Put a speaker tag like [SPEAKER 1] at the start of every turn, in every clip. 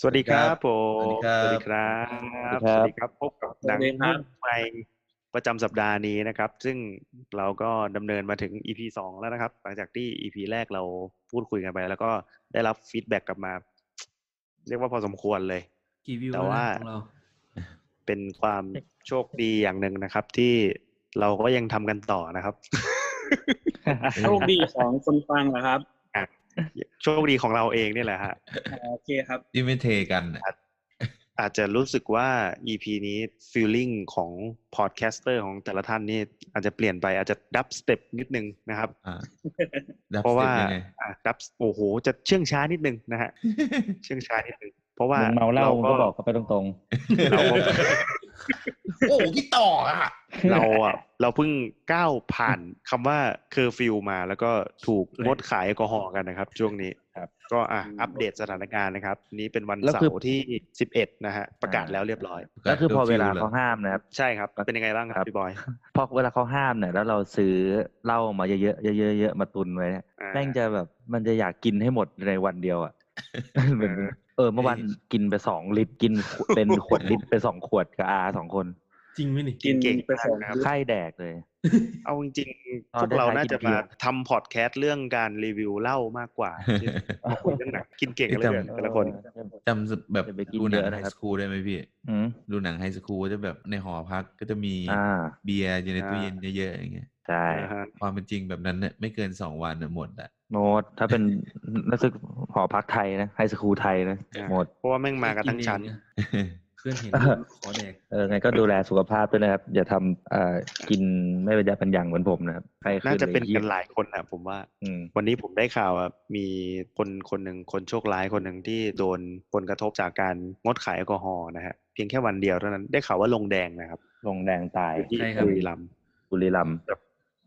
[SPEAKER 1] สวัสดีครับผม
[SPEAKER 2] สวัสดี
[SPEAKER 1] ค
[SPEAKER 2] ครั
[SPEAKER 1] รับ บ สวัสดีครับ พบกับหนัง
[SPEAKER 3] สวัสดีครับ
[SPEAKER 1] ไปประจำสัปดาห์นี้นะครับ ซึ่งเราก็ดำเนินมาถึง EP สองแล้วนะครับ หลังจากที่ EP แรกเราพูดคุยกันไป แล้วก็ได้รับฟีดแบ็กกลับมา เรียกว่าพอสมควรเลย
[SPEAKER 3] กี่วิว
[SPEAKER 1] แต่
[SPEAKER 3] แล้ว
[SPEAKER 1] ว่า
[SPEAKER 3] นะของเรา
[SPEAKER 1] เป็นความโชคดีอย่างหนึ่งนะครับ ที่เราก็ยังทำกันต่อนะครับ
[SPEAKER 3] อืม
[SPEAKER 4] โชคดีของคนฟังเหรอครับ
[SPEAKER 1] โชคดีของเราเองเนี่ยแหละฮะ
[SPEAKER 4] อ่าโอเคครับ
[SPEAKER 2] ที่ไม่เทกันน่ะ
[SPEAKER 1] อาจจะรู้สึกว่า EP นี้ฟีลลิ่งของพอดแคสเตอร์ของแต่ละท่านนี่อาจจะเปลี่ยนไปอาจจะดับสเต็ปนิดนึงนะครับ
[SPEAKER 2] อ่ะดับ
[SPEAKER 1] เพราะว่า
[SPEAKER 2] สต็ปยังไง
[SPEAKER 1] อ่ะดับโอ้โห จะเชื่องช้านิดนึง นะฮะ เชื่องช้านิดนึง เพราะว่า
[SPEAKER 5] มึงเมาเหล้ามึงก็
[SPEAKER 1] ก็
[SPEAKER 5] บอกเขา ไปตรง
[SPEAKER 1] เรา
[SPEAKER 2] โอ้พี่ต่ออ่ะ
[SPEAKER 5] ๆ
[SPEAKER 1] เราอ่ะเราเพิ่งก้าวผ่านคำว่าเคอร์ฟิวมาแล้วก็ถูกงดขายแอลกอฮอล์กันนะครับ ช่วงนี้
[SPEAKER 5] ครับ
[SPEAKER 1] ก็อ่ะอัปเดตสถานการณ์นะครับ นี้เป็นวัน
[SPEAKER 5] แล้ว
[SPEAKER 1] เสา
[SPEAKER 5] คือ
[SPEAKER 1] ร์ที่ 11 นะฮะ ประกาศแล้วเรียบร้อย
[SPEAKER 5] ก็คือพอเวลา
[SPEAKER 2] หร
[SPEAKER 5] เขาห้ามนะครับ
[SPEAKER 1] ใช่ครับ เป็นยังไงบ้างค
[SPEAKER 5] ค
[SPEAKER 1] รั
[SPEAKER 5] รั
[SPEAKER 1] บบ พี่บอย
[SPEAKER 5] พอเวลาเขาห้ามเนี่ยแล้วเราซื้อเหล้ามาเยอะๆเยอะๆเยอะๆมาตุนไว้เนี่ย
[SPEAKER 1] อ่า
[SPEAKER 5] แม่งจะแบบมันจะอยากกินให้หมดในวันเดียวอ่ะ เหมือน
[SPEAKER 1] เออ
[SPEAKER 5] เออเมื่อวันกินไปสองลิตรกินเป็นขวดลิตรไปสองขวดกับอาสองคน
[SPEAKER 3] จริงไหมนี่
[SPEAKER 4] กิน
[SPEAKER 1] เก่ง
[SPEAKER 4] ไปสอง
[SPEAKER 1] มากครับ
[SPEAKER 5] ไข้แดกเลย
[SPEAKER 1] เอาจริงๆ
[SPEAKER 5] ตอ
[SPEAKER 1] พวนกเรา
[SPEAKER 5] ได้
[SPEAKER 1] น่าจะ
[SPEAKER 5] กินเบี
[SPEAKER 1] มาย
[SPEAKER 5] ร์
[SPEAKER 1] ทำพอดแคสต์เรื่องการรีวิวเหล้ามากกว่าที่มาคุยเรื่องหนังกินเก่งกันเหลย
[SPEAKER 5] เออ
[SPEAKER 1] แต่ละคน
[SPEAKER 2] จำแบบ
[SPEAKER 5] อย่าไปกิน
[SPEAKER 2] ดูหนัง
[SPEAKER 5] เยอะ
[SPEAKER 2] ไฮ
[SPEAKER 5] นะครับ
[SPEAKER 2] สคูลได้ไหมพี่
[SPEAKER 5] อืม
[SPEAKER 2] ดูหนังไฮสคูลจะแบบในหอพักก็จะมี
[SPEAKER 5] อ่า
[SPEAKER 2] เบียร์อยู่ในตู้
[SPEAKER 1] อ่า
[SPEAKER 2] เย็นเยอะๆอย่างเงี้ย
[SPEAKER 5] ใช่
[SPEAKER 1] นะฮะ
[SPEAKER 2] ความเป็นจริงแบบนั้นเนี่ยไม่เกินสองวันน่ะหมดอ่ะ
[SPEAKER 5] หมดถ้าเป็น นักศึกษาหอพักไทยนะไฮสคูลไทยนะหมด
[SPEAKER 1] เพราะว่าแม่งมากันทั้งชั้น
[SPEAKER 3] กิเองะเพื่อนเห็น
[SPEAKER 5] เออ
[SPEAKER 3] ขอแดก
[SPEAKER 5] เออไงก็ดูแลสุขภาพด้วยนะครับ อย่าทำเอ่อกินไม่เป็นยาปัญญังเหมือนผมนะครับใครขึ้
[SPEAKER 1] น่าจะเป็นกัน
[SPEAKER 5] ลย
[SPEAKER 1] หลายคนนะผมว่า
[SPEAKER 5] อืม
[SPEAKER 1] วันนี้ผมได้ข่าวว่ามีคนคนหนึ่งคนโชคร้ายคนหนึ่งที่โดนผลกระทบจากการงดขายแอลกอฮอล์นะฮะเพียงแค่วันเดียวเท่านั้นได้ข่าวว่าลงแดงนะครับ
[SPEAKER 5] ลงแดงตาย
[SPEAKER 1] ที่บุรีรัมย์
[SPEAKER 5] บุรีรัมย์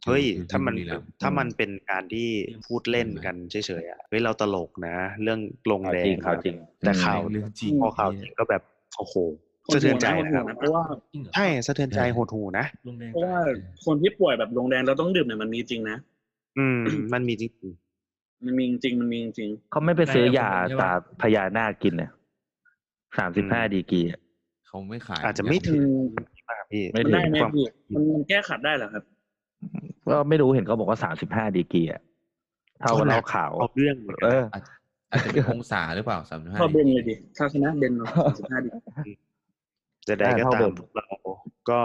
[SPEAKER 1] เฮ้ยถ้ามัน
[SPEAKER 2] อยู่ที่บุรีรัย์
[SPEAKER 1] ถ้ามันเป็นการที่พูดเล่นกันเฉยๆอะเฮ้ยเราตลกนะ เรื่องลงแดง
[SPEAKER 5] ข่าวจริง
[SPEAKER 1] แต่ข่าว
[SPEAKER 2] เรื่องจริง
[SPEAKER 1] พอข่าวจริงก็แบบโอ้โหสะเทือนใจนะครับ
[SPEAKER 4] เพราะว่า
[SPEAKER 3] จริงเหรอ
[SPEAKER 1] ใช่สะเทือนใจหดหูนะ
[SPEAKER 3] ลงแดง
[SPEAKER 4] เพราะว่าคนที่ป่วยแบบลงแดงเราต้องดื่มเนี่ยมันมีจริงนะ
[SPEAKER 1] อืม มันมีจริง
[SPEAKER 4] มันมีจริงมันมีจริง
[SPEAKER 5] เขาไม่ไปซื้อยาตาพญานาคกินเนี่ยสามสิบห้าดีกรีอะ
[SPEAKER 2] เขาไม่ขาย
[SPEAKER 1] อาจจะไม่ถึงมากพี่
[SPEAKER 5] ไม่
[SPEAKER 4] มัน
[SPEAKER 5] ถึง
[SPEAKER 4] ได้ไหม
[SPEAKER 1] ความ
[SPEAKER 4] พี่มันมันแก้ขัดได้เหรอครับ
[SPEAKER 5] ก็ไม่รู้เห็นเขาบอกว่าสามสิบห้าดีกรีอะเท่ากับเหล้าขาว
[SPEAKER 1] เอาเรื่องเลย
[SPEAKER 5] เออ
[SPEAKER 2] อาจจะเป็นองศาหรือเปล่าสามสิบห้า
[SPEAKER 4] พอเบนเลยดิถ้าชนะเบนสิบห้าดิ
[SPEAKER 1] จะได้ก็
[SPEAKER 5] เท่า
[SPEAKER 1] ตา
[SPEAKER 5] เดิ
[SPEAKER 1] ม
[SPEAKER 5] ม
[SPEAKER 1] พวกเราก็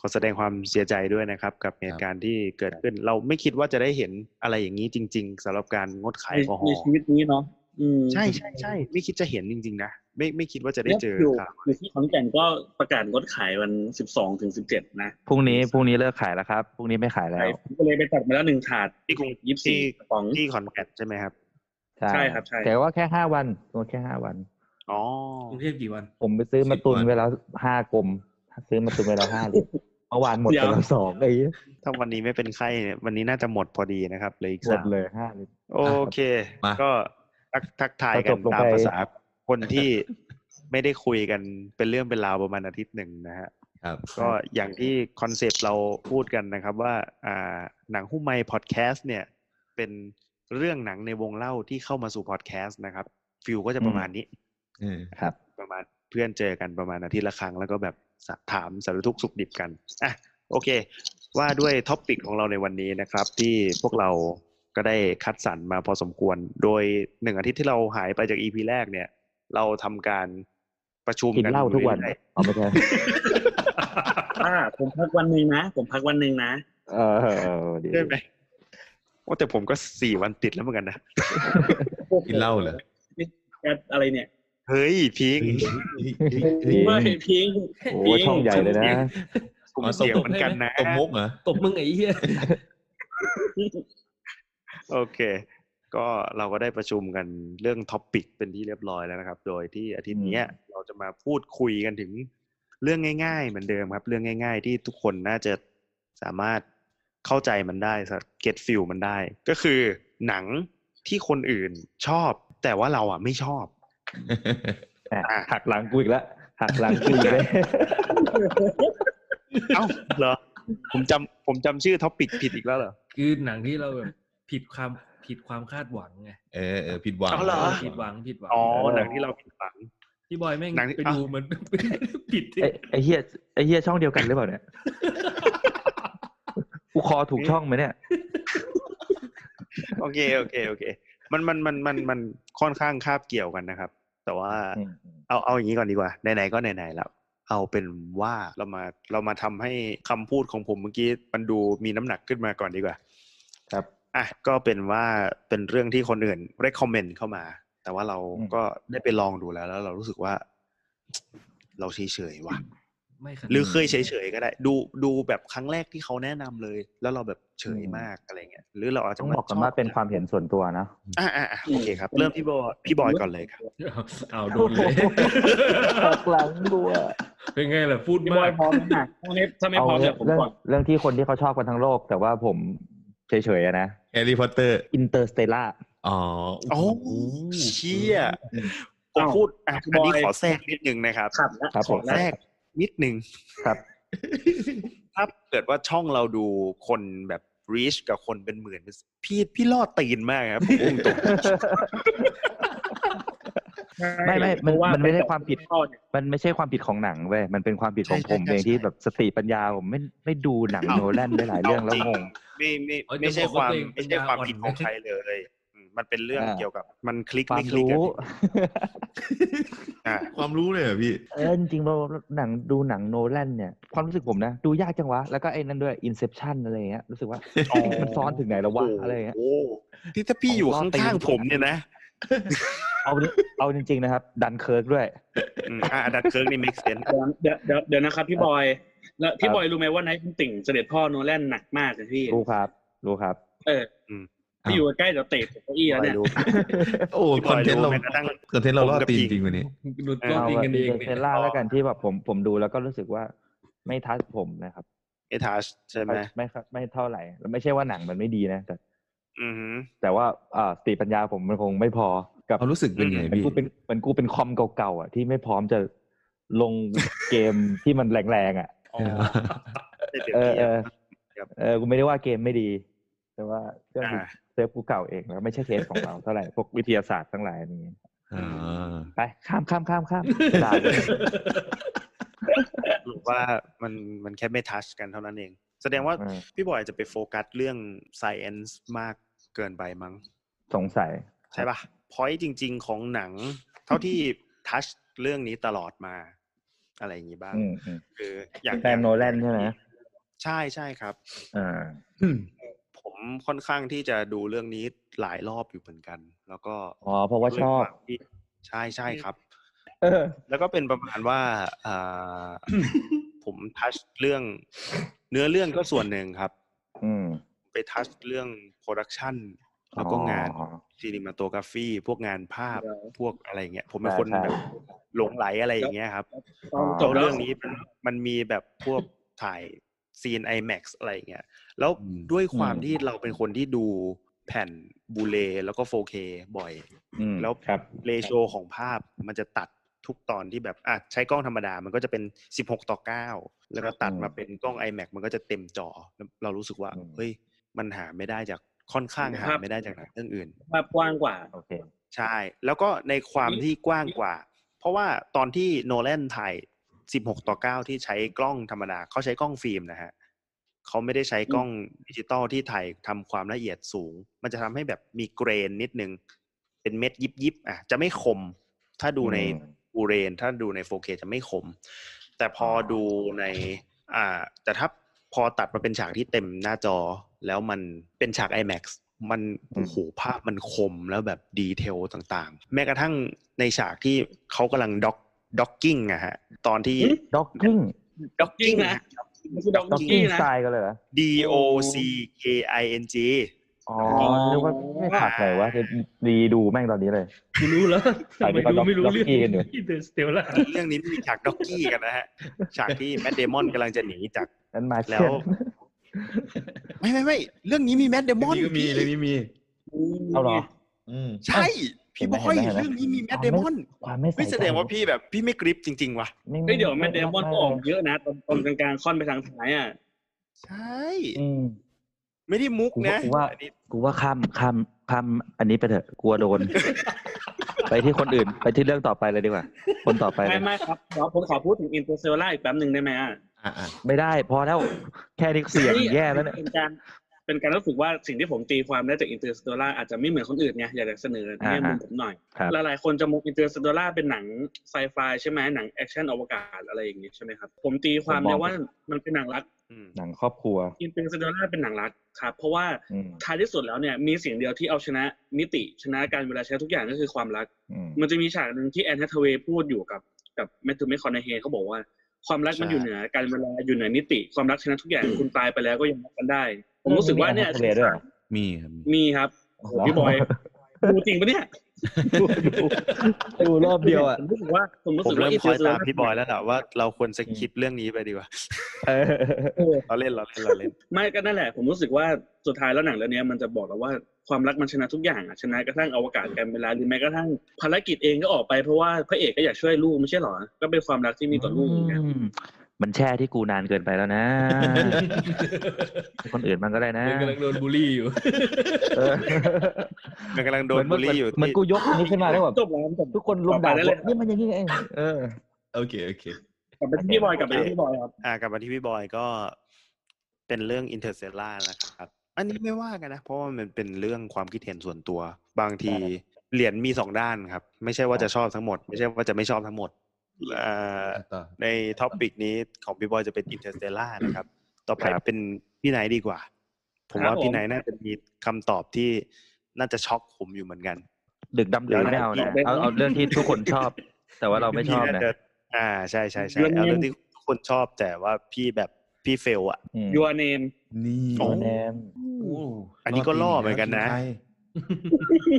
[SPEAKER 1] ขอแสดงความเสียใจด้วยนะครับ กับเหตุการณ์ที่เกิดขึ้น เราไม่คิดว่าจะได้เห็นอะไรอย่างนี้จริง ๆสำหรับการงดขาย
[SPEAKER 4] ใน
[SPEAKER 1] แอลกอฮอ
[SPEAKER 4] ใน
[SPEAKER 1] ล์
[SPEAKER 4] ชีวิตนี้เนาะอืม
[SPEAKER 1] ใช่ใช่ใช่ไม่คิดจะเห็นจริง ๆ นะไม่ไม่คิดว่าจะได้เจอ
[SPEAKER 4] อยู่
[SPEAKER 1] ข่าว
[SPEAKER 4] อยู่ที่ขอนแก่นก็ประกาศงดขายวันสิบสองถึงสิบเจ็ดนะ
[SPEAKER 5] พรุ่งนี้พรุ่งนี้เลิกขายแล้วครับพรุ่งนี้ไม่ขายแล้ว
[SPEAKER 4] ผมก็เลยไปตัดมาแล้วหนึ่งถาด
[SPEAKER 1] ที่กรุง
[SPEAKER 4] ยี่สิบสี่ของ
[SPEAKER 1] ที่ขอนแก่นใช่ไหมครับ
[SPEAKER 4] ใช่ครับใช่
[SPEAKER 5] แต่ว่าแค่ห้าวันตัวแค่ห้าวัน
[SPEAKER 1] อ๋อก
[SPEAKER 3] รุงเทพกี่วัน
[SPEAKER 5] ผมไปซื้อมาตุนไว้แล้วห้ากลมซื้อมาตุนไว้แล้วห้าลิตรเมื่อวานหมดไปแล้วสองไอ้เหี้ย
[SPEAKER 1] ถ้าวันนี้ไม่เป็นไข้เนี่ยวันนี้น่าจะหมดพอดีนะครับเหลยอีก
[SPEAKER 5] หม
[SPEAKER 1] สา
[SPEAKER 5] ด
[SPEAKER 1] ม
[SPEAKER 5] เลยห้าลิตร
[SPEAKER 1] โอเค
[SPEAKER 2] มา
[SPEAKER 1] ก็ทักทักทาย
[SPEAKER 5] ก็
[SPEAKER 1] กั
[SPEAKER 5] จ
[SPEAKER 1] น
[SPEAKER 5] บลง
[SPEAKER 1] ตาม
[SPEAKER 5] ไป
[SPEAKER 1] ภาษาคนที่ ไม่ได้คุยกันเป็นเรื่องเป็นราวประมาณอาทิตย์หนึ่งนะฮะ
[SPEAKER 2] ครับ
[SPEAKER 1] ก็อย่างที่คอนเซปต์เราพูดกันนะครับว่าอ่าหนังหุ้มไมพอดแคสต์เนี่ย เป็นเรื่องหนังในวงเล่าที่เข้ามาสู่พอดแคสต์นะครับ ฟิวก็จะประมาณนี้
[SPEAKER 2] เออ
[SPEAKER 5] ครับ
[SPEAKER 1] ประมาณเพื่อนเจอกันประมาณอาทิตย์ละครั้งแล้วก็แบบสะถามสารทุกข์สุขดิบกันอ่ะโอเค ว่าด้วยท็อปปิกของเราในวันนี้นะครับ ที่พวกเราก็ได้คัดสรรมาพอสมควร โดยหนึ่งอาทิตย์ที่เราหายไปจากอีพีแรกเนี่ย เราทำการประชุม
[SPEAKER 5] กินเหล้าทุกวัน
[SPEAKER 1] อยู่เรื่อย
[SPEAKER 5] เอาไม่ใช่
[SPEAKER 4] อ่าผมพักวันหนึ่งนะ ผมพักวันหนึ่งนะ
[SPEAKER 5] เออเออเออดี
[SPEAKER 1] ๆใช่ไหม ว่าแต่ผมก็สี่วันติดแล้วเหมือนกันนะ
[SPEAKER 2] กินเหล้าเหรอ
[SPEAKER 4] แอปอะไรเนี่ย
[SPEAKER 1] เฮ้ยพิง
[SPEAKER 5] ดี
[SPEAKER 4] ไม่พิง
[SPEAKER 5] โอ้ช่องใหญ่เลยนะ
[SPEAKER 1] กลุ่มเสี่ยงเหมือนกันนะ
[SPEAKER 2] ตบมุกเหรอ
[SPEAKER 3] ตบมึงไอ้เหี้ย
[SPEAKER 1] โอเค ก็เราก็ได้ประชุมกันเรื่องท็อปปิกเป็นที่เรียบร้อยแล้วนะครับ โดยที่อาทิตย์เนี้ยเราจะมาพูดคุยกันถึงเรื่องง่ายๆ เหมือนเดิมครับ เรื่องง่าย ๆ ที่ทุกคนน่าจะสามารถเข้าใจมันได้เก็ตฟิลมันได้ ก็คือหนังที่คนอื่นชอบ แต่ว่าเราอ่ะไม่ชอบ
[SPEAKER 5] อ่ะหักหลังกูอีกแล้วหักหลังกูอีกเลย
[SPEAKER 1] เอ้าเหรอผมจำผมจำชื่อท็อปปิกผิดอีกแล้วเหรอ
[SPEAKER 3] คือหนังที่เราแบบผิดความ ผิดความคาดหวังไง
[SPEAKER 2] เออเออผิดหวัง
[SPEAKER 1] เอาเหรอ
[SPEAKER 3] ผิดหวังผิดหวัง
[SPEAKER 1] อ๋อหนังที่เราผิดหวัง
[SPEAKER 3] พี่บอยแม่ง
[SPEAKER 1] หนังที่
[SPEAKER 3] ไปดูมัน ผิดที่
[SPEAKER 5] ไอ้ไอ้เฮียไอ้เฮียช่องเดียวกันหรือเปล่าเนี่ยกูคอถูกช่องไหมเนี่ย
[SPEAKER 1] โอเคโอเคโอเค มันมันมันมันมันค่อนข้างคาบเกี่ยวกันนะครับ แต่ว่า เอาเอาอย่างนี้ก่อนดีกว่าไหนๆก็ไหนๆแล้ว เอาเป็นว่าเรามาเรามาทำให้คำพูดของผมเมื่อกี้มันดูมีน้ำหนักขึ้นมาก่อนดีกว่า
[SPEAKER 5] ครับ
[SPEAKER 1] อ่ะก็เป็นว่าเป็นเรื่องที่คนอื่น recommend เข้ามา แต่ว่าเราก็ได้ไปลองดูแล้ว แล้วเรารู้สึกว่า เราเฉยๆว่ะ
[SPEAKER 3] ไม่ขนาด
[SPEAKER 1] หรือเคยเฉยๆก็ได้ ดูดูแบบครั้งแรกที่เขาแนะนำเลย แล้วเราแบบเฉยมากอะไรเงี้ยหรือเราอาจจะ
[SPEAKER 5] ต้องบอกกันว่าเป็นความเห็นส่วนตัวนะ
[SPEAKER 1] อ่าอ่าโอเคครับ เริ่มที่บอยพี่บอยก่อนเลยครับ
[SPEAKER 3] เอาเอาโดนเลย
[SPEAKER 5] หลังกูอะ
[SPEAKER 3] เป็นไงล่ะพูด
[SPEAKER 4] พี่บ
[SPEAKER 3] มา
[SPEAKER 4] อก ยพร้อมนะถ้าไม่ถ้าไม่พร้อมเดี๋ยวผม
[SPEAKER 5] เรื่อง
[SPEAKER 4] ก่อน
[SPEAKER 5] เรื่องที่คนที่เขาชอบกันทั้งโลก แต่ว่าผมเฉยๆอะนะ
[SPEAKER 2] แฮร์รี่พอตเตอร์
[SPEAKER 5] อินเตอร์สเตลล่า
[SPEAKER 2] อ๋อ
[SPEAKER 1] โอ้โหเชี่ยผมพูดอ่ะอันนี้ขอแทรกนิดนึงนะครับ
[SPEAKER 4] ขับนะครับ
[SPEAKER 1] ข
[SPEAKER 5] ผ
[SPEAKER 1] อ
[SPEAKER 5] ม
[SPEAKER 1] แรกนิดหนึ่ง
[SPEAKER 5] ครับ
[SPEAKER 1] ถ้าเกิดว่าช่องเราดูคนแบบ reach กับคนเป็นหมื่นเป็นพี่พี่ล่อตีนมากครับผมพุ่งตรง
[SPEAKER 5] ไม่ไม่มัน
[SPEAKER 4] เพราะว่า
[SPEAKER 5] มันไม่ได้ความผิด
[SPEAKER 4] ข้อเนี่ย
[SPEAKER 5] มันไม่ใช่ความผิดของหนังเว้ยมันเป็นความผิดของผมเองที่แบบสติปัญญาผมไม่ไม่ดูหนังโนแลนได้หลายเรื่องแล้วงง
[SPEAKER 1] ไม่ไม่ไม่ใช่ความไม่ใช่ความผิดของใครเลยอืมมันเป็นเรื่อง
[SPEAKER 5] อ่า
[SPEAKER 1] เกี่ยวกับ มันคลิก
[SPEAKER 5] ความ
[SPEAKER 1] ไม่คลิก
[SPEAKER 5] รู้
[SPEAKER 1] อะ อ่า
[SPEAKER 2] ความรู้เลยเหรอ พี่
[SPEAKER 5] เออจริงๆเราหนังดูหนังโนแลนเนี่ยความรู้สึกผมนะดูยากจังวะ แล้วก็ไอ้นั่นด้วยอินเซ t ชันอะไรเงี้ยรู้สึกว่ามันซ้อนถึงไหนแล้ววะอะไรเงี้ย
[SPEAKER 1] โอ้โหที่ถ้าพี่อยู่ข้างๆผมเนี่ยนะ
[SPEAKER 5] เอาเอาจริง ๆ นะครับ ดันเคิร์กด้วย
[SPEAKER 1] อืมอ่าดัดเคิร์กนี่ make sense
[SPEAKER 4] เดี๋ยวเดี๋ยวเดี๋ยวนะครับพี่บอย แล้วพี่บอยรู้ไหมว่าไนท์ติ่งเสด็จพ่อโนแลนหนักมากเลยพี่
[SPEAKER 5] รู้ครับ รู้ครับ
[SPEAKER 4] ที่อยู่ใกล้เดี๋ยวเตะเก้าอี้แล้ว
[SPEAKER 1] ไม่
[SPEAKER 4] เนี่ย
[SPEAKER 1] รู้
[SPEAKER 2] โอ้
[SPEAKER 1] พี่บ
[SPEAKER 2] ค
[SPEAKER 1] อย
[SPEAKER 2] อนเทนต์เรา
[SPEAKER 1] รู้แม้กระทั่ง
[SPEAKER 2] คอนเทนต์เราล่
[SPEAKER 1] ผ
[SPEAKER 2] อ
[SPEAKER 1] มกับ
[SPEAKER 2] ตีน
[SPEAKER 1] พี่
[SPEAKER 2] จริงวันนี้
[SPEAKER 3] หลุดก็
[SPEAKER 5] เอา
[SPEAKER 3] ตี
[SPEAKER 5] แบบ
[SPEAKER 3] กัน
[SPEAKER 5] อิ
[SPEAKER 3] เอน ง
[SPEAKER 5] เตอร์
[SPEAKER 3] เนี่
[SPEAKER 5] เซ
[SPEAKER 3] ย
[SPEAKER 5] ลล่าแล้วกันที่แบบผมผมดูแล้วก็รู้สึกว่าไม่ทัชผมนะครับ
[SPEAKER 1] เอทาชใช่ไหม
[SPEAKER 5] ไม่ครับไม่เท่าไหร่แล้วไม่ใช่ว่าหนังมันไม่ดีนะ แต่
[SPEAKER 1] อือหือ
[SPEAKER 5] แต่ว่าอ่าสติปัญญาผมมันคงไม่พอกับ
[SPEAKER 2] เขามรู้สึกเป็นไง
[SPEAKER 5] เหมือน
[SPEAKER 2] พี่
[SPEAKER 5] กูเป็นเหมือนกูเป็นคอมเก่าๆอ่ะที่ไม่พร้อมจะลงเกม ที่มันแรงๆอ่ะ
[SPEAKER 1] อ๋อ
[SPEAKER 2] เออ
[SPEAKER 1] ได้เปรียบ
[SPEAKER 5] เออ
[SPEAKER 1] เทีบ
[SPEAKER 5] เอยอ
[SPEAKER 1] ครับ
[SPEAKER 5] เออกูไม่ได้ว่าเกมไม่ดี แต่ว่าเรื่อง
[SPEAKER 1] อ่า
[SPEAKER 5] เซฟกูเก่าเองแล้วไม่ใช่เคสของเราเท่าไหร่พวกวิทยาศาสตร์ทั้งหลายอะไรอย่างเงี้ย
[SPEAKER 2] อ่า
[SPEAKER 5] ไปข้ามข้ามข้ามข้ามด่าเลย
[SPEAKER 1] สรุปว่ามันมันแค่ไม่ทัชกันเท่านั้นเอง แสดงว่า
[SPEAKER 5] เออ
[SPEAKER 1] พี่บอยจะไปโฟกัสเรื่อง science มากเกินไปมั้ง
[SPEAKER 5] สงสัย
[SPEAKER 1] ใช่ปะพอยต์จริง ๆ ของหนัง เท่าที่ทัชเรื่องนี้ตลอดมา อะไรอย่างนี้บ้าง
[SPEAKER 5] อืมอืม
[SPEAKER 1] คืออย่าง
[SPEAKER 5] แซมโนแลนใช่ไหม
[SPEAKER 1] ใช่ใช่ครับ
[SPEAKER 5] อ่า
[SPEAKER 1] ผมค่อนข้างที่จะดูเรื่องนี้หลายรอบอยู่เหมือนกัน แล้วก็
[SPEAKER 5] อ๋อเพราะว่าชอบ
[SPEAKER 1] ด้วยความที่ใช่ใช่ครับ
[SPEAKER 5] เออ
[SPEAKER 1] แล้วก็เป็นประมาณว่าอ่า ผมทัชเรื่อง เนื้อเรื่องก็ส่วนหนึ่งครับ
[SPEAKER 5] อืม
[SPEAKER 1] ไปทัชเรื่องโปรดักชันแล้วก็งานซีนิมาโตกราฟีพวกงานภาพ
[SPEAKER 4] ครับ
[SPEAKER 1] พวกอะไรเงี้ย ผมเป็น
[SPEAKER 5] ใช่
[SPEAKER 1] คน
[SPEAKER 5] ใช่
[SPEAKER 1] แบบหลงไหลอะไรอย่างเงี้ยครับ
[SPEAKER 4] ต้องจ
[SPEAKER 1] แล้ว
[SPEAKER 4] บแล้ว
[SPEAKER 1] เรื่องนี้มันมันมีแบบพวกถ่ายซีน IMAX อะไรเงี้ย แล้วด้วยความที่เราเป็นคนที่ดูแผ่นบูเลแล้วก็ 4K บ่อย
[SPEAKER 5] อืม
[SPEAKER 1] แล้ว
[SPEAKER 5] ครับ
[SPEAKER 1] เรโซของภาพมันจะตัดทุกตอนที่แบบอ่ะใช้กล้องธรรมดา มันก็จะเป็น 16 ต่อ 9 แล้วก็ตัด
[SPEAKER 5] อืม
[SPEAKER 1] มาเป็นกล้อง iMac มันก็จะเต็มจอแล้วเรารู้สึกว่า
[SPEAKER 5] อืม
[SPEAKER 1] เฮ้ย มันหาไม่ได้จากค่อนข้างหาไม่ได้จากหนังเรื่องอื่น
[SPEAKER 4] ภาพกว้างกว่า
[SPEAKER 5] โอเค
[SPEAKER 1] ใช่ แล้วก็ในความ
[SPEAKER 4] นี่
[SPEAKER 1] ที่กว้างกว่า เพราะว่าตอนที่โนแลนถ่าย 16 ต่อ 9 ที่ใช้กล้องธรรมดา เขาใช้กล้องฟิล์มนะฮะเขาไม่ได้ใช้กล้องดิจิตอลที่ถ่ายทำความละเอียดสูง มันจะทำให้แบบมีเกรนนิดนึง เป็นเม็ดยิบยิบๆอ่ะ จะไม่คม ถ้าดูใน
[SPEAKER 5] อืม
[SPEAKER 1] บูเรน ถ้าดูใน 4K จะไม่คม แต่พอดูใน อ่า แต่ถ้าพอตัดมาเป็นฉากที่เต็มหน้าจอ แล้วมันเป็นฉาก IMAX มัน
[SPEAKER 5] อืม
[SPEAKER 1] โอ้โหภาพมันคมแล้วแบบดีเทลต่างๆ แม้กระทั่งในฉากที่เขากำลังด็อกด็อกกิ้งอะฮะ ตอนที่
[SPEAKER 5] ด็อกกิ้ง
[SPEAKER 1] Docking
[SPEAKER 4] นะ ไม่ใช่ดอก
[SPEAKER 5] ด็อก
[SPEAKER 4] กี้
[SPEAKER 5] กิ้ง
[SPEAKER 4] นะ
[SPEAKER 5] สไตล์กันเลยเหรอ
[SPEAKER 1] D O C K I N G
[SPEAKER 5] อ๋อเรียกว่าไม่ขาดไหนวะจะดีดูแม่งตอนนี้เลย
[SPEAKER 3] กูรู้แล้ว
[SPEAKER 5] ใส่
[SPEAKER 3] ทำไม
[SPEAKER 5] ไป
[SPEAKER 3] ดูไม่รู้เรื่อง
[SPEAKER 5] ล็อกกี้กันอยู่
[SPEAKER 3] อินเตอร์สเตลล่า
[SPEAKER 1] เรื่องนี้มีฉากด็อกกี้กันนะฮะ ฉากที่แมดเดมอนกำลังจะหนีจาก
[SPEAKER 5] นั้นมา
[SPEAKER 1] แล้
[SPEAKER 5] เช่น
[SPEAKER 1] ว ไม่ไม่ไม่เรื่องนี้มีแมดเดมอน
[SPEAKER 2] นี่ก็มีเลยนี่มี
[SPEAKER 5] เอาเหรอ
[SPEAKER 2] อืม
[SPEAKER 1] ใช่ พี่บอย
[SPEAKER 5] เห็นไหมเห็นไหม
[SPEAKER 1] เรื่องนี้มีแมดเดมอน
[SPEAKER 5] ความไม่ใส่
[SPEAKER 1] ไม่
[SPEAKER 5] ใจ
[SPEAKER 1] แสดงว่าพี่แบบพี่ไม่กริปจริง ๆ ว่ะ
[SPEAKER 5] ไม่
[SPEAKER 4] เฮ้ยเดี๋ยวแมดเดมอน
[SPEAKER 5] ไ
[SPEAKER 4] ก็ออกเยอะนะ ตอนตอนกลางๆค่อนไปทางซ้ายอ่ะ
[SPEAKER 1] ใช่
[SPEAKER 5] อืม
[SPEAKER 1] ไม่ได้มุกนะ
[SPEAKER 5] กูว่า
[SPEAKER 1] อันนี้
[SPEAKER 5] กูว่าข้ามข้าม พามอันนี้ไปเถอะกลัวโดน ไปที่คนอื่น ไปที่เรื่องต่อไปเลยดีกว่า คนต่อไปเล
[SPEAKER 4] ไม่
[SPEAKER 5] ย
[SPEAKER 4] ไม่ครับขอผมขอพูดถึงอินเตอร์เซลล่าอีกแป๊บหนึ่งได้ไหมอ่ะ
[SPEAKER 2] อ่ะอ่ะ
[SPEAKER 5] ไม่ได้ พอแล้วแค่นี้เสียงแย่แล้วเนี่ย
[SPEAKER 4] เป็นการ เป็นการรู้สึกว่าสิ่งที่ผมตีความได้จากอินเตอร์เซลล่าอาจจะไม่เหมือนคนอื่นไงอยากจะเสนอในมุมผมหน่อย
[SPEAKER 5] ครับ
[SPEAKER 4] หลายๆคนจะมองอินเตอร์สเตลล่าเป็นหนังไซไฟใช่ไหมหนังแอคชั่นอวกาศอะไรอย่างนี้ใช่ไหมครับ ผมตีความได้ว่ามันเป็นหนังรัก
[SPEAKER 1] อืม
[SPEAKER 5] หนังครอบครัว
[SPEAKER 4] อินเตอร์สเตลล่าเป็นหนังรักครับ เพราะว่า
[SPEAKER 5] อืม
[SPEAKER 4] ท้ายที่สุดแล้วเนี่ยมีสิ่งเดียวที่เอาชนะมิติ ชนะการเวลาใช้ทุกอย่างก็คือความรัก
[SPEAKER 5] อืม
[SPEAKER 4] มันจะมีฉากหนึ่งที่แอนแฮทเวย์พูดอยู่กับกับแมทธิวแมคคอนเฮเขาบอกว่าความรักมันอยู่เหนือการเวลาอยู่เหนือมิติ ความรักชนะทุกอย่างคุณตายไปแล้วก็ยังรักกันได้ ผมรู้สึกว่าเนี่ย
[SPEAKER 5] มี Anne Hathaway ด้วยเหรอ
[SPEAKER 2] มีครับมี
[SPEAKER 4] มีครับโอ้โหพี่บอยดูจริงปะเนี่ย
[SPEAKER 5] ดูรอบเดียวอ่ะ
[SPEAKER 4] ผมรู้สึกว่าผมรู้
[SPEAKER 1] ผ
[SPEAKER 4] สึ
[SPEAKER 1] ม
[SPEAKER 4] กว่า
[SPEAKER 1] เริ่มคอยตาม
[SPEAKER 4] นเตร์เซลล่
[SPEAKER 1] พี่บอยแล้วแหละว่าเราควรสคิปเรื่องนี้ไปดีกว่า
[SPEAKER 5] เออ
[SPEAKER 4] เออ
[SPEAKER 1] เราเล่นเราเล่นเราเล่น
[SPEAKER 4] ไม่ก็นั่นแหละ ผมรู้สึกว่าสุดท้ายแล้วหนังเรื่องนี้มันจะบอกเราว่าความรักมันชนะทุกอย่างอะชนะกระทั่งอวกาศการเวลาหรือแม้กระทั่งภารกิจเองก็ออกไปเพราะว่าพระเอกก็อยากช่วยลูกไม่ใช่หรอ ก็เป็นความรักที่มีต่อลูกเหมือนกัน
[SPEAKER 5] อืมมันแช่ที่กูนานเกินไปแล้วนะ คนอื่นมันก็ได้นะ
[SPEAKER 3] มันกำลังโดนบูลลี่อยู่
[SPEAKER 5] เออ
[SPEAKER 1] มันกำลังโดนบูลลี่อยู่
[SPEAKER 5] เหมือน
[SPEAKER 1] ที่
[SPEAKER 5] กูยกอันนี้ขึ้นมาแล้วแบบ
[SPEAKER 4] จบแล้วจบ
[SPEAKER 5] ทุกคนรุม
[SPEAKER 4] ต่
[SPEAKER 5] ด่า
[SPEAKER 4] อไปได้เลย
[SPEAKER 5] นี่มันอย่างนี้เองเออ
[SPEAKER 2] โอเค โอเค
[SPEAKER 4] กลับไปที่พี่บอยกลับไปที่พี่บอยครับ
[SPEAKER 1] อ่ากลับมาที่พี่บอยก็เป็นเรื่องอินเ r อร์เซล่านะครับ อันนี้ไม่ว่ากันนะ เพราะว่ามันเป็นเรื่องความคิดเห็นส่วนตัว บางทีเหรียญมีสองด้านครับ ไม่ใช่ว่าจะชอบทั้งหมด ไม่ใช่ว่าจะไม่ชอบทั้งหมดอ่า
[SPEAKER 2] ต่อ
[SPEAKER 1] ในท็อปิกนี้ของพี่บอยจะเป็นอินเ r อร์เซล่านะครับ ต่อไปเป็นพี่ไหนท์ดีกว่า ผมว่าพี่ไหนท์น่าจะมีคำตอบที่น่าจะช็อกผมอยู่เหมือนกัน
[SPEAKER 5] ดึกดำดื่นไม่เอานะเอาเอาเรื่องที่ทุกคนช อบ แต่ว่าเราไม่ชอบนะ
[SPEAKER 1] อ่าใช่ใช่ใช่เอาเรื่องที่คนชอบแต่ว่าพี่แบบพี่เฟลอะ
[SPEAKER 5] อืม
[SPEAKER 4] ยูอเนม
[SPEAKER 2] นี่
[SPEAKER 1] โอ้
[SPEAKER 5] แนม
[SPEAKER 2] โอ้
[SPEAKER 1] อันนี้ก็ล่อเหมือนกันนะ
[SPEAKER 2] ใช่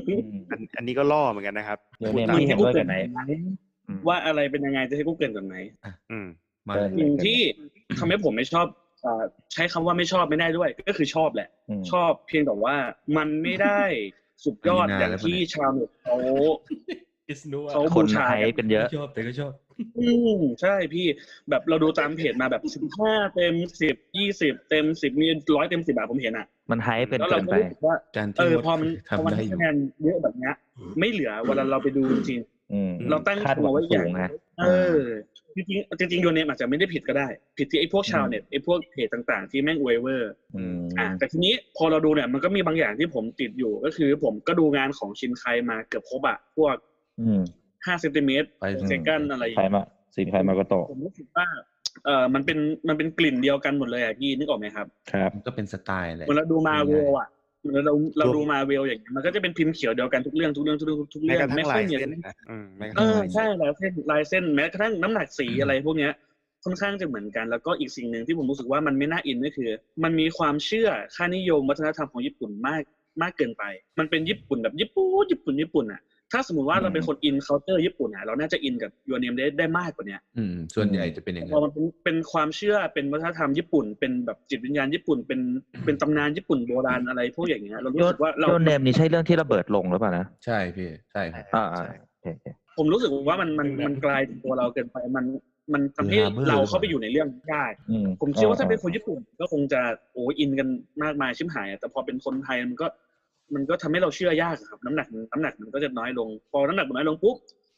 [SPEAKER 5] อืม
[SPEAKER 1] อันอันนี้ก็ล่อเหมือนกันนะครับ
[SPEAKER 5] เดี๋ยวเนี่ยไม่เห็นด้วยกับไหน อืม
[SPEAKER 4] ว่าอะไรเป็นยังไงจะให้กูเกินก่อนไหม
[SPEAKER 1] อืม
[SPEAKER 2] มา
[SPEAKER 5] เออ
[SPEAKER 4] สิ่งที่ ทำให้ผมไม่ชอบเอ่อใช้คำว่าไม่ชอบไม่ได้ด้วย ก็คือชอบแหละ
[SPEAKER 5] ม
[SPEAKER 4] ชอบเพียงแต่ว่ามันไม่ได้สุดยอดอย่างที่ชาวเน็ตเขา
[SPEAKER 3] It's no
[SPEAKER 4] เขา
[SPEAKER 5] ค
[SPEAKER 4] บู
[SPEAKER 5] น
[SPEAKER 4] ชา
[SPEAKER 5] ไทย
[SPEAKER 4] กัน
[SPEAKER 5] เป็นเยอะ
[SPEAKER 3] ชอบแต่ก็ชอบ
[SPEAKER 4] อืมใช่พี่แบบเราดูตามเพจมาแบบสิบห้าเต็มสิบยี่สิบเต็มสิบมีร้อยเต็มสิบอะผมเห็นอะ
[SPEAKER 5] มันไฮเป็น
[SPEAKER 4] แล้ว
[SPEAKER 5] เกิ
[SPEAKER 4] เรา
[SPEAKER 5] น
[SPEAKER 4] ก็
[SPEAKER 5] ไป
[SPEAKER 4] รู้สึกว่า
[SPEAKER 2] การ
[SPEAKER 4] เอ
[SPEAKER 2] ที่
[SPEAKER 4] อ
[SPEAKER 2] มด
[SPEAKER 4] พอมันพอ
[SPEAKER 2] ทำ
[SPEAKER 4] มัน
[SPEAKER 2] ได้อยู่
[SPEAKER 4] คะแนนเยอะแบบเนี้ย ไม่เหลือเวลาเราไปดูจริง
[SPEAKER 5] อืม
[SPEAKER 4] ๆเราตั้ง
[SPEAKER 5] คาดห
[SPEAKER 4] ตัว
[SPEAKER 5] วัง
[SPEAKER 4] ไว้อ
[SPEAKER 5] สู
[SPEAKER 4] ย่าง
[SPEAKER 5] งไง
[SPEAKER 4] เออจริงๆจริงๆโยเนมอาจจะไม่ได้ผิดก็ได้ ผิดที่ไอ้พวกชาวเน็ตไอ้พวกเพจต่างๆ ที่แม่งเวเวอร์
[SPEAKER 5] อืม
[SPEAKER 4] อ่ะแต่ทีนี้พอเราดูเนี่ยมันก็มีบางอย่างที่ผมติดอยู่ก็คือ ผมก็ดูงานของชินไคมาเกือบครบอะพวก
[SPEAKER 5] อืม
[SPEAKER 4] ห้าเซนติเมตร
[SPEAKER 2] ไปถึง
[SPEAKER 4] เซกันอะไรอย่าง
[SPEAKER 5] ใคร
[SPEAKER 4] เงี้ย
[SPEAKER 5] มาสินใครมาก็โตะ
[SPEAKER 4] ผมรู้สึกว่าเออมันเป็นมันเป็นกลิ่นเดียวกันหมดเลยอะพี่นึกออกไหมครับ
[SPEAKER 5] ครับ
[SPEAKER 2] มันก็เป็นสไตล์แหละ
[SPEAKER 4] เหมือนเราดูมาเวลอะเหมือนเราเรา
[SPEAKER 1] ร
[SPEAKER 4] ดู
[SPEAKER 1] วม
[SPEAKER 4] มาเวลอย่างเงี้ยมันก็จะเป็นพิมพ์เขียวเดียวกันทุกเรื่องทุกเรื่องทุกเรื่องทุก
[SPEAKER 1] แม้
[SPEAKER 4] เรื่อก ง
[SPEAKER 1] ระทั่ง
[SPEAKER 4] ไม่ค่
[SPEAKER 1] ลา
[SPEAKER 4] อย
[SPEAKER 1] ย
[SPEAKER 4] มีอะไร
[SPEAKER 1] เส้นนะอืมแม้กระ
[SPEAKER 4] เอ
[SPEAKER 1] ทั่ง
[SPEAKER 4] อ
[SPEAKER 1] ลายเส้
[SPEAKER 4] ใช่
[SPEAKER 1] น
[SPEAKER 4] ลายเส้นลายเส้นแม้กระทั่งน้ำหนักสี
[SPEAKER 2] อืม
[SPEAKER 4] อะไรพวกเนี้ยค่อนข้างจะเหมือนกันแล้วก็อีกสิ่งหนึ่งที่ผมรู้สึกว่ามันไม่น่าอินก็คือ มันมีความเชื่อค่านิยมวัฒนธรรมของญี่ปุ่นมาก มากเกินไป มันเป็นญี่ปุ่นแบบญี่ปุ่นญี่ปุ่นญี่ปุ่นอ่ะ ถ้าสมมติว่าเราเป็นคนอินเคาน์เตอร์ญี่ปุ่นอ่ะ เราน่าจะอินกับยูเนมได้ได้มากกว่าเนี้ย
[SPEAKER 2] อืม ส่วนใหญ่จะเป็นอย่าง
[SPEAKER 4] พ
[SPEAKER 2] นั้
[SPEAKER 4] อน มันเป็นเป็นความเชื่อ เป็นวัฒนธรรมญี่ปุ่น เป็นแบบจิตวิญญาณญี่ปุ่น เป็น เป็นตำนานญี่ปุ่นโบราณอะไรพวกอย่างเงี้ย เรารู้สึกว่าเรา
[SPEAKER 5] โยนเนมนี่ใช่เรื่องที่ระเบิดลงหรือเปล่านะ
[SPEAKER 2] ใช่พี่ ใช่ครับ
[SPEAKER 5] อ่าๆโอเค
[SPEAKER 4] ผมรู้สึกว่ามัน มัน มันไกลจากตัวเราเกินไป มัน มันทำให้
[SPEAKER 2] มันลามเบอร์
[SPEAKER 4] เราเข้าไปอยู่ในเรื่องยาก
[SPEAKER 5] อื
[SPEAKER 4] ผมเชื่อว่าถ้าเป็นคนญี่ปุ่นก็คงจะโอ้อินกันมากมายชิมหายอะแต่พอเป็นคนไทยมันก็ มันก็ทำให้เราเชื่อยากอะครับ น้ำหนักน้ำหนักมันก็จะน้อยลง พอน้ำหนักมันน้อยลงปุ๊บ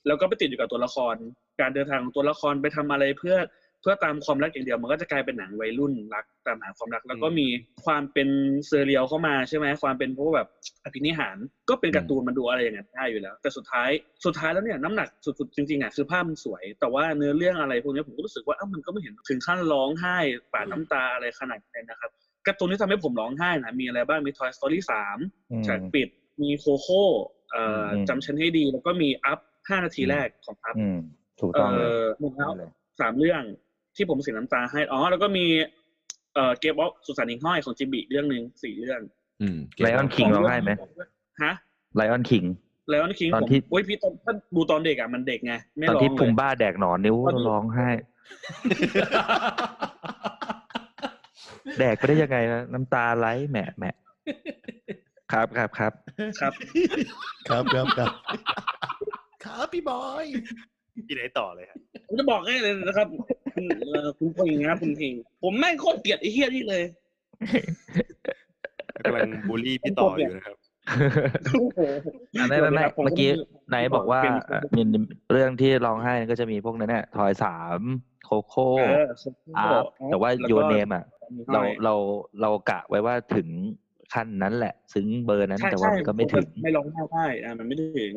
[SPEAKER 4] เราก็ไปติดอยู่กับตัวละคร การเดินทางของตัวละครไปทำอะไรเพื่อเพื่อตามความรักอย่างเดียวมันก็จะกลายเป็นหนังวัยรุ่นรักตามหาความรัก แล้วก็
[SPEAKER 1] อืม
[SPEAKER 4] มีความเป็นเซเรียลเข้ามาใช่ไหมความเป็นพวกแบบอภินิหารก็เป็นการ์ตูนมันดูอะไรอย่างเงี้ยได้อยู่แล้ว แต่สุดท้ายสุดท้ายแล้วเนี่ยน้ำหนักสุดๆจริงๆอ่ะคือภาพมันสวย แต่ว่าเนื้อเรื่องอะไรพวกเนี้ยผมก็รู้สึกว่าอ้าวมันก็ไม่เห็นถึงขั้นร้องไห้ปาดน้ำตาอะไรขนาดนั้นนะครับการ์ตูนที่ทำให้ผมร้องไห้นะมีอะไรบ้างมี Toy Story 3
[SPEAKER 5] อืม
[SPEAKER 4] ฉากปิดมีโคโค่เอ่ออ
[SPEAKER 5] ม
[SPEAKER 4] จำฉันให้ดี แล้วก็มีอัพห้านาทีแรกของอัพ
[SPEAKER 5] อืมถูก
[SPEAKER 4] เอ่
[SPEAKER 5] ต้องเลย
[SPEAKER 4] อหมดแล้ว
[SPEAKER 5] เลย
[SPEAKER 4] สามเรื่องที่ผมเสียน้ำตาให้ อ๋อ แล้วก็มีเอ่อเกมวอลสุสานหิงห้อยของจิมบีเรื่องหนึ่งสี่เรื่อง
[SPEAKER 2] อืม
[SPEAKER 5] ไลออน King ร้องไห้ไหม
[SPEAKER 4] ฮะ
[SPEAKER 5] ไลออนคิง
[SPEAKER 4] ไลออนคิง
[SPEAKER 5] ตอน
[SPEAKER 4] ผม
[SPEAKER 5] ที่
[SPEAKER 4] โอ้ยพี่ตอนถ้าดูตอนเด็กอ่ะมันเด็กไง ไม่
[SPEAKER 5] ตอน
[SPEAKER 4] ร้อ
[SPEAKER 5] ที่
[SPEAKER 4] งเล
[SPEAKER 5] พุม
[SPEAKER 4] ย
[SPEAKER 5] บ้าแดกหนอนนิ้ว
[SPEAKER 4] ตอนที่
[SPEAKER 5] ร้องไห้ แดกไปได้ยังไงนะน้ำตาไหลแหมะแหมะครับครับครับ
[SPEAKER 4] ครับ
[SPEAKER 2] ครับครับ ครับครับพี่บอย
[SPEAKER 1] พี่ไหนต่อเลยครับ
[SPEAKER 4] ผมจะบอกให้เลยนะครับ คุณเอ่อคุณพงษ์นะครับคุณพิงผมแม่งโคตรเกลียดไอ้เฮี้ยนี่เลย
[SPEAKER 1] กำลังบูลลี่พี่ต่ออยู่นะครับ
[SPEAKER 4] โอ้โห
[SPEAKER 5] อันนั้น
[SPEAKER 4] ดี๋ยวะ
[SPEAKER 5] ไม่
[SPEAKER 4] ครับผ
[SPEAKER 5] เมื่อกี้
[SPEAKER 4] ผ
[SPEAKER 5] ไหนบอกว่า
[SPEAKER 4] เป็น
[SPEAKER 5] มีเรื่องที่ร้องไห้ก็จะมีพวกนั้นเนี่ยทอยสามโคโค่
[SPEAKER 4] เออ Coco
[SPEAKER 5] อาร์ฟแต่ว่า
[SPEAKER 4] ล้วก็
[SPEAKER 5] โยเนมอ่ะ เราเราเรากะไว้ว่าถึงขั้นนั้นแหละ ซึ้งเบอร์นั้น
[SPEAKER 4] ใช่
[SPEAKER 5] แต่ว่ามัน
[SPEAKER 4] ใช่
[SPEAKER 5] ก็ไม่ถึง
[SPEAKER 4] ไม่ร้องไห้ได้อ่ามันไม่ถึง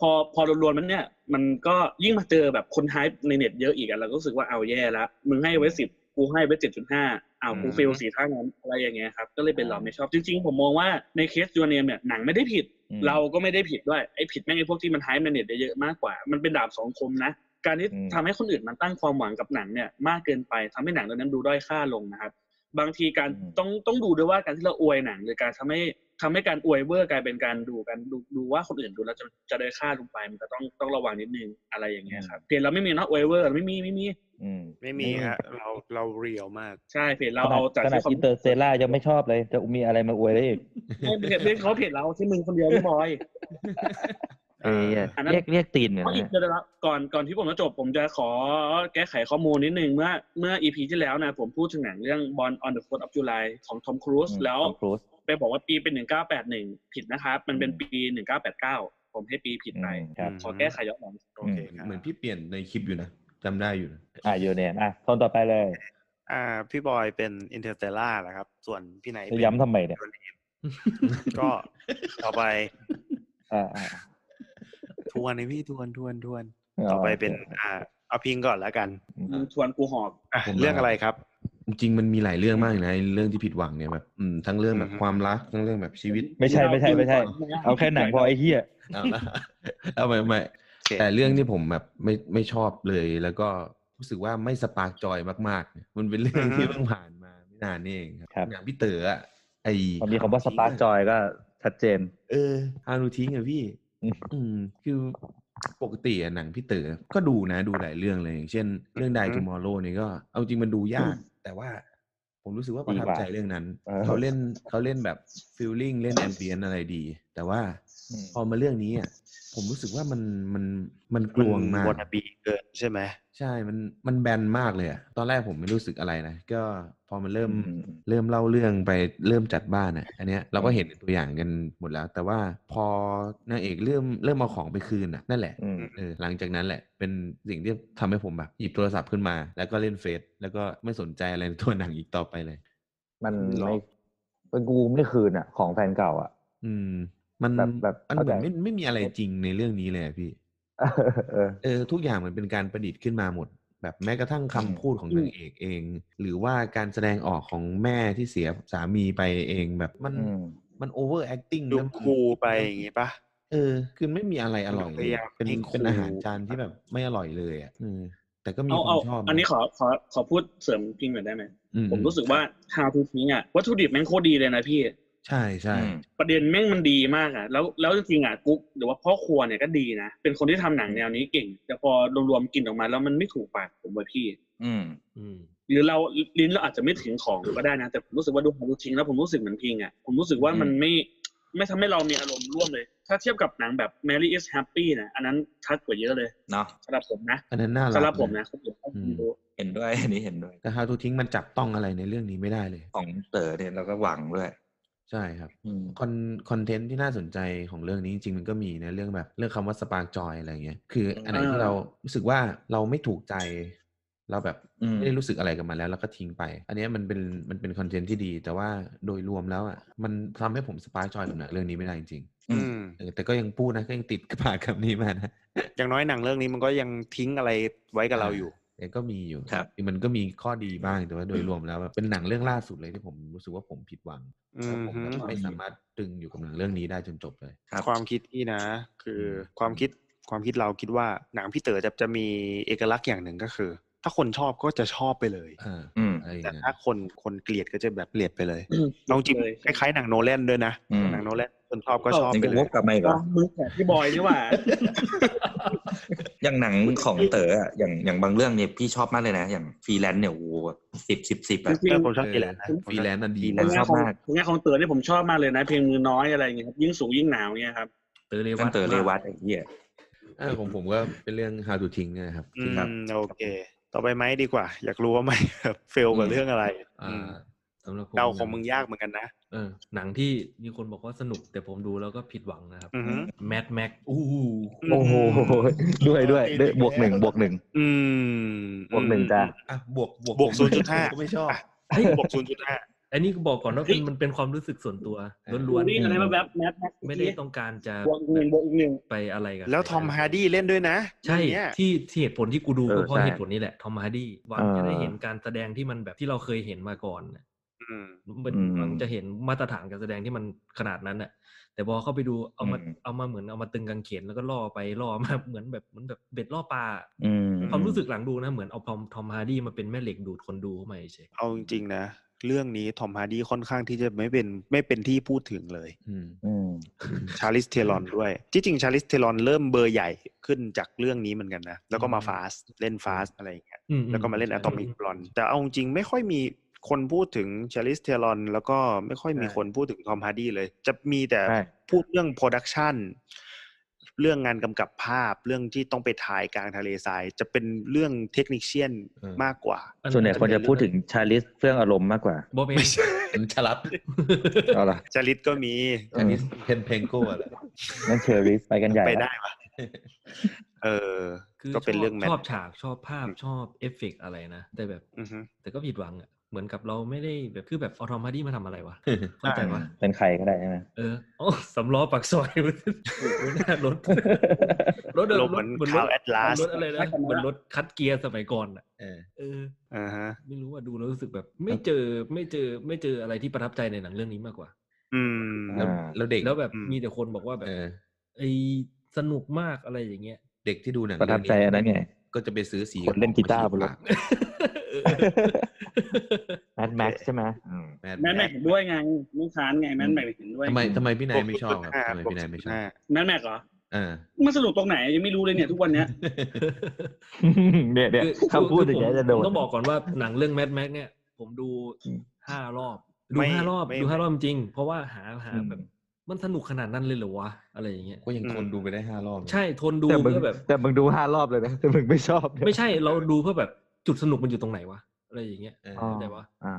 [SPEAKER 4] พอพอรวมๆมันเนี่ย มันก็ยิ่งมาเจอแบบคนไฮป์ในเน็ตเยอะอีกอ่ะเราก็รู้สึกว่าเอาแย่ละมึงให้ไว้สิบกูให้ไว้เจ็ดจุดห้าเอาวกู
[SPEAKER 5] อืม
[SPEAKER 4] เฟลสี่เท่านั้นอะไรอย่างเงี้ยครับ ก็เลยเป็นเราไม่ชอบจริงๆ ผมมองว่าในเคสยูเนมเนี่ยหนังไม่ได้ผิด
[SPEAKER 5] อืม
[SPEAKER 4] เราก็ไม่ได้ผิดด้วยไอ้ผิดแม่งไอ้พวกที่มันไฮป์ในเน็ตเยอะๆมากกว่า มันเป็นดาบสองคมนะ การที่
[SPEAKER 5] อืม
[SPEAKER 4] ทำให้คนอื่นมันตั้งความหวังกับหนังเนี่ยมากเกินไปทำให้หนังเรื่องนั้นดูด้อยค่าลงนะครับ บางทีการ
[SPEAKER 5] อืม
[SPEAKER 4] ต้องต้องดูด้วยว่าการที่เราอวยหนังหรือการทำให้ทำให้การอวยเวอร์กลายเป็นการดูกันดูดูว่าคนอื่นดูแล้วจะจะได้อยค่าลงไปมันก็ต้องต้องระวังนิดนึงอะไรอย่างเงี้ยครับเพจเราไม่มีนะอวยเวอร์ไม่มีไม่มี
[SPEAKER 5] อืม
[SPEAKER 1] ไม่มีฮะเราเราเรียวมาก
[SPEAKER 4] ใช่เพจเราเอาจาก
[SPEAKER 5] ขนาด
[SPEAKER 4] ที่คน
[SPEAKER 5] อินเตอร์เซล่ายังไม่ชอบเลย จะมีอะไรมาอวยได้อีก
[SPEAKER 4] ไม่เพจไม่เขาเพจเราที่มึงคนเดียวไม่บอย
[SPEAKER 5] ไอ้เหี้ย
[SPEAKER 4] อันนั้น
[SPEAKER 5] เรียกเรียกตีนเนี่ย
[SPEAKER 4] เพราะอีก
[SPEAKER 5] นะ
[SPEAKER 4] เดี๋ยวนะครับก่อนก่อนที่ผมจะจบผมจะขอแก้ไขข้อมูลนิดนึงเมื่อเมื่อ EP ที่แล้วนะผมพูดถึงหนังเรื่อง Born on the Fourth of July ของ Tom Cruise แล้ว
[SPEAKER 5] ของครูซ
[SPEAKER 4] ไปบอกว่าปีเป็น 1981 ผิดนะครับ มันเป็นปี 1989 ผมให้ปีผิดไป
[SPEAKER 5] อืมครับ
[SPEAKER 4] ขอแก้ไขย้อนหลัง
[SPEAKER 1] โอเคครับ
[SPEAKER 2] เหมือนพี่เปลี่ยนในคลิปอยู่นะจำได้อยู่นะ
[SPEAKER 5] อ่ะโยเนมอ่ะคนต่อไปเลย
[SPEAKER 1] อ่าพี่บอยเป็นอินเ r อร์เตล่าแหละครับ ส่วนพี่ไหน
[SPEAKER 5] จะ
[SPEAKER 1] เป็น
[SPEAKER 5] ย้ำทำไมเนี่ย
[SPEAKER 1] ก็ ต่อไป
[SPEAKER 5] อ่าอ่า
[SPEAKER 1] ทวนในพี่ทวนทวนทวน ต่อไปเป็น อ่าเอาพิงก่อนแล้วกัน
[SPEAKER 4] มึงชวนกูหอบ
[SPEAKER 1] อ่ะ
[SPEAKER 2] ผม
[SPEAKER 1] เรื่องอะไรครับ
[SPEAKER 2] จริงๆมันมีหลายเรื่องมากเลยนะไอ้เรื่องที่ผิดหวังเนี่ยแบบอืมทั้งเรื่องแบบ
[SPEAKER 1] อืม
[SPEAKER 2] ความรักทั้งเรื่องแบบชีวิต
[SPEAKER 5] ไม่ใช่ไม่ใช่ไม่ใช่ เอาแค่หนังพอไอ้เหี้ย
[SPEAKER 2] เอาละเอา ไม่ไม่แต่เรื่องที่ผมแบบไม่ไม่ชอบเลย แล้วก็รู้สึกว่าไม่สปาร์กจอยมากๆเนี่ยมันเป็นเรื่อง
[SPEAKER 1] อือฮึ
[SPEAKER 2] ที่เพิ่งผ่านมาไม่นานนี่เองค
[SPEAKER 5] ครั
[SPEAKER 2] รับ บอย่างพี่เต๋ออะไอ
[SPEAKER 5] พอมีคำว่าสปาร์กจอยก็ชัดเจน
[SPEAKER 2] เออฮานูทิ้งอะพี่
[SPEAKER 5] อืม
[SPEAKER 2] อืม คือปกติอะหนังพี่เต๋อก็ดูนะดูหลายเรื่องเลยอย่างเช่น เรื่องใดทูมอร์โลนี่ก็เอาจริงมันดูยาก แต่ว่า ผมรู้สึกว่าประทับ
[SPEAKER 5] ดีกว่า
[SPEAKER 2] ใจเรื่องนั้น
[SPEAKER 5] เออ
[SPEAKER 2] เขาเล่นเขาเล่นแบบฟิลลิ่งเล่นแอมเบียนอะไรดี แต่ว่า พอมาเรื่องนี้อ่ะผมรู้สึกว่ามันมันมันกลวงมาก
[SPEAKER 1] วนาบีเกินใช่ไหม
[SPEAKER 2] ใช่มันมันแบนมากเลยอ่ะตอนแรกผมไม่รู้สึกอะไรนะก็พอมันเริ่ม
[SPEAKER 5] อืม
[SPEAKER 2] เริ่มเล่าเรื่องไปเริ่มจัดบ้านอ่ะ อันเนี้ยเราก็เห็นตัวอย่างกันหมดแล้ว แต่ว่าพอนางเอกเริ่มเริ่มเอาของไปคืนอ่ะนั่นแหละ
[SPEAKER 5] อืม
[SPEAKER 2] เออหลังจากนั้นแหละ เป็นสิ่งที่ทำให้ผมแบบหยิบโทรศัพท์ขึ้นมา แล้วก็เล่นเฟซแล้วก็ไม่สนใจอะไรในตัวหนังอีกต่อไปเลย
[SPEAKER 5] มัน
[SPEAKER 1] หรอ
[SPEAKER 5] ไม่เป็นกูไม่คืนอ่ะ ของแฟนเก่าอ่ะ
[SPEAKER 2] อืม มัน
[SPEAKER 5] แบบแบบ
[SPEAKER 2] มันเหมือน
[SPEAKER 5] เข้าใจ
[SPEAKER 2] ไม่ไม่มีอะไรจริงในเรื่องนี้เลยอะพี่
[SPEAKER 5] เออ
[SPEAKER 2] เออทุกอย่างมันเป็นการประดิษฐ์ขึ้นมาหมด แบบแม้กระทั่งคำ
[SPEAKER 5] อืม
[SPEAKER 2] พูดของนางเอกเอง หรือว่าการแสดงออกของแม่ที่เสียสามีไปเองแบบมัน
[SPEAKER 5] อืม
[SPEAKER 2] มันโอเวอร์แอคติ้ง
[SPEAKER 1] ดูคูลไปอย่างงี้ปะ
[SPEAKER 2] เออ คือไม่มีอะไรอร่อยเล
[SPEAKER 1] พ
[SPEAKER 2] ย
[SPEAKER 1] ยายาม
[SPEAKER 2] เป็น
[SPEAKER 1] ให้
[SPEAKER 2] เป็น
[SPEAKER 1] คูล
[SPEAKER 2] อาหารจานที่แบบไม่อร่อยเลยอ่ะเออแต่ก็มี
[SPEAKER 4] เอา
[SPEAKER 2] ค
[SPEAKER 4] เอา
[SPEAKER 2] นชอบ
[SPEAKER 4] อันนี้ขอขอขอพูดเสริมพิงหน่อยได้ไหม
[SPEAKER 2] อื
[SPEAKER 4] ผมรู้สึกว่า How to พิงอ่ะวัตถุดิบแม่งโคตรดีเลยนะพี่
[SPEAKER 2] ใช่ใช่
[SPEAKER 5] อืม
[SPEAKER 4] ประเด็นแม่งมันดีมากอ่ะแล้วแล้วจริงๆอ่ะกุ๊กหรือว่าพ่อครัวเนี่ยก็ดีนะ เป็นคนที่ทำหนังแนวนี้เก่ง แต่พอรวมๆกินออกมาแล้วมันไม่ถูกปากผมว่าพี่
[SPEAKER 5] อืม
[SPEAKER 2] อืม
[SPEAKER 4] หรือเราลิ้นเราอาจจะไม่ถึงของก็ได้นะ แต่ผมรู้สึกว่าดูของดูจริงแล้วผมรู้สึกเหมือนพิงอ่ะผมรู้สึกว่ามันไม่ไม่ทำให้เรามีอารมณ์ร่วมเลย ถ้าเทียบกับหนังแบบ Mary is Happy นะอันนั้นชัดกว่าเยอะเลย
[SPEAKER 6] เนาะ
[SPEAKER 4] สำหรับผมนะ
[SPEAKER 2] อันนั้นน่ารัก
[SPEAKER 4] สำหรับผมนะ
[SPEAKER 2] นะ
[SPEAKER 4] คนอื่นเขา
[SPEAKER 2] อืม
[SPEAKER 4] ไม่รู้
[SPEAKER 6] เห็นด้วยอันนี้เห็นด้วย
[SPEAKER 2] แต่ฮาทูทิ้งมันจับต้องอะไรในเรื่องนี้ไม่ได้เลย
[SPEAKER 6] ของเต๋อเนี่ยเราก็หวังด้วย
[SPEAKER 2] ใช่ครับ
[SPEAKER 6] อืม
[SPEAKER 2] คอนคอนเทนต์ที่น่าสนใจของเรื่องนี้จริงๆมันก็มีนะเรื่องแบบเรื่องคำว่าสปาร์กจอยอะไรเงี้ยคืออันไหนที่เรารู้สึกว่าเราไม่ถูกใจ เราแบบ
[SPEAKER 6] อืม
[SPEAKER 2] ไม่ได้รู้สึกอะไรกับมันแล้วแล้วก็ทิ้งไป อันเนี้ยมันเป็นมันเป็นคอนเทนต์ที่ดี แต่ว่าโดยรวมแล้วอ่ะมันทำให้ผมสปาร์กจอยกับหนังเรื่องนี้ไม่ได้จริง
[SPEAKER 6] อื
[SPEAKER 1] อื
[SPEAKER 6] ม
[SPEAKER 1] ม
[SPEAKER 2] ๆเออแต่ก็ยังพูดนะก็ยังติดกระปากคำนี้มานะ
[SPEAKER 1] อย่างน้อยหนังเรื่องนี้มันก็ยังทิ้งอะไรไว้กับเราอยู่
[SPEAKER 2] แต่ก็มีอยู่
[SPEAKER 6] ครับ
[SPEAKER 2] อมันก็มีข้อดีบ้างแต่ว่าโดยรวมแล้วแบบเป็นหนังเรื่องล่าสุดเลยที่ผมรู้สึกว่าผมผิดหวัง
[SPEAKER 1] อื
[SPEAKER 2] แล้ว
[SPEAKER 1] ม
[SPEAKER 2] ผม
[SPEAKER 1] ฮึ
[SPEAKER 2] แบบไม่สามารถตรึงอยู่กับหนังเรื่องนี้ได้จนจบเลย
[SPEAKER 6] ครับ
[SPEAKER 1] ความคิดที่นะ คืออ
[SPEAKER 2] ม
[SPEAKER 1] ความคิดความคิดเราคิดว่าหนังพี่เต๋อจะจะมีเอกลักษณ์อย่างหนึ่งก็คือ ถ้าคนชอบก็จะชอบไปเลย
[SPEAKER 2] อ่า
[SPEAKER 6] อืม
[SPEAKER 2] อะไรอย่า
[SPEAKER 1] แต่
[SPEAKER 2] งเงี้ย
[SPEAKER 1] ถ้าคนคนเกลียดก็จะแบบเกลียดไปเลยเอาจริง
[SPEAKER 4] เลย
[SPEAKER 1] คล้ายๆหนังโนแลนด้วยนะ
[SPEAKER 6] อืม
[SPEAKER 1] หนังโนแลนคนชอบก็ชอบ
[SPEAKER 6] ยัง
[SPEAKER 1] ไป
[SPEAKER 6] ก็
[SPEAKER 1] เล
[SPEAKER 6] วย กกลับมาอีกเหรอ
[SPEAKER 4] มือแขกพี่บอยนี่หว่า
[SPEAKER 6] อย่างหนังของเต๋ออะอย่างอย่างบางเรื่องเนี่ยพี่ชอบมากเลยนะ อย่างฟรีแลนซ์เนี่ยโอ้โหสิบสิบสิบอะ
[SPEAKER 4] จริง
[SPEAKER 1] เออผมชอบกีแลนด์นะ
[SPEAKER 2] เออฟรีแลนซ์อันดี
[SPEAKER 1] ฟรี
[SPEAKER 6] ผม
[SPEAKER 1] แลนซ์
[SPEAKER 6] ชอบมาก
[SPEAKER 4] ผลงานของเต๋อเนี่ยผมชอบมากเลยนะเพลงมือน้อยอะไรอย่างเงี้ยครับยิ่งสูงยิ่งหนาวเนี่ยครับ
[SPEAKER 2] เตอร์เรวั
[SPEAKER 6] ตั้
[SPEAKER 2] ต
[SPEAKER 6] งเต๋อเรวัตไอ้เหี้ย
[SPEAKER 2] เออของผมก็เป็นเรื่อง how to ทิ้งนะครับ
[SPEAKER 1] อื
[SPEAKER 2] ที่
[SPEAKER 1] ม
[SPEAKER 2] แบบ
[SPEAKER 1] โอเค ต่อไปไหม ค์ดีกว่า อยากรู้ว่าไหมค์แบบเฟลกับเรื่องอะไร
[SPEAKER 2] อ่า
[SPEAKER 1] อืม
[SPEAKER 2] สำหรับผม
[SPEAKER 1] เดาของมึงยากเหมือนกันนะ
[SPEAKER 3] เออ หนังที่มีคนบอกว่าสนุก แต่ผมดูแล้วก็ผิดหวังนะครับ
[SPEAKER 1] อือฮึ
[SPEAKER 3] แมดแม็กอู้หู
[SPEAKER 5] โอ้โหด้วยด้วยด้วยบวกหนึ่งบวกหนึ่ง
[SPEAKER 1] อืม
[SPEAKER 5] บวกหนึ่งจ้ะ
[SPEAKER 2] อ่ะบวกบวก
[SPEAKER 1] บวก0.5
[SPEAKER 2] ก็ไม่ชอบ
[SPEAKER 1] เฮ้ยบวกศูนย์จุดห้า
[SPEAKER 3] อันนี้บอกก่อนว่าเป็นมันเป็นความรู้สึกส่วนตัวล้
[SPEAKER 4] ดู
[SPEAKER 3] วน
[SPEAKER 4] นี่อะไรมาแบบแมทแมท
[SPEAKER 3] ๆไม่ได้ต้องการจะ
[SPEAKER 4] บวกอีกหนึ่งบวกอีกหนึ่ง
[SPEAKER 3] ไปอะไรกับ
[SPEAKER 1] แล้ว
[SPEAKER 3] ใคร
[SPEAKER 1] ทอมฮาร์ดี้เล่นด้วยนะ
[SPEAKER 3] ใช่
[SPEAKER 1] เนี่ย
[SPEAKER 3] ที่ที่เหตุผลที่กูดู
[SPEAKER 5] เออ
[SPEAKER 3] ก็เพราะ
[SPEAKER 5] ใช่
[SPEAKER 3] เหตุผลนี้แหละทอมฮาร์ดี้หวัง
[SPEAKER 5] เออ
[SPEAKER 3] จะได้เห็นการแสดงที่มันแบบที่เราเคยเห็นมาก่อนน่ะ
[SPEAKER 1] อืม
[SPEAKER 3] มัน
[SPEAKER 5] อืม
[SPEAKER 3] หวังจะเห็นมาตรฐานการแสดงที่มันขนาดนั้นน่ะ แต่พอเข้าไปดูเอามา
[SPEAKER 6] อืม
[SPEAKER 3] เอามาเหมือนเอามาตึงกางเขนแล้วก็ล่อไปล่อมา เหมือนแบบเหมือนแบบเบ็ดล่อปลา
[SPEAKER 5] อืม
[SPEAKER 3] ความรู้สึกหลังดูนะเหมือนเอาทอมทอมฮาร์ดี้มาเป็นแม่เหล็กดูดคนดูเข้ามาเฉย
[SPEAKER 1] เอาจริงๆนะ เรื่องนี้ทอมฮาร์ดี้ค่อนข้างที่จะไม่เป็นไม่เป็นที่พูดถึงเลย
[SPEAKER 2] อืม
[SPEAKER 5] อืม
[SPEAKER 1] ชาลิสเทลอนด้วย ที่จริงชาลิสเทลอนเริ่มเบอร์ใหญ่ขึ้นจากเรื่องนี้เหมือนกันนะ แล้วก็มาฟาสเล่นฟาสอะไรอย่างเงี้ย
[SPEAKER 3] อื
[SPEAKER 1] แล้วก็มาเล่น
[SPEAKER 3] ใช่
[SPEAKER 1] อะตอมิกบลอนแต่เอาจริงๆไม่ค่อยมีคนพูดถึงชาลิสเทลอนแล้วก็ไม่ค่อยมี
[SPEAKER 2] ใช่
[SPEAKER 1] คนพูดถึงทอมฮาร์ดี้เลย จะมีแต่
[SPEAKER 5] ใช่
[SPEAKER 1] พูดเรื่องโปรดักชันเรื่องงานกำกับภาพ เรื่องที่ต้องไปถ่ายกลางทะเลทราย จะเป็นเเรื่องเทคนิคเชียน
[SPEAKER 2] เออ
[SPEAKER 1] มากกว่า
[SPEAKER 3] อั
[SPEAKER 5] ส่วนใหญ่คนจะพูดถึงชาลิสเฟื่องอารมณ์มากกว่า
[SPEAKER 3] บอเมน
[SPEAKER 2] มันฉลับ
[SPEAKER 5] เอาล่ะ
[SPEAKER 1] จริตก็มี
[SPEAKER 2] อันนี้เพนเพงโก้อะไร
[SPEAKER 5] นั่นเชอริสไปกันใหญ่
[SPEAKER 1] ไป
[SPEAKER 5] ละ
[SPEAKER 1] ได้ปะเออ
[SPEAKER 3] คือ
[SPEAKER 1] ก็เป็นเรื่องแมท
[SPEAKER 3] ชอบฉากชอบภาพชอบเอฟเฟกต์อะไรนะ แต่แบบ
[SPEAKER 1] อือฮึ
[SPEAKER 3] แต่ก็ผิดหวังอ่ะเหมือนกับเราไม่ได้แบบคือแบบเอาทอมฮาร์ดี้มาทำอะไรวะเข้าใจวะ
[SPEAKER 5] เป็นใครก็ได้ใช่ไหม
[SPEAKER 3] เอออ๋อสำล้อปากซอย ไม่น่ารถรถ
[SPEAKER 1] ลงเหมือน
[SPEAKER 3] รถ
[SPEAKER 1] ข่าว Atlas
[SPEAKER 3] รถอะไรนะเหมือนรถคัดเกียร์สมัยก่อนอ่ะ
[SPEAKER 2] เออ
[SPEAKER 3] เออ
[SPEAKER 1] อ่าฮะ
[SPEAKER 3] ไม่รู้ว่าดูแล้วรู้สึกแบบ ไม่เจอไม่เจอไม่เจออะไรที่ประทับใจในหนังเรื่องนี้มากกว่า
[SPEAKER 1] อืม
[SPEAKER 2] แล้ว
[SPEAKER 5] อ่า
[SPEAKER 2] แล้วเด็ก
[SPEAKER 3] แล้วแบบ
[SPEAKER 1] อืม
[SPEAKER 3] มีแต่คนบอกว่าแบบ
[SPEAKER 2] เออ
[SPEAKER 3] ไอ้สนุกมากอะไรอย่างเงี้ย
[SPEAKER 2] เด็กที่ดูหนัง
[SPEAKER 5] ประทับใจอันนั้นไง
[SPEAKER 2] ก็จะไปซื้อสี
[SPEAKER 5] คนเล่นกีตาร์บนรถ แมทแม็กใช่ไหม
[SPEAKER 6] อืม
[SPEAKER 2] แมท
[SPEAKER 4] แมนแม็
[SPEAKER 2] แม็
[SPEAKER 4] ก
[SPEAKER 2] ก
[SPEAKER 4] เห็นด้วยไงไม่ค้านไงแมนแม็กเห็นด้วย
[SPEAKER 2] ทำไมทำไมพี่นายไม่ชอบครับ
[SPEAKER 1] ห้า
[SPEAKER 2] ทำไมพี่นายไม่ชอบ
[SPEAKER 1] ห้า
[SPEAKER 4] แมนแม็กเหรอ
[SPEAKER 2] เอ่า
[SPEAKER 4] มันสรุปตรงไหนยังไม่รู้เลยเนี่ยทุกวันเนี้ย
[SPEAKER 5] เนี่ยเนี่ย
[SPEAKER 3] คือ
[SPEAKER 5] คำพูดอย่าง
[SPEAKER 3] คื
[SPEAKER 5] เงี้ย
[SPEAKER 3] ผม
[SPEAKER 5] จะโดน
[SPEAKER 3] ผมต้องบอกก่อนว่าหนังเรื่องแมดแม็กเนี่ย ผมดูห้ารอบ ดู
[SPEAKER 1] ไม่
[SPEAKER 3] ห้ารอบ
[SPEAKER 1] ไม่
[SPEAKER 3] ดูห้ารอบจริง เพราะว่าหาหา
[SPEAKER 5] อืม
[SPEAKER 3] แบบมันสนุกขนาดนั้นเลยเหรอวะอะไรอย่างเงี้ย
[SPEAKER 2] ก็ยังทนดูไปได้ห้ารอบ
[SPEAKER 3] ใช่ทนดู
[SPEAKER 5] แต่มึง
[SPEAKER 3] เพื่อแบบ
[SPEAKER 5] แต่มึงดูห้ารอบเลยนะแต่มึงไม่ชอบเนี่ย
[SPEAKER 3] ไม่ใช่เราดูเพื่อแบบจุดสนุกมันอยู่ตรงไหนวะอะไรอย่างเงี้ย
[SPEAKER 2] เออ
[SPEAKER 5] อ๋อ
[SPEAKER 3] เข้าใจวะ
[SPEAKER 5] อ่า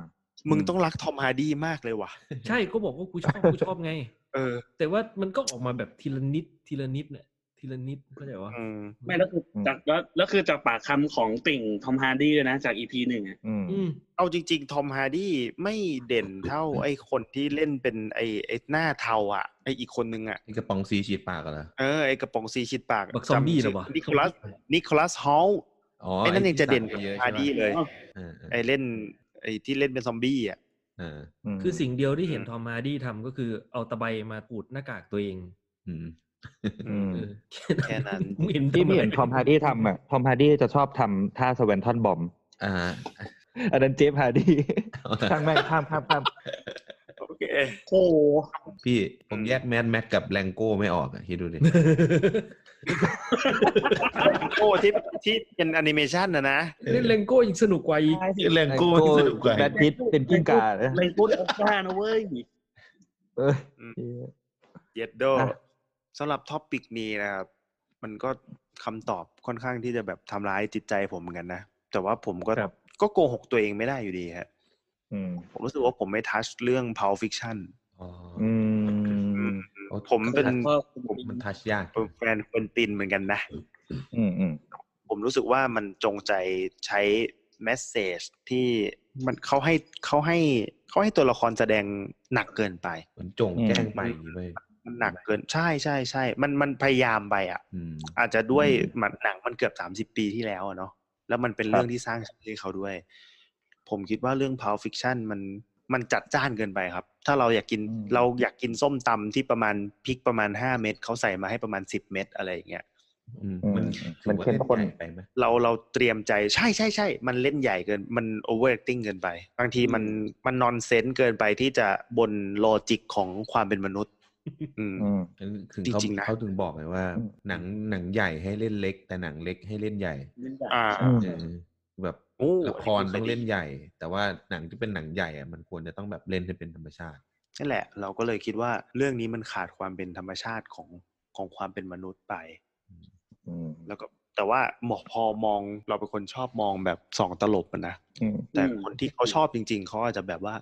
[SPEAKER 1] มึงต้องรักทอมฮาร์ดี้มากเลยว่ะ
[SPEAKER 3] ใช่ก็บอกว่ากูชอบกูชอบไง
[SPEAKER 1] เออ
[SPEAKER 3] แต่ว่ามันก็ออกมาแบบทีละนิดทีละนิดเนี่ยทีละนิดเข้าใจวะ
[SPEAKER 1] อืม
[SPEAKER 4] ไม่แล้วคือจากแล้วแล้วคือจากปากคำของติ่งทอมฮาร์ดี้ด้วยนะ จากอีพีหนึ่งอะ
[SPEAKER 5] อืม
[SPEAKER 3] อืม
[SPEAKER 1] เอาจริง ๆ ทอมฮาร์ดี้ไม่เด่นเท่าไอ้คนที่เล่นเป็นไอ้ไอ้หน้าเทาอ่ะ ไอ้อีกคนนึงอ่ะ
[SPEAKER 2] ไอ้กระป๋องสีฉีดปากเหรอ
[SPEAKER 1] เออ ไอ้กระป๋องซีชิดปาก
[SPEAKER 3] บักซอมบี้เหรอวะ
[SPEAKER 1] นิโคลัส นิโคลัสฮอล
[SPEAKER 2] อ๋อ
[SPEAKER 1] ไอ้นั่นยังจะเด่นกว่า
[SPEAKER 2] ที่เยอะ
[SPEAKER 1] ฮาร์
[SPEAKER 2] ใช่ไหม
[SPEAKER 1] ดี้เลย
[SPEAKER 2] เออเออ
[SPEAKER 1] ไอ้เล่น ไอ้ที่เล่นเป็นซอมบี้อ่ะ
[SPEAKER 2] เออ
[SPEAKER 3] คือสิ่งเดียวที่เห็น
[SPEAKER 1] อืม
[SPEAKER 3] ทอมฮาร์ดี้ทำก็คือเอาตะไบมาปูดหน้ากากตัวเอง
[SPEAKER 2] อืม
[SPEAKER 5] อืม
[SPEAKER 3] เออ
[SPEAKER 1] แค่นั้น
[SPEAKER 3] ไม่เห็น
[SPEAKER 5] ที่ไม่
[SPEAKER 3] ทำะไร
[SPEAKER 5] เห็นทอมฮาร์ดี้ทำอ่ะทอมฮาร์ดี้จะชอบทำท่าสแวนทอนบอม
[SPEAKER 2] อ่ า
[SPEAKER 5] อันนั้นเจฟฮาร์ ดี้ช่างแม่งข้ามข้ามข้าม
[SPEAKER 1] โอเค
[SPEAKER 4] โอ้โห
[SPEAKER 2] พี่ผมแยกแมทแม็กกับแรงโก้ไม่ออกอ่ะคิด ดูดิ
[SPEAKER 1] โอ้ที่ที่เป็นแอนิเมชันนะนะ
[SPEAKER 3] เล่นเลงโก้ยังสนุกกว่าอีก
[SPEAKER 2] แรงโก้ที่สนุกกว่า
[SPEAKER 5] แบทพิทเป็นกิ้งก่านะ
[SPEAKER 4] เลยพูดออสการ์นะเว้ย
[SPEAKER 5] เออ
[SPEAKER 1] เยดโด
[SPEAKER 5] อ่ะ
[SPEAKER 1] สำหรับท็อปิกนี้นะครับ มันก็คำตอบค่อนข้างที่จะแบบทำร้ายจิตใจผมเหมือนกันนะ แต่ว่าผมก็
[SPEAKER 5] ครับ
[SPEAKER 1] ก็โกหกตัวเองไม่ได้อยู่ดีฮะ
[SPEAKER 5] อืม
[SPEAKER 1] ผมรู้สึกว่าผมไม่ทัชเรื่อง Pulp Fiction
[SPEAKER 2] อ๋อ
[SPEAKER 5] อืม
[SPEAKER 2] โอ้
[SPEAKER 1] ผมเป็น
[SPEAKER 2] ผมมันทัชยาก
[SPEAKER 1] ผมแฟนควนตินเหมือนกันนะ
[SPEAKER 5] อืมอืม
[SPEAKER 1] ผมรู้สึกว่ามันจงใจใช้แมสเซจที่มันเขาให้เขาให้เขาให้ตัวละครแสดงหนักเกินไป
[SPEAKER 2] มันจงแจ้งไปอย่างนี้เว้ย
[SPEAKER 1] มันหนักเกินใช่ใช่ใช่มันมันพยายามไปอ่ะ
[SPEAKER 2] อืม
[SPEAKER 1] อาจจะด้วยหนังหนังมันเกือบสามสิบ30 ปีที่แล้วอะเนาะแล้วมันเป็น
[SPEAKER 5] ครับ
[SPEAKER 1] เรื่องที่สร้างชื่อให้เขาด้วย ผมคิดว่าเรื่อง Pulp Fiction มันมันจัดจ้านเกินไปครับ ถ้าเราอยากกิน
[SPEAKER 5] อืม
[SPEAKER 1] เราอยากกินส้มตำที่ประมาณพริกประมาณห้าเม็ดเขาใส่มาให้ประมาณสิบเม็ดอะไรอย่างเงี้ย
[SPEAKER 2] อืม
[SPEAKER 5] อืม
[SPEAKER 2] มัน
[SPEAKER 5] มันเข้มข้น
[SPEAKER 2] ถือว่าล่ใหญ่ไปไหม
[SPEAKER 1] เราเราเตรียมใจใช่ใช่ใช่มันเล่นใหญ่เกินมัน overacting เกินไป บางทีมันมันนอนเซนเกินไปที่จะบนโลจิกของความเป็นมนุษย์ อืม
[SPEAKER 5] อืม
[SPEAKER 2] ถึงเขา
[SPEAKER 1] จริงๆนะ
[SPEAKER 2] เขาถึงบอกเลยว่า
[SPEAKER 5] อืม
[SPEAKER 2] หนังหนังใหญ่ให้เล่นเล็ก แต่หนังเล็กให้เล่นใหญ่
[SPEAKER 1] อ่า
[SPEAKER 5] อืม
[SPEAKER 2] เออแบบ
[SPEAKER 1] โอ้
[SPEAKER 2] ละครต้องเล่นใหญ่ แต่ว่าหนังที่เป็นหนังใหญ่อะมันควรจะต้องแบบเล่นให้เป็นธรรมชาติ
[SPEAKER 1] นั่นแหละ เราก็เลยคิดว่าเรื่องนี้มันขาดความเป็นธรรมชาติของของความเป็นมนุษย์ไป
[SPEAKER 5] อืม
[SPEAKER 1] แล้วก็ต แต่ว่าหมอพอมองเราเป็นคนชอบมองแบบสองตลบอะนะ
[SPEAKER 6] อืม
[SPEAKER 1] แต่
[SPEAKER 4] อืม
[SPEAKER 1] คนที่เขาชอบจริง ๆ เขาอาจจะแบบว่า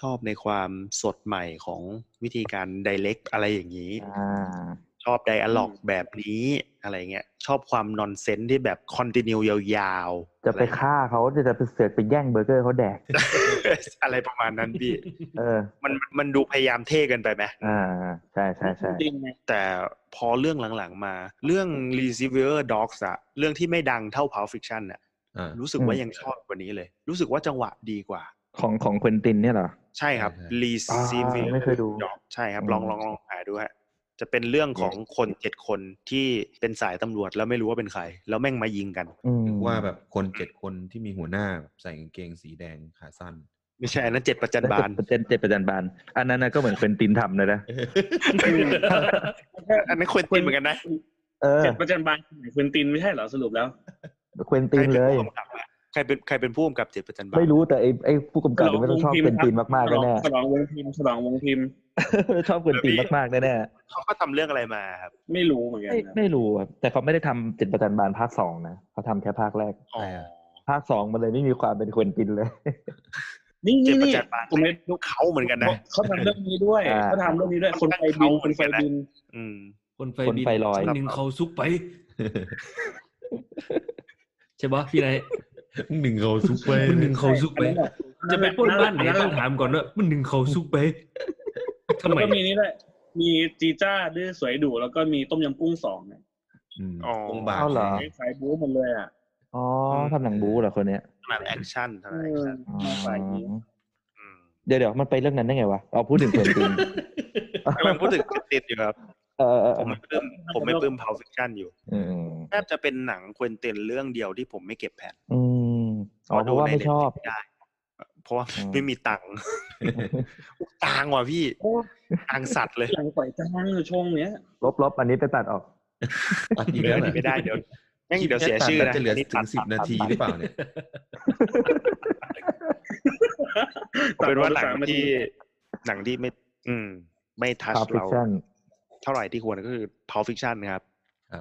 [SPEAKER 1] ชอบในความสดใหม่ของวิธีการไดเ c กอะไรอย่างนี้
[SPEAKER 5] อ่า
[SPEAKER 1] ชอบไดอะล็อกแบบนี้อะไรเงี้ย ชอบความนอนเซนที่แบบคอนติเนียยาวๆ
[SPEAKER 5] จะไปฆ่าเขาจะจะไปเสือกไปแย่งเบอร์เกอร์เขาแดก
[SPEAKER 1] อะไรประมาณนั้นพี่
[SPEAKER 5] เออ
[SPEAKER 1] มันมันดูพยายามเท่เกันไปไหม
[SPEAKER 5] อ่า ใช่ใช่ใช่
[SPEAKER 4] จริงไง
[SPEAKER 1] แต่พอเรื่องหลังๆมา เรื่อง r e c e i v e r Dogs อะเรื่องที่ไม่ดังเท่า Pulp Fiction อะ
[SPEAKER 2] อ่า
[SPEAKER 1] รู้สึกว่ายังชอบกว่านี้เลย รู้สึกว่าจังหวะดีกว่า
[SPEAKER 5] ของของควินตินเนี่ยเหรอ
[SPEAKER 1] ใช่ครับ
[SPEAKER 2] ใช่
[SPEAKER 1] r e c e i v e r
[SPEAKER 5] อ่าไม่เคยดู
[SPEAKER 1] Dogs ใช่ครับ ลองลองลองหาดูฮะ จะเป็นเรื่องของคนเจ็ดคนที่เป็นสายตำรวจแล้วไม่รู้ว่าเป็นใคร แล้วแม่งมายิงกัน
[SPEAKER 5] อืม
[SPEAKER 2] นึกว่าแบบคนเจ็ดคนที่มีหัวหน้าแบบใส่กางเกงสีแดงขาสั้น
[SPEAKER 1] ไม่ใช่อันนั้นเจ็ดประจันบาน
[SPEAKER 5] เจ็ดเจ็ดประจันบานอันนั้นนะก็เหมือนควินตินทำเลยนะ
[SPEAKER 1] อันนั้นควรตินเหมือนกันนะ
[SPEAKER 5] เออ
[SPEAKER 4] เจ็ดประจันบานควินตินไม่ใช่เหรอสรุปแล้ว
[SPEAKER 5] ควินตินเลย
[SPEAKER 1] ใครป็นผู้กำกับอะใครเป็นใครเป็นผู้กำกับเจ็ดประจันบาน
[SPEAKER 5] ไม่รู้แต่ไอ้ไอ้ผู้กำกับเนี่ยไม่ต้องชอบ
[SPEAKER 4] ฉลอง
[SPEAKER 5] ควินติน
[SPEAKER 4] วงพิมพ์
[SPEAKER 5] มาก
[SPEAKER 4] ฉ
[SPEAKER 5] ๆ
[SPEAKER 4] ลอง
[SPEAKER 5] แน่
[SPEAKER 4] ฉลองวงพิมพ์ฉลองวงพิมพ์
[SPEAKER 5] ๆ ชอบควินตินมากๆแน่
[SPEAKER 1] เขาก็ทำเรื่องอะไรมาครับ
[SPEAKER 4] ไม่รู้เหมือน
[SPEAKER 5] ๆ
[SPEAKER 4] กัน
[SPEAKER 5] ไม่
[SPEAKER 4] นะ
[SPEAKER 5] ไม่รู้ครับแต่เขาไม่ได้ทำเจ็ดประจันบานภาคสองนะเขาทำแค่ภาคแรก
[SPEAKER 1] อ๋อ
[SPEAKER 5] ภาคสองมันเลยไม่มีความเป็นควินตินเลย
[SPEAKER 4] นี่
[SPEAKER 1] เจ็ดประ
[SPEAKER 4] นี่นี่
[SPEAKER 1] จันบาน
[SPEAKER 4] ผมเลย
[SPEAKER 1] ลูกเขาเหมือนกันนะ
[SPEAKER 4] เขาทำเรื่องนี้ด้วย
[SPEAKER 5] อ่า
[SPEAKER 4] เขาทำเรื่องนี้ด้วย คนไฟบินคนไฟบิน
[SPEAKER 1] อืม
[SPEAKER 3] คนไฟ
[SPEAKER 5] คน
[SPEAKER 3] บิน
[SPEAKER 5] ไฟลอย
[SPEAKER 3] คนหนึ่งเขาซุกไป ใช่ปะพี่นาย
[SPEAKER 2] หนึ่งเขาซุปเปอร์
[SPEAKER 3] มันหนึ่งเขาซุกไป จะไปปล้นบ้านไหนต้องถามก่อนว่ามันหนึ่งเขาซุกไปทำ
[SPEAKER 4] แล้ว
[SPEAKER 3] ไม
[SPEAKER 4] ก็มีนี่แหละ มีจีจ้าดื้อสวยดุแล้วก็มีต้มยำกุ้งสองเนี่ย
[SPEAKER 2] อืม
[SPEAKER 1] อ๋อ
[SPEAKER 2] องบาท
[SPEAKER 5] เอาเหรอ
[SPEAKER 4] สายบู๊หมดเลยอ่ะ
[SPEAKER 5] อ๋อ
[SPEAKER 1] อืม
[SPEAKER 5] ทำหนังบู๊เหรอคนเนี้ย
[SPEAKER 1] ขนาดแอคชั่นเท่า
[SPEAKER 4] เอ
[SPEAKER 1] นั้นแอคชั่น
[SPEAKER 4] อ
[SPEAKER 5] อ๋อ
[SPEAKER 4] มาฝ่ายนี้
[SPEAKER 1] อืม
[SPEAKER 5] เดี๋ยวเดี๋ยวมันไปเรื่องนั้นได้ไงวะเอาพูดถึงควินติน
[SPEAKER 1] กำลังพูดถึงติดอยู่ครับ
[SPEAKER 5] เออเออ
[SPEAKER 1] ผ
[SPEAKER 5] เอ
[SPEAKER 1] ม
[SPEAKER 5] อ
[SPEAKER 1] ไม่ปลื้มผมไม่ปลื้ม Pulp Fiction อยู่
[SPEAKER 5] อืม
[SPEAKER 1] แทบจะเป็นหนังควินเตนเรื่องเดียวที่ผมไม่เก็บแผ่น
[SPEAKER 5] อืมอ๋อเพราะว่าไม่ชอบ
[SPEAKER 1] เพราะดูใน Netflix ได้เพราะว่า
[SPEAKER 5] อืม
[SPEAKER 1] ไม่มีตังค์อุ๊ยตังค์ว่ะพี่
[SPEAKER 4] โอ้
[SPEAKER 1] ตังค์สัตว์เลย
[SPEAKER 4] หลังปล่อยจ้างอยู่ช่วงเนี้ย
[SPEAKER 5] ลบลบอันนี้ไปตัดออก
[SPEAKER 2] ตัดอีกแล้วเหรอ
[SPEAKER 1] ไม่ได้ เดี๋ยวแม่งเดี๋ยวเสียชื่อนะ
[SPEAKER 2] จะเหลือถึ
[SPEAKER 1] ตัด
[SPEAKER 2] งสิบนาทีหรือเปล่าเนี่ย
[SPEAKER 1] เอาเป็นว่าหนัง
[SPEAKER 4] ตัดม
[SPEAKER 1] ที่หนังที่ไม่ อืม ไม่ทัช
[SPEAKER 5] Pulp
[SPEAKER 1] เรา
[SPEAKER 5] Fiction
[SPEAKER 1] เท่าไหร่ที่ควรก็คือ Pulp Fiction ครับ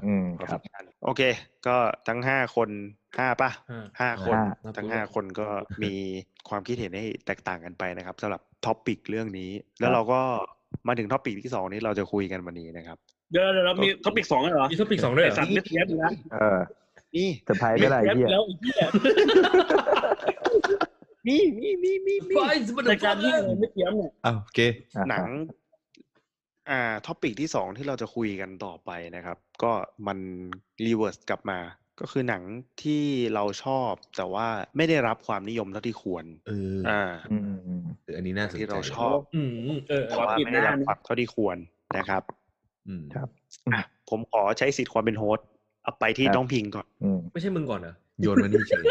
[SPEAKER 5] อืม
[SPEAKER 1] Pulp
[SPEAKER 5] ครับ
[SPEAKER 1] Fiction โอเค ก็ทั้งห้าคนห้าป่ะ
[SPEAKER 3] อ่า
[SPEAKER 1] ห้าคน
[SPEAKER 5] ห้า
[SPEAKER 1] ทั้งห้าคนก็มีความคิดเห็นให้แตกต่างกันไปนะครับสำหรับท็อปิกเรื่องนี้ แล้วเราก็มาถึงท็อปิกที่สองนี้เราจะคุยกันวันนี้นะครับ
[SPEAKER 4] เดี๋ยวเดี๋ยวเรามีท็อปิกสองเลยเหรอ
[SPEAKER 3] มีท็อปิกสองด้วย
[SPEAKER 4] ไอ
[SPEAKER 3] เหรอ
[SPEAKER 4] สัตว์ไม่เทียบนะ
[SPEAKER 5] เออ
[SPEAKER 1] นี่
[SPEAKER 5] เซอร์ไพรส์
[SPEAKER 4] ไม่
[SPEAKER 5] ได้ไร
[SPEAKER 4] เทียบ
[SPEAKER 5] เฮีย
[SPEAKER 4] แล้วไอ้เหี้ย
[SPEAKER 1] นี่นี่นี่นี่นี่
[SPEAKER 3] ไฟส์มัน
[SPEAKER 4] รายการที่อะไรไม่เทียบเนี่ย
[SPEAKER 2] อ้าวโอเค
[SPEAKER 5] อ่ะ
[SPEAKER 1] หนัง อ่าท็อปิกที่สองที่เราจะคุยกันต่อไปนะครับ ก็มันรีเวิร์สกลับมา ก็คือหนังที่เราชอบ แต่ว่าไม่ได้รับความนิยมเท่าที่ควร
[SPEAKER 2] เออ
[SPEAKER 1] อ่า
[SPEAKER 5] อืม
[SPEAKER 2] เอออันนี้น่าสนใจ
[SPEAKER 1] ที่เราชอบ
[SPEAKER 3] อืมเออเอ
[SPEAKER 1] แต่
[SPEAKER 3] อ
[SPEAKER 1] ว่าไม่ได้รับความเท่าที่ควรนะครับ
[SPEAKER 2] อืม
[SPEAKER 5] ครับ
[SPEAKER 1] อ่ะผมขอใช้สิทธิ์ความเป็นโฮสต์เอาไปที่
[SPEAKER 5] ครับ
[SPEAKER 1] น้องพิงก่อน
[SPEAKER 5] อืม
[SPEAKER 3] ไม่ใช่มึงก่อนเหรอ
[SPEAKER 2] โยนมานี่เฉย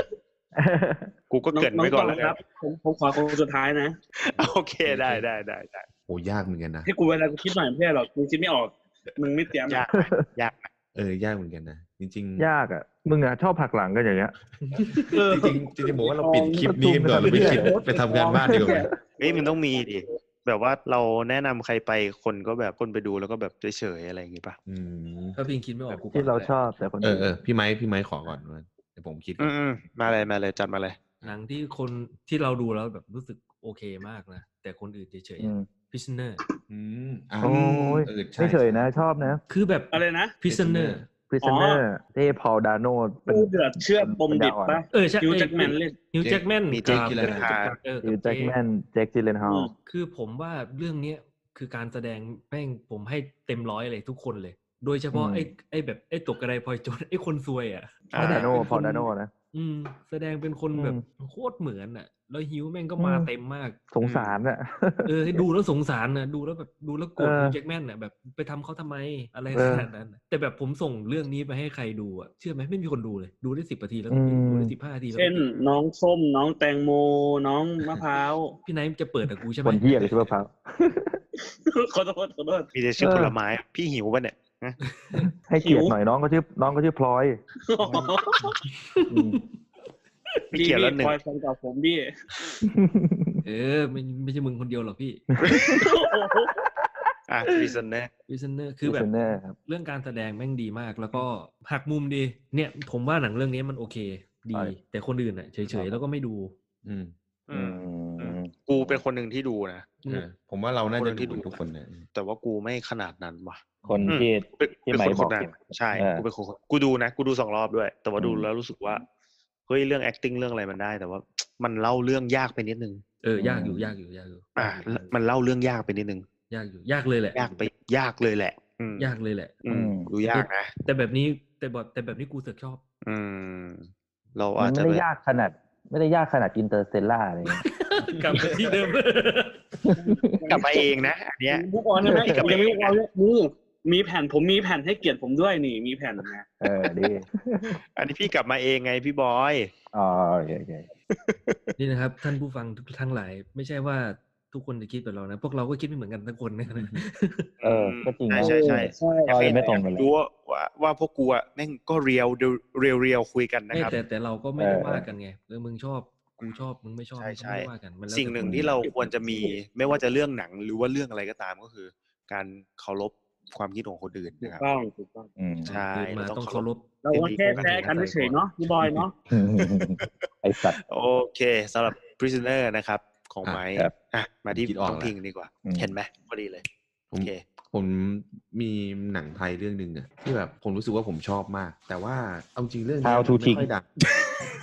[SPEAKER 1] กูก็เกรินไว้ก่อนแล้ว
[SPEAKER 4] ง
[SPEAKER 1] กั
[SPEAKER 4] รั
[SPEAKER 1] น
[SPEAKER 4] บผมผมขอคนสุดท้ายนะ
[SPEAKER 1] โอเคได้ได้ได้ได้
[SPEAKER 2] โหยากเหมือนกันนะ
[SPEAKER 4] ให้กูเวลากูคิดหน่อยไม่ใช่หรอกกูคิดไม่ออก มึงไม่เตรียม
[SPEAKER 1] ยากไหมยากไหม
[SPEAKER 2] เออยากเหมือนกันนะจริงๆจริง
[SPEAKER 5] ยากอ่ะ มึงอ่ะชอบผักหลังกันอย่างเงี้ย
[SPEAKER 4] เออ
[SPEAKER 2] ๆจริงๆบอกว่าเราปิดคลิปนี้กันก่อนเราไปคิดไปทำงานบ้านดีกว่า
[SPEAKER 1] เฮ้ยมันต้องมีดิแบบว่าเราแนะนำใครไปคนก็แบบคนไปดูแล้วก็แบบเฉยๆอะไรอย่างงี้ป่ะ
[SPEAKER 2] อืม
[SPEAKER 3] ถ้าพิงคิดไม่ออกกูก่อน
[SPEAKER 5] ที่เราชอบแต่คน
[SPEAKER 2] เอ
[SPEAKER 5] อื่
[SPEAKER 2] อน เออพี่ไม้พี่ไม้ขอก่อนว่าเดี๋ยวผมคิดก่
[SPEAKER 1] อื
[SPEAKER 2] อน
[SPEAKER 1] มอืมมาเลยมาเลยจัดมาเลย
[SPEAKER 3] หนังที่คนที่เราดูแล้วแบบรู้สึกโอเคมากนะ แต่คนอื่นเฉยๆ
[SPEAKER 5] อืม
[SPEAKER 3] พิชเนอร์
[SPEAKER 2] อืมอ่ะ
[SPEAKER 5] โอ้ย
[SPEAKER 2] เออใช่
[SPEAKER 5] ไม่เฉยนะชอบนะ
[SPEAKER 3] คือแบบ
[SPEAKER 4] อะไรนะ
[SPEAKER 3] พิชเนอร์
[SPEAKER 5] prisoner เท่พอลดาโนเป็น
[SPEAKER 4] กูเดือดเชื่อมปมดิบปะ
[SPEAKER 3] เออใช่
[SPEAKER 4] ฮิวจ์แจ็คแมนเล่น
[SPEAKER 3] ฮิวจ์แจ็คแมน
[SPEAKER 1] มีเจคกิลเลนฮาร์ด
[SPEAKER 3] เออ
[SPEAKER 5] ยูแจ็คแมนแจ็คจิเลนฮอล
[SPEAKER 3] คือผมว่าเรื่องเนี้ยคือการแสดงแม่งผมให้เต็มร้อยเลยทุกคนเลย โดยเฉพาะไอ้ไอ้แบบไอ้ตกกระไดพลอยโจรไอ้ คนซวยอ่ะ
[SPEAKER 5] พอลดาโน
[SPEAKER 3] อ่า
[SPEAKER 5] พอลดาโนนะ
[SPEAKER 3] อืม แสดงเป็นคนแบบ
[SPEAKER 5] อื
[SPEAKER 3] โคตรเหมือนอ่ะ แล้วฮิวแม่งก็มา
[SPEAKER 5] อืม
[SPEAKER 3] เต็มมาก
[SPEAKER 5] สงสารอ่ะ
[SPEAKER 3] เออให้ดูแล้วสงสารนะดูแล้วแบบดูแล้วโกรธ
[SPEAKER 5] เออ
[SPEAKER 3] คุณแจ็คแมนน่ะแบบไปทำเขาทำไมอะไร
[SPEAKER 5] เอ
[SPEAKER 3] ข
[SPEAKER 5] อ
[SPEAKER 3] นาดนั้นน่ะแต่แบบผมส่งเรื่องนี้ไปให้ใครดูอ่ะเชื่อไหมไม่มีคนดูเลย ดูได้สิบนาทีแล้วก็ปิด
[SPEAKER 5] อืม
[SPEAKER 3] ดูได้สิบห้านาทีแล้วก็
[SPEAKER 4] เช่น
[SPEAKER 3] ปิด
[SPEAKER 4] น้องส้มน้องแตงโมน้องมะพร้าว
[SPEAKER 3] พี่ไนท์จะเปิดกับกูใช่ไหม
[SPEAKER 5] คนเหี้ยกับชิบะพร้าว
[SPEAKER 4] ขอโทษขอโทษ
[SPEAKER 1] มีแต่ชื่อผลไม้พี่หิวป่ะเนี่ยฮะ
[SPEAKER 5] ให้เกียรติ
[SPEAKER 4] หิว
[SPEAKER 5] หน่อยน้องก็ชื่อน้องก็ชื่อพลอยอืม
[SPEAKER 1] ไม่เกี่ยวแล้วหนึ่ง
[SPEAKER 4] คอยฟังกับผมพี่
[SPEAKER 3] เออไม่ไม่ใช่มึงคนเดียวหรอกพี่
[SPEAKER 1] อ่ะวิสันเน่
[SPEAKER 3] วิซเนอร์คือแบบ
[SPEAKER 5] Prisoner ครับ
[SPEAKER 3] เรื่องการแสดงแม่งดีมาก แล้วก็หักมุมดี เนี่ย ผมว่าหนังเรื่องนี้มันโอเค ดี
[SPEAKER 5] ใช่
[SPEAKER 3] แต่คนอื่นอ่ะเฉยๆ แล้วก็ไม่ดู
[SPEAKER 2] อืม
[SPEAKER 1] อืม
[SPEAKER 6] อืม
[SPEAKER 1] กูเป็นคนหนึ่งที่ดูนะ
[SPEAKER 3] อืม
[SPEAKER 2] เออผมว่าเราน่าจะ
[SPEAKER 1] คนที่
[SPEAKER 2] ดู
[SPEAKER 1] ดู
[SPEAKER 2] ทุกคนนะ
[SPEAKER 1] แต่ว่ากูไม่ขนาดนั้นว่ะ
[SPEAKER 5] คน
[SPEAKER 1] อืม
[SPEAKER 5] ที่
[SPEAKER 1] เป็น
[SPEAKER 5] ที่
[SPEAKER 1] เป็น
[SPEAKER 5] ไหม
[SPEAKER 1] คนค
[SPEAKER 5] บอน ก
[SPEAKER 1] นั้นใช่
[SPEAKER 5] เออ
[SPEAKER 1] กูเป็นคนคนกูดูนะ กูดูสองรอบด้วย แต่ว่าดู
[SPEAKER 5] อืม
[SPEAKER 1] แล้วรู้สึกว่าเฮ้ยเรื่อง acting เรื่องอะไรมันได้ แต่ว่า มันเล่าเรื่องยากไปนิดนึง
[SPEAKER 3] เออ ยากอยู่ยากอยู่ยากอยู่
[SPEAKER 1] อ่ะมันเล่าเรื่องยากไปนิดนึง
[SPEAKER 3] ยากอยู่ยากเลยแหละ
[SPEAKER 1] ยากไปยากเลยแหละ อืม
[SPEAKER 3] ยากเลยแหละ
[SPEAKER 1] อืมดูยากนะ
[SPEAKER 3] แต่แบบนี้แต่แบบแต่แบบนี้กูเสือกชอบ
[SPEAKER 1] อืม เรา
[SPEAKER 5] มั
[SPEAKER 1] อาจ
[SPEAKER 5] น
[SPEAKER 1] จะ
[SPEAKER 5] ไม่ได้ยากขนาด ไม่ได้ยากขนาดอินเตอร์สเตลล่าอะไรอย่างเงี้ย
[SPEAKER 3] กลับมาที่เดิม
[SPEAKER 1] กลับมาเองนะอันเนี้ย
[SPEAKER 4] บุกออนใช่ไหม
[SPEAKER 1] เออ
[SPEAKER 4] ผมยังไม่บุกออนเลยนี่มีแผ่นผมมีแผ่นให้เกียรติผมด้วยนี่มีแผ่นนะ
[SPEAKER 5] เออดี
[SPEAKER 1] อันนี้พี่กลับมาเองไงพี่บอย
[SPEAKER 5] อ๋อโอเคโอเค
[SPEAKER 3] นี่นะครับ ท่านผู้ฟังทุกทั้งหลาย ไม่ใช่ว่าทุกคนจะคิดแบบเรานะ พวกเราก็คิดไม่เหมือนกันทั้งคนนะ
[SPEAKER 5] เออ ก็จริงนะ
[SPEAKER 1] ใช่ใช่
[SPEAKER 5] เออไม่ตรงกันเลย
[SPEAKER 1] รู้ว่าว่าว่าพวกกูอะแม่งก็เรียวเรียวเรียวคุยกันนะ
[SPEAKER 3] ไม่
[SPEAKER 1] ครับ
[SPEAKER 3] แต่แต่เราก็ไม่ได้
[SPEAKER 5] เออ
[SPEAKER 3] ว่ากันไงเออมึงชอบกูชอบมึงไม่ชอบ
[SPEAKER 1] ใช่ใช่
[SPEAKER 3] มึงก็ไม่ได้ว่ากันมันแล้วแต่
[SPEAKER 1] สิ่งหนึ่ง
[SPEAKER 3] ค
[SPEAKER 1] ที่เราควรจะมีไม่ว่าจะเรื่องหนังหรือว่าเรื่องอะไรก็ตามก็คือ การเคารพความคิดของคนอื่น
[SPEAKER 4] ถู
[SPEAKER 1] นะ
[SPEAKER 4] ก
[SPEAKER 1] ครับ
[SPEAKER 4] ต้องถูกต้อง
[SPEAKER 5] อื ม
[SPEAKER 1] ใช่
[SPEAKER 3] เกิดมาต้องเคารพ
[SPEAKER 4] เราก็แค่แชร์กันเฉยๆเนาะพี่บอยเนาะ
[SPEAKER 5] ไอสัตว์
[SPEAKER 1] โอเคสำหรับ prisoner นะครับ ของไม้
[SPEAKER 5] ครับ
[SPEAKER 1] อ่ะมาที่
[SPEAKER 2] คิดออก
[SPEAKER 1] ต้อง
[SPEAKER 2] แล้ว
[SPEAKER 1] พิงดีกว่า
[SPEAKER 5] อืม
[SPEAKER 1] เห็นไหมพอดีเลย
[SPEAKER 2] ผ
[SPEAKER 1] โอ
[SPEAKER 2] ม
[SPEAKER 1] เค
[SPEAKER 2] ผมมีหนังไทยเรื่องหนึ่งอะที่แบบผมรู้สึกว่าผมชอบมาก แต่ว่าเอาจริงเรื่องนี้
[SPEAKER 5] How to
[SPEAKER 2] มันไม่ค่อยดัง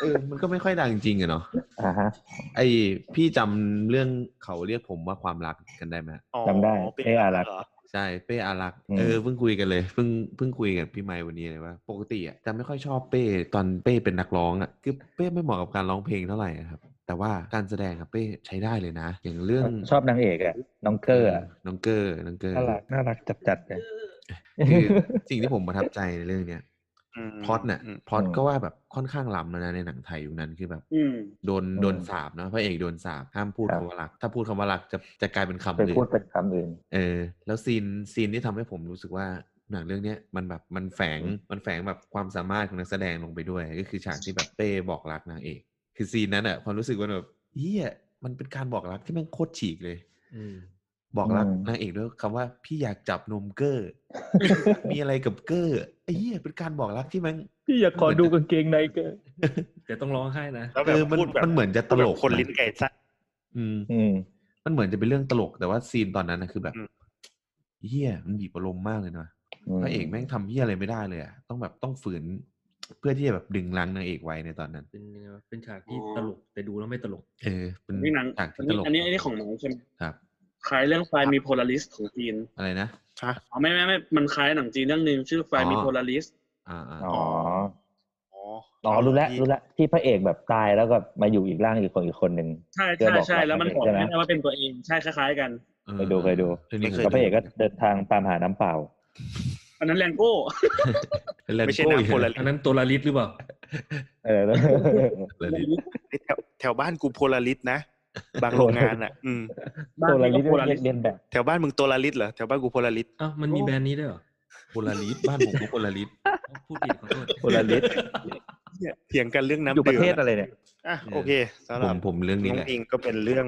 [SPEAKER 2] เออมันก็ไม่ค่อยดังจริงอะเนาะ
[SPEAKER 5] อ่าฮะ
[SPEAKER 2] ไอพี่จำเรื่องเขาเรียกผมว่าความรักกันได้ไหม
[SPEAKER 1] อ๋อ
[SPEAKER 5] จำได้
[SPEAKER 1] เป็น
[SPEAKER 5] เอ้ยอารักษ์
[SPEAKER 1] เหรอ
[SPEAKER 2] ใช่เป้อารักษ์
[SPEAKER 5] อืม
[SPEAKER 2] เออเพิ่งคุยกันเลยเพิ่งเพิ่งคุยกับพี่ไมค์วันนี้เลยว่า ปกติอ่ะจะไม่ค่อยชอบเป้ตอนเป้เป็นนักร้องอ่ะคือเป้ไม่เหมาะกับการร้องเพลงเท่าไหร่อะครับ แต่ว่าการแสดงครับเป้ใช้ได้เลยนะ อย่างเรื่อง
[SPEAKER 5] ชอบนางเอกอะน้องเกอร์อะ
[SPEAKER 2] น้องเกอร์น้องเกอร์
[SPEAKER 5] น่ารักน่ารักจัดจัดๆเลย
[SPEAKER 2] คือสิ่งที่ผมประทับใจในเรื่องเนี้ย
[SPEAKER 1] อืม
[SPEAKER 2] พล็อตน่ะ
[SPEAKER 1] อืม
[SPEAKER 2] พล็อตก็ว่าแบบค่อนข้างล้ำแล้วนะในหนังไทยยุคนั้นคือแบบ
[SPEAKER 4] อืม
[SPEAKER 2] โดนโดนสาบเนาะพระเอกโดนสาบห้ามพูดคำว่ารัก ถ้าพูดคำว่ารักจะจะกลายเป็นคำ
[SPEAKER 5] ไป
[SPEAKER 2] อื่น
[SPEAKER 5] พูดเป็นคำอื่น
[SPEAKER 2] เออแล้วซีนซีนที่ทำให้ผมรู้สึกว่าหนังเรื่องเนี้ยมันแบบมันแฝงมันแฝงแบบความสามารถของนักแสดงลงไปด้วย ก็คือฉากที่แบบเป้บอกรักนางเอก คือซีนนั้นอะความรู้สึกมันแบบเฮียมันเป็นการบอกรักที่แม่งโคตรฉีกเลย
[SPEAKER 3] อืม
[SPEAKER 2] บอกรัก
[SPEAKER 5] อืม
[SPEAKER 2] นางเอกด้วยคำว่าพี่อยากจับนม เกอร์ มีอะไรกับเกอร์ไอ้เหี้ยเป็นการบอกรักที่แมัน พี่อยากขอดูกางเกง
[SPEAKER 5] ในเกอร์
[SPEAKER 3] แต่ต้องร้องไห้นะ
[SPEAKER 1] แล้วแบ
[SPEAKER 2] เอบ อมัน
[SPEAKER 1] พูดแบบ
[SPEAKER 2] มันเหมือนจะตลก
[SPEAKER 1] แบบคนลิ้นไก่สั้น
[SPEAKER 2] อืม
[SPEAKER 5] อืม
[SPEAKER 2] มันเหมือนจะเป็นเรื่องตลกแต่ว่าซีนตอนนั้นนะคือแบบ
[SPEAKER 1] อืม
[SPEAKER 2] เฮียมันบีบอารมณ์มากเลยนะพระเอกแม่งทำเฮียอะไรไม่ได้เลยอะต้องแบบต้องฝืน เพื่อที่จะแบบดึงรั้งนางเอกไว้ในตอนนั้น
[SPEAKER 3] เป็นยังไงวะเป็นฉากที่
[SPEAKER 4] อ๋อ
[SPEAKER 3] ตลกแต่ดูแล้วไม่ตลก
[SPEAKER 2] เออเป็น
[SPEAKER 4] นี่หนัง
[SPEAKER 2] ฉาก
[SPEAKER 4] อั
[SPEAKER 2] ที่ต
[SPEAKER 4] นนี้
[SPEAKER 2] ลก
[SPEAKER 4] อันนี้อันนี้ของหนังใช่ไหม
[SPEAKER 2] ครับ
[SPEAKER 4] คล้ายเรื่องไฟมีโพลาริสของจีน
[SPEAKER 2] อะไรนะ
[SPEAKER 4] อ๋อไม่ไม่ไม่มันคล้ายหนังจีนเรื่องหนึ่งชื่อไฟมี
[SPEAKER 2] อ๋อ
[SPEAKER 4] โพลาริส
[SPEAKER 2] อ่าอ่า
[SPEAKER 5] อ๋อ
[SPEAKER 1] อ๋อ
[SPEAKER 5] อ๋อรู้แล้วรู้แล้วที่พระเอกแบบตายแล้วก็มาอยู่อีกร่างอีกคนอีกคนหนึ่ง
[SPEAKER 4] ใช่
[SPEAKER 5] เพื่
[SPEAKER 4] ใช่
[SPEAKER 5] อบอก
[SPEAKER 4] ใช่
[SPEAKER 5] รัก
[SPEAKER 4] แล้วมันบอก
[SPEAKER 5] ใช่ไหม
[SPEAKER 4] ได้ว่าเป็นตัวเองใช่คล้าย ๆ กัน
[SPEAKER 2] เออ
[SPEAKER 5] ไปดูไปดู
[SPEAKER 2] เรื่องนี้
[SPEAKER 5] แล้วพระเอกก็เดินทางตามหาน้ำเปล่า
[SPEAKER 4] อันนั้นแรงโก้
[SPEAKER 2] เป็นแลน
[SPEAKER 1] ไม่ใช่
[SPEAKER 2] โก้
[SPEAKER 1] หนัง
[SPEAKER 2] อีก
[SPEAKER 1] คน
[SPEAKER 2] แล้
[SPEAKER 1] ละ
[SPEAKER 2] ว
[SPEAKER 3] อันนั้นตัวลาลิสหรือเปล่า
[SPEAKER 5] เออแล้ว
[SPEAKER 2] แล นโก้
[SPEAKER 1] แถวแถวบ้านกูโพลาริส นะ บางโรงงานอ่ะ อืม
[SPEAKER 4] บ้าน
[SPEAKER 5] ตัวอะไร
[SPEAKER 4] นี้
[SPEAKER 5] นี่
[SPEAKER 4] ก็โพลาริส
[SPEAKER 5] เรียนแบบ
[SPEAKER 1] แถวบ้านมึงโตลาริสเหรอแถวบ้านกูโพลาริส
[SPEAKER 3] อ้าวมันมีแบรนด์นี้ด้วยเหรอ
[SPEAKER 2] โพลาริสบ้านผมก็โพลาริส
[SPEAKER 3] อ้าวพูดผิดขอโทษ
[SPEAKER 5] โพลาริส
[SPEAKER 1] เนี่ยเถียงกันเรื่องน้ำ
[SPEAKER 5] อยู่ประ
[SPEAKER 1] ดื่ม
[SPEAKER 5] เทศอะไรเนี่ย
[SPEAKER 1] อ่ะ
[SPEAKER 2] เออ
[SPEAKER 1] โอเคสำห
[SPEAKER 2] ผ
[SPEAKER 1] รับ
[SPEAKER 2] มผมเรื่องนี้
[SPEAKER 1] น้อง
[SPEAKER 2] แหละ
[SPEAKER 1] อิงก็เป็นเรื่อง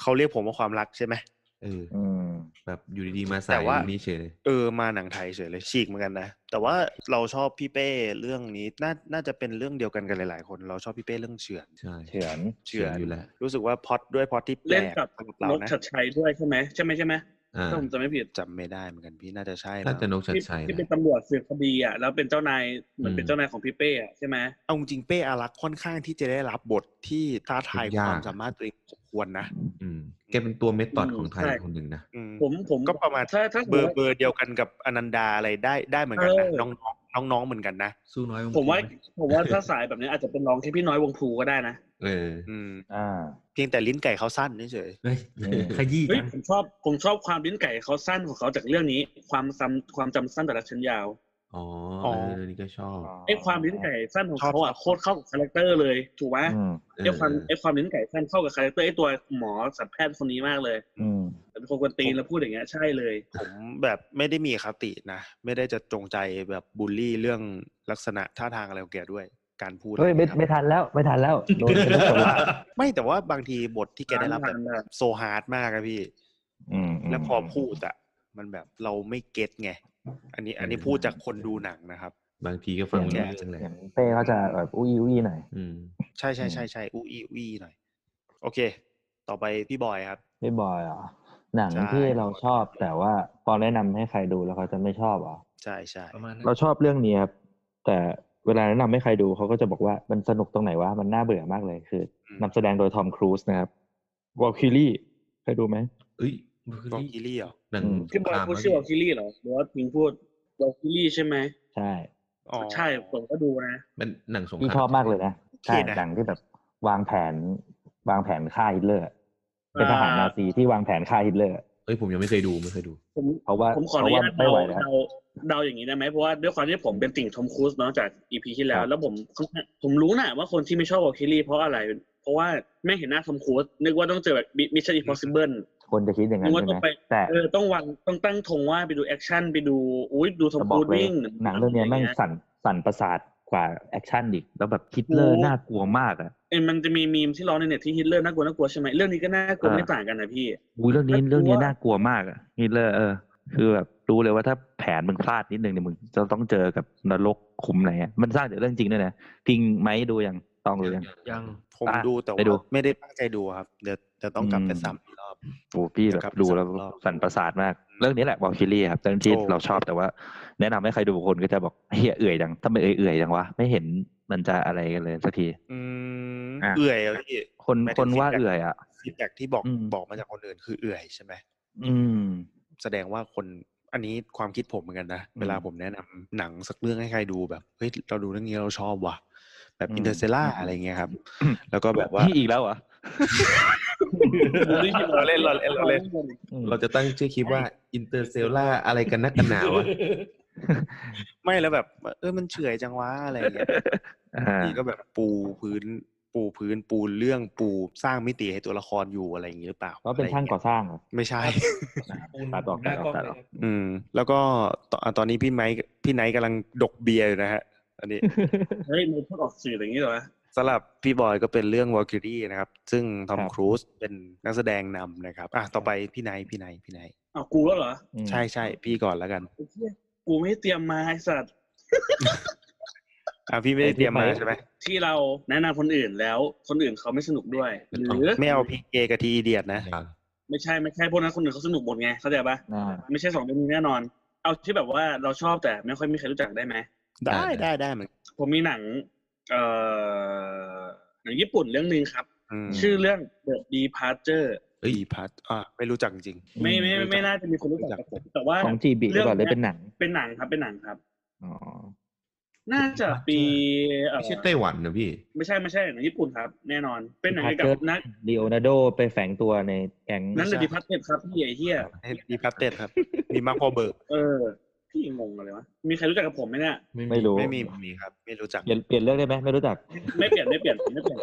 [SPEAKER 1] เขาเรียกผมว่าความรักใช่ไหม
[SPEAKER 2] เออ
[SPEAKER 5] อืม
[SPEAKER 2] แบบอยู่ดีๆมา
[SPEAKER 1] แต่
[SPEAKER 2] สาย
[SPEAKER 1] ว่า
[SPEAKER 2] เรื่องนี้เฉยเลย
[SPEAKER 1] เออมาหนังไทยเฉยเลยฉีกเหมือนกันนะ แต่ว่าเราชอบพี่เป้เรื่องนี้น่าน่าจะเป็นเรื่องเดียวกันกันหลาย ๆ คน เราชอบพี่เป้เรื่องเฉือน
[SPEAKER 2] ใช่
[SPEAKER 5] เฉือน
[SPEAKER 2] เฉือนอยู่แล้ว
[SPEAKER 1] รู้สึกว่าพล็อดด้วยพล็อดที่แปล
[SPEAKER 4] เล่น
[SPEAKER 1] ก
[SPEAKER 4] กับ
[SPEAKER 1] สำหรับเรา
[SPEAKER 4] นก
[SPEAKER 1] นะ
[SPEAKER 4] ชัดชัยด้วยใช่ไหมใช่ไหมใช่ไหม
[SPEAKER 2] อ่า
[SPEAKER 4] ถ้าผมจะไม่ผิด
[SPEAKER 1] จำไม่ได้เหมือนกันพี่น่าจะใช่
[SPEAKER 2] ถ้า
[SPEAKER 1] นะ
[SPEAKER 2] จะนกชัด
[SPEAKER 4] ที่
[SPEAKER 2] ชัย
[SPEAKER 4] ที่
[SPEAKER 2] นะ
[SPEAKER 4] เป็นตำรวจสืบคดีอ่ะแล้วเป็นเจ้านายเหมือน
[SPEAKER 2] อืม
[SPEAKER 4] เป็นเจ้านายของพี่เป้อะใช่ไหม
[SPEAKER 1] เอาจริงๆเป้อารักษ์ค่อนข้างที่จะได้รับบทที่ท้าทายความสามารถตัวเองพอควรนะ
[SPEAKER 2] อืมแกเป็นตัวเมธอดของไทยคนหนึ่งนะ
[SPEAKER 1] อืม
[SPEAKER 4] ผมผม
[SPEAKER 1] ก็ประมาณ
[SPEAKER 4] ถ้าถ้าสม
[SPEAKER 1] เบ
[SPEAKER 4] มุ
[SPEAKER 1] อร์
[SPEAKER 4] ติว่า
[SPEAKER 1] เบอร์เดียวกันกับอนันดาอะไรได้ได้เหมือนกันนะ
[SPEAKER 4] เออ
[SPEAKER 1] น้องน้องๆน้องๆเหมือนกันนะ
[SPEAKER 3] สู้น้อยของ
[SPEAKER 4] ผมว่า
[SPEAKER 3] ไห
[SPEAKER 4] ผมว่าถ้าสายแบบนี้อาจจะเป็นน้องแค่พี่น้อยวงภูก็ได้นะ
[SPEAKER 2] เออ
[SPEAKER 1] อืม
[SPEAKER 5] อ่า
[SPEAKER 1] เพียงแต่ลิ้นไก่เขาสั้นเฉย
[SPEAKER 3] เฮ้ย
[SPEAKER 5] เออ
[SPEAKER 3] ขยี้
[SPEAKER 4] เฮ้ย
[SPEAKER 3] กัน
[SPEAKER 4] ผมชอบผมชอบความลิ้นไก่เขาสั้นของเขาจากเรื่องนี้ ความซ้ำความจำสั้นแต่ละชั้นยาว
[SPEAKER 2] อ๋ออเออนี่ก็ชอบ
[SPEAKER 4] ไอ้ความลิ้นไก่สั้นของเขาอ่ะโคตรเข้ากับคาแรคเตอร์เลยถูกไหม
[SPEAKER 5] อืม
[SPEAKER 2] เออ
[SPEAKER 4] ไอ้ความไอ้ความลิ้นไก่สั้นเข้ากับคาแรคเตอร์ไอ้ตัวหมอสัตวแพทย์คนนี้มากเลย
[SPEAKER 5] อืม
[SPEAKER 4] เป็นคนกวนตีนแล้วพูดอย่างเงี้ยใช่เลย
[SPEAKER 1] ๆผมแบบไม่ได้มีอคตินะ ไม่ได้จะจงใจแบบบูลลี่เรื่องลักษณะท่าทางอะไรของแกด้วย การพูด
[SPEAKER 5] เฮ้ยไม่
[SPEAKER 1] อะร
[SPEAKER 5] ไม่
[SPEAKER 1] ครับ
[SPEAKER 5] ทันแล้วไม่ทันแล้วโดนเป็นลูกกระลา
[SPEAKER 1] ไม่แต่ว่าบางทีบทที่แกได้รับแบบ
[SPEAKER 4] ร้านทาน
[SPEAKER 1] โซฮาร์ดมากอะพี่
[SPEAKER 6] อืมม
[SPEAKER 1] แล้วพอพูดอะมันแบบเราไม่เก็ตไง อันนี้อันนี้พูดจากคนดูหนังนะครับ
[SPEAKER 2] บางทีก็ฟังไม่
[SPEAKER 1] เนี่ย
[SPEAKER 2] รู้เรื่องเลย
[SPEAKER 5] อย่างเป้เขาจะแบบอุ้ยอุ้ยหน่อย
[SPEAKER 2] อืม
[SPEAKER 1] ใช่ใช่ใช่ใช่อูอีอูอีหน่อย โอเค ต่อไปพี่บอยครับ
[SPEAKER 5] ไม่บอยเหรอหนัง
[SPEAKER 1] ใช่
[SPEAKER 5] ที่เราชอบแต่ว่าพอแนะนำให้ใครดูแล้วเขาจะไม่ชอบเหรอ
[SPEAKER 1] ใช่ใช่
[SPEAKER 3] ประมาณนั้น
[SPEAKER 5] เราชอบเรื่องนี้ครับแต่เวลาแนะนำให้ใครดูเขาก็จะบอกว่ามันสนุกตรงไหนวะมันน่าเบื่อมากเลยคือ
[SPEAKER 1] อืม
[SPEAKER 5] นำแสดงโดยทอมครูซนะครับวอลคิลี่เคยดูไหม
[SPEAKER 2] เอ้ย
[SPEAKER 3] บรูซ
[SPEAKER 1] บอ
[SPEAKER 3] ลี
[SPEAKER 1] กอีลี่เหรอ
[SPEAKER 2] หนัง
[SPEAKER 5] อืม
[SPEAKER 2] ส
[SPEAKER 4] พี่
[SPEAKER 2] ง
[SPEAKER 4] บ
[SPEAKER 2] ค
[SPEAKER 4] อย
[SPEAKER 2] ราม
[SPEAKER 4] พูดชื่อวอลคิลี่เหรอหรือว่าพิงพูดวอลคิลี่ใช่ไหม
[SPEAKER 5] ใช่
[SPEAKER 1] อ๋อ
[SPEAKER 4] ใช่ผมก็ดูนะ
[SPEAKER 2] มันหนังสงค
[SPEAKER 5] ที่
[SPEAKER 2] ราม
[SPEAKER 5] ชอบมากเลยนะใช่
[SPEAKER 1] โอเคนะ
[SPEAKER 5] หนังที่แบบวางแผน วางแผนฆ่าฮิตเลอร์เป็นทหารนาซีที่วางแผนฆ่าฮิตเลอร์
[SPEAKER 2] เอ้ยผมยังไม่เคยดูไม่เคยดู
[SPEAKER 4] ผม
[SPEAKER 5] เพราะว่า
[SPEAKER 4] ผมขออ
[SPEAKER 5] เพ
[SPEAKER 4] นุ
[SPEAKER 5] ราะว่า
[SPEAKER 4] ญาต
[SPEAKER 5] ไม่
[SPEAKER 4] เดา
[SPEAKER 5] ไหวแล้ว
[SPEAKER 4] เดาเดาอย่างนี้ได้ไหมเพราะว่าด้วยความที่ผมเป็นติ่งทอมครูซเนาะจากอีพีที่แล้
[SPEAKER 5] คว รับ
[SPEAKER 4] แล้วผมค่อนข้างผมรู้น่ะว่าคนที่ไม่ชอบวอลคิลี่เพราะอะไร เพราะว่าไม่เห็นหน้าทอมครูซนึกว่าต้องเจอแบบมิชชั่นอิมพอสิเบิล
[SPEAKER 5] คนจะคิดอย่างนั้น
[SPEAKER 4] นึกว่า
[SPEAKER 5] ใช่
[SPEAKER 4] ต้อง
[SPEAKER 5] ไหม
[SPEAKER 4] ไป
[SPEAKER 5] แต่
[SPEAKER 4] เออต้องวางต้องตั้งธงว่าไปดูแอคชั่นไปดูอุ้ยดูทอม
[SPEAKER 5] จะบ
[SPEAKER 4] ค
[SPEAKER 5] อ
[SPEAKER 4] รู
[SPEAKER 5] ก
[SPEAKER 4] ซ
[SPEAKER 5] เลย
[SPEAKER 4] วิ่ง
[SPEAKER 5] หนังเรื่องเนี้ยแม่งสั่นสั่นประสาทกว่าแอคชั่นอีกแล้วแบบคิดเลอร์น่ากลัวมากอ่ะ
[SPEAKER 4] เอ็มันจะมีมีมที่ร้องในเน็ตที่ฮิตเลอร์น่ากลัวน่ากลัวใช่ไหมเรื่องนี้ก็น่ากลัวไม่ต่างกันนะพี่
[SPEAKER 5] อุ้ยเรื่องนี้
[SPEAKER 4] น่ากลัว
[SPEAKER 5] เรื่องนี้น่ากลัวมากอ่ะฮิตเลอร์เออ คือแบบรู้เลยว่าถ้าแผนมึงพลาดนิดนึงเนี่ยมึงจะต้องเจอกับนรกขุมไหนอะมันสร้างจากเรื่องจริงด้วยนะจริงไหมดูยังตองดูยัง
[SPEAKER 3] ยัง
[SPEAKER 1] ผม
[SPEAKER 5] อ่ะ
[SPEAKER 1] ดูแต่
[SPEAKER 5] ไป
[SPEAKER 1] ว่า
[SPEAKER 5] ดู
[SPEAKER 1] ไม่ได้ตั้งใจดูครับ เดี๋ยวเดี๋ยวต้องกลับไป
[SPEAKER 5] อืม
[SPEAKER 1] ซ้ำอีกรอบ
[SPEAKER 5] โอ้พี่แบบ
[SPEAKER 1] ครับ
[SPEAKER 5] ดูแล้ว
[SPEAKER 1] สำรอบ
[SPEAKER 5] สั่นประสาทมาก เรื่องนี้แหละวอลคิลี่ครับเรื่องที่
[SPEAKER 1] โอ้
[SPEAKER 5] เราชอบแต่ว่า แนะนำให้ใครดูคนก็จะบอกเฮียเอื่อยจังทำไมเอื่อยๆจังวะไม่เห็นมันจะอะไรกันเลยสักที
[SPEAKER 1] อืม
[SPEAKER 5] อ่ะ
[SPEAKER 1] เอื่อยเหรอพี่
[SPEAKER 5] คน
[SPEAKER 1] หมายถึง
[SPEAKER 5] คนว่า
[SPEAKER 1] feedback
[SPEAKER 5] เอื่อยอ่ะ
[SPEAKER 1] ฟีดแบ็ที่บอก
[SPEAKER 5] อืม
[SPEAKER 1] บอกมาจากคนอื่นคือเอื่อยใช่ไหม
[SPEAKER 5] อืม
[SPEAKER 1] แสดงว่าคนอันนี้ความคิดผมเหมือนกันนะ
[SPEAKER 5] อืม
[SPEAKER 1] เวลาผมแนะนำหนังสักเรื่องให้ใครดูแบบเฮ้ยเราดูเรื่องนี้เราชอบว่ะ แบบ
[SPEAKER 5] อืม
[SPEAKER 1] อินเตอร์เซล่า
[SPEAKER 5] อืม
[SPEAKER 1] อะไรเงี้ยครับ แล้วก็แบบว่า
[SPEAKER 5] พี่อีกแล้วเหรอ
[SPEAKER 1] เราเล่นเราเล่นเราเล่น
[SPEAKER 5] อืม
[SPEAKER 2] เราจะตั้งชื่อคลิปว่าอินเตอร์เซลล่าอะไรกันนักกันหนาวะ
[SPEAKER 1] ไม่แล้วแบบเออมันเฉื่อยจังวะอะไรเงี้ย
[SPEAKER 5] อ่า
[SPEAKER 1] นี่ก็แบบปูพื้น ปูพื้นปูเรื่องปูสร้างมิติให้ตัวละครอยู่อะไรอย่างนี้หรือเปล่า
[SPEAKER 5] ก็เป็นช่างก่อสร้างเหรอ
[SPEAKER 1] ไม่ใช่
[SPEAKER 3] ปูน
[SPEAKER 5] ตัดออก
[SPEAKER 3] หน้ากล้อง
[SPEAKER 5] ตัด
[SPEAKER 3] เล
[SPEAKER 5] อย อก
[SPEAKER 3] ครับ
[SPEAKER 1] อืม แล้วก็ตอนอ่ะตอนนี้พี่ไมค์พี่ไนท์กำลังดกเบียร์อยู่นะฮะ อันนี้
[SPEAKER 4] เฮ้ยมึงพูดออกสื่ออย่างนี้เหรอวะ
[SPEAKER 1] สำหรับพี่บอยก็เป็นเรื่องวอลคิรีนะครับ ซึ่งทอม
[SPEAKER 5] ครับ
[SPEAKER 1] ครูซเป็นนักแสดงนำนะครับ อ่ะ ต่อไปพี่ไนายพี่ไนายพี่ไนาย
[SPEAKER 4] อ้าวกูแล้วเหรอ
[SPEAKER 5] อืม
[SPEAKER 1] ใช่ใช่พี่ก่อนแล้วกัน
[SPEAKER 4] ไอ้เหี้ยกูไม่ได้เตรียมมาไอสัตว์
[SPEAKER 1] อ่ะ พี่ไม่ได้เตรียมมาใช่ไหม
[SPEAKER 4] ที่เราแนะนำคนอื่นแล้ว คนอื่นเขาไม่สนุกด้วย หรือ
[SPEAKER 1] ไม่เอาพีเกกับทีอีเดียดนะ
[SPEAKER 2] ยัง
[SPEAKER 4] ไม่ใช่ไม่ใช่พวกนั้นคนอื่นเขาสนุกหมดไงเข้าใจปะ
[SPEAKER 5] อ่า
[SPEAKER 4] ไม่ใช่สองเรื่องนี้แน่นอน เอาที่แบบว่าเราชอบแต่ไม่ค่อยมีใครรู้จักได้ไหม
[SPEAKER 1] ได้ได้ได้เหมือนกัน
[SPEAKER 4] ผมมีหนัง เอ่อหนังญี่ปุ่นเรื่องหนึ่งครับ
[SPEAKER 1] อืม
[SPEAKER 4] ชื่อเรื่อง The Departure
[SPEAKER 2] เอ้ย
[SPEAKER 1] ดีพัทอ่ะไม่รู้จักจริง
[SPEAKER 4] ไม่ไม่
[SPEAKER 1] รู้จัก
[SPEAKER 4] ไม่น่าจะมีคนรู้จักกับผมแต่ว่า
[SPEAKER 5] ของจีบี
[SPEAKER 4] เรื่อง
[SPEAKER 5] ก่อนเลย
[SPEAKER 4] เนี้ย
[SPEAKER 5] เป็นหนัง
[SPEAKER 4] เป็นหนังครับเป็นหนังครับ
[SPEAKER 5] อ๋อ
[SPEAKER 4] น่าจะปีเอ่อ
[SPEAKER 2] ไม่ใช่ไต้หวันนะพี่
[SPEAKER 4] ไม่ใช่ไม่ใช่หนังญี่ปุ่นครับ แน่นอน เป็นหนังเกี่ยวกับนัก
[SPEAKER 5] ลีโอนาร์โดไปแฝงตัวในแก๊ง
[SPEAKER 4] นั่นเลยดีพัทเทปครับพี่ไอ้เหี้ย
[SPEAKER 1] ๆดีพัทเต็ดครับ มีมาร์คพอเบิร์ก
[SPEAKER 4] เออ พี่งงอะไรวะ มีใครรู้จักกับผมไหมเนี่ย
[SPEAKER 5] ไม่รู้
[SPEAKER 1] ไม่มีไม่มีครับ ไม่รู้จัก
[SPEAKER 5] เปลี่ยนเปลี่ยนเรื่องได้ไหมไม่รู้จัก
[SPEAKER 4] ไม่เปลี่ยนไม่เปลี่ยนไม่เปลี่ยน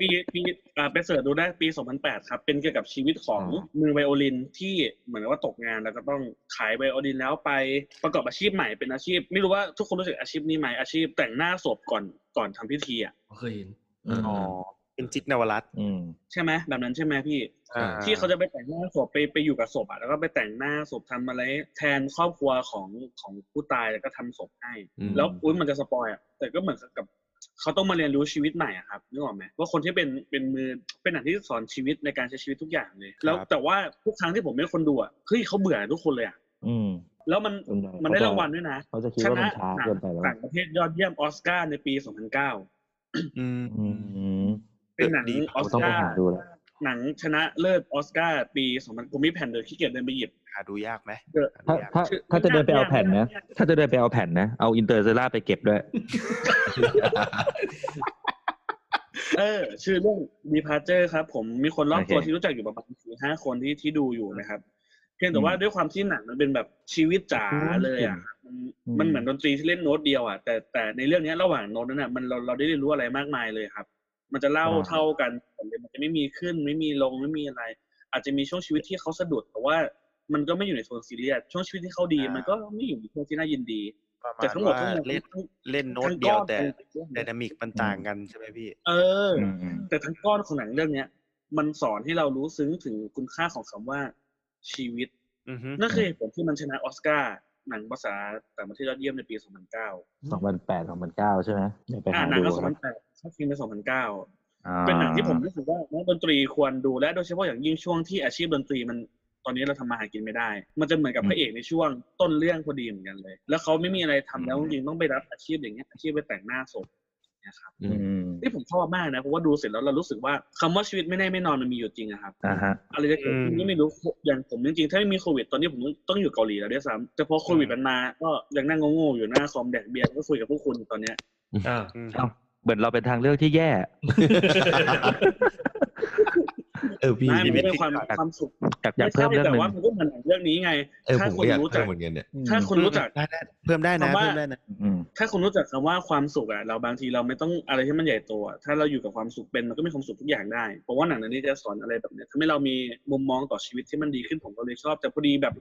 [SPEAKER 4] ปีปีอ่าไปเสิร์ชดูได้ปี 2008 ครับ เป็นเกี่ยวกับชีวิตของ
[SPEAKER 5] อ๋อ
[SPEAKER 4] มือไวโอลินที่เหมือนว่าตกงานแล้วก็ต้องขายไวโอลินแล้วไปประกอบอาชีพใหม่เป็นอาชีพ ไม่รู้ว่าทุกคนรู้สึกอาชีพนี้ไหมอาชีพแต่งหน้าศพก่อนก่อนทำพิธีอ่ะ
[SPEAKER 3] เคยเห็น
[SPEAKER 2] อ๋อ
[SPEAKER 1] อ๋อเป็นจิตนวรัตน์
[SPEAKER 5] อืม
[SPEAKER 4] ใช่ไหมแบบนั้นใช่ไหมพี่
[SPEAKER 1] อ่
[SPEAKER 4] ที่เขาจะไปแต่งหน้าศพไปไปอยู่กับศพอ่ะแล้วก็ไปแต่งหน้าศพทำอะไรแทนครอบครัวของของผู้ตายแล้วก็ทำศพให้
[SPEAKER 2] อืม
[SPEAKER 4] แล้วอุ้ยมันจะสปอยอ่ะแต่ก็เหมือนกับเขาต้องมาเรียนรู้ชีวิตใหม่อ่ะครับนึกออกไหมว่าคนที่เป็นเป็นมือเป็นหนังที่สอนชีวิตในการใช้ชีวิตทุกอย่างเลย แล้วแต่ว่าทุกครั้งที่ผมให้คนดูอ่ะเฮ้ยเขาเบื่อทุกคนเลยอ่ะ
[SPEAKER 5] อืม
[SPEAKER 4] แล้วมัน
[SPEAKER 5] ส่วใหญ่
[SPEAKER 4] มันได้รางวัลด้วยนะ
[SPEAKER 5] เขาจะคิดว่ามันช้า
[SPEAKER 4] หนัง
[SPEAKER 5] เกินไปแล้ว
[SPEAKER 4] ต่างประเทศยอดเยี่ยมออสการ์ในปี
[SPEAKER 1] อ
[SPEAKER 4] 2009
[SPEAKER 1] ืม
[SPEAKER 5] อืม
[SPEAKER 4] เป็นหนัง
[SPEAKER 1] ดี
[SPEAKER 4] ออส
[SPEAKER 5] ต้องไป
[SPEAKER 4] การ์
[SPEAKER 5] หาดูแล้ว
[SPEAKER 4] หนังชนะเลิศออสการ์ปี2000ผมมีแผ่นเดียวขี้เกียจเดินไปหยิบ
[SPEAKER 1] หาดูยากไหมหดู
[SPEAKER 5] ถ้าย
[SPEAKER 1] ก
[SPEAKER 5] ถ้า
[SPEAKER 4] ชื่อ
[SPEAKER 5] ถ้าจะเดินไปเอาแผ่นนะ
[SPEAKER 4] ยาก
[SPEAKER 5] ถ้าจะเดินไปเอาแผ่นนะ เอาอินเตอร์เซล่าไปเก็บด้วย
[SPEAKER 4] เออชื่อเรื่อง Departure ครับ ผมมีคนรอบ
[SPEAKER 5] โอ
[SPEAKER 4] ตัว
[SPEAKER 5] เค
[SPEAKER 4] ที่รู้จักอยู่ประมาณสี่ห้าคนที่ที่ดูอยู่นะครับ เพียงแต่
[SPEAKER 5] อืม
[SPEAKER 4] ว่าด้วยความที่หนังมันเป็นแบบชีวิตจ๋าเลยอ่ะครับมัน
[SPEAKER 5] อืม
[SPEAKER 4] มันเหมือนดนตรีที่เล่นโน้ตเดียวอ่ะแต่แต่ในเรื่องเนี้ยระหว่างโน้ตนั้นอ่ะมันเราเราได้เรียนรู้อะไรมากมายเลยครับ มันจะเล่าเท่ากันแต่มันจะไม่มีขึ้นไม่มีลงไม่มีอะไร อาจจะมีช่วงชีวิตที่เขาสะดุดแต่ว่ามันก็ไม่อยู่ในโทนซีเรียสช่วงชีวิตที่เขาดี มันก็ไม่อยู่ในโทนที่น่ายินดี
[SPEAKER 1] ประมาณ
[SPEAKER 4] แต่ทั้งหมด
[SPEAKER 1] ว่า
[SPEAKER 4] ทั้งหมด
[SPEAKER 1] เล่น
[SPEAKER 4] ทั้ง
[SPEAKER 1] เล่นโน้ต
[SPEAKER 4] ทั้ง
[SPEAKER 1] เดียว
[SPEAKER 4] ก้อน
[SPEAKER 1] แต่
[SPEAKER 4] ทั้ง
[SPEAKER 1] ไดนามิกมันต่างกันใช่ไหมพี่
[SPEAKER 4] เออ
[SPEAKER 6] อืมอืม
[SPEAKER 4] แต่ทั้งก้อนของหนังเรื่องเนี้ย มันสอนให้เรารู้ซึ้งถึงคุณค่าของคำว่า ชีวิต
[SPEAKER 1] อือฮึ
[SPEAKER 4] นั่นคือเหตุผลที่มันชนะออสการ์หนังภาษาต่างประเทศยอดเยี่ยมในปี 2009
[SPEAKER 5] สองพันแปดสองพันเก้าใช่ไหมเดี๋ยวไป
[SPEAKER 4] อ่า
[SPEAKER 5] หา
[SPEAKER 4] หนัง
[SPEAKER 5] ดู
[SPEAKER 4] ก็
[SPEAKER 5] ครับ
[SPEAKER 4] 2008ชอบฟิล์มใน2009
[SPEAKER 5] อ่า
[SPEAKER 4] เป็นหนังที่ผมรู้สึกว่านักดนตรีควรดูและโดยเฉพาะอย่างยิ่งช่วงที่อาชีพดนตรีมันตอนนี้เราทำมาหากินไม่ได้ มันจะเหมือนกับพระเอกในช่วงต้นเรื่องพอดีเหมือนกันเลย แล้วเขาไม่มีอะไรทำแล้ว
[SPEAKER 1] อืม
[SPEAKER 4] จริงๆต้องไปรับอาชีพอย่างเงี้ยอาชีพไปแต่งหน้าศพนะครับ
[SPEAKER 5] อืม
[SPEAKER 4] ที่ผมชอบมากนะเพราะว่าดูเสร็จแล้วเรารู้สึกว่าคำว่าชีวิตไม่แน่ไม่นอนมันมีอยู่จริงอะครับ
[SPEAKER 5] อ่าฮะ
[SPEAKER 4] อะไรจะเกิดขึ้นก็ไม่รู้อย่างผมจริงๆถ้าไม่มีโควิดตอนนี้ผมต้องอยู่เกาหลีแล้วด้วยซ้ำแต่พอโควิดมันมาก็ยังนั่งโง่ๆอยู่หน้าคอมแดกเบียร์ก็คุยกับพวกคุณตอนเนี้ย
[SPEAKER 3] อ่า
[SPEAKER 1] อืม
[SPEAKER 5] เอ้าเหมือนเราเป็นทางเลือกที่แย่
[SPEAKER 2] เออพี่
[SPEAKER 4] ไม่
[SPEAKER 1] มี
[SPEAKER 4] มัน
[SPEAKER 1] มิ
[SPEAKER 4] ก็
[SPEAKER 1] ติ
[SPEAKER 4] เป็นความความสุข
[SPEAKER 5] อยากอยากเพิ่มเรื่อง
[SPEAKER 4] แต่
[SPEAKER 5] หนึ่ง
[SPEAKER 4] ว่ามันก็เหมือนหนังเรื่องนี้ไง
[SPEAKER 2] เออ
[SPEAKER 4] ถ้า
[SPEAKER 2] ผม
[SPEAKER 4] คุ
[SPEAKER 2] ก็
[SPEAKER 4] ณ
[SPEAKER 2] อยาก
[SPEAKER 4] รู้จั
[SPEAKER 2] เพิ่
[SPEAKER 4] ก
[SPEAKER 2] มเหมือนกันเนี่ย
[SPEAKER 4] ถ้าคุณรู้จัก
[SPEAKER 1] ได้ได้เพิ่มได้นะ
[SPEAKER 4] คำว่า
[SPEAKER 1] เพิ่มได้นะ
[SPEAKER 5] อืม
[SPEAKER 4] ถ้าคุณรู้จักคำว่าความสุขอะเราบางทีเราไม่ต้องอะไรที่มันใหญ่โตอะถ้าเราอยู่กับความสุขเป็นมันก็มีความสุขทุกอย่างได้เพราะว่าหนังเรื่องนี้จะสอนอะไรแบบเนี้ยทำให้เรามีมุมมองต่อชีวิตที่มันดีขึ้นผมก็เลยชอบ แต่พอดีแบบ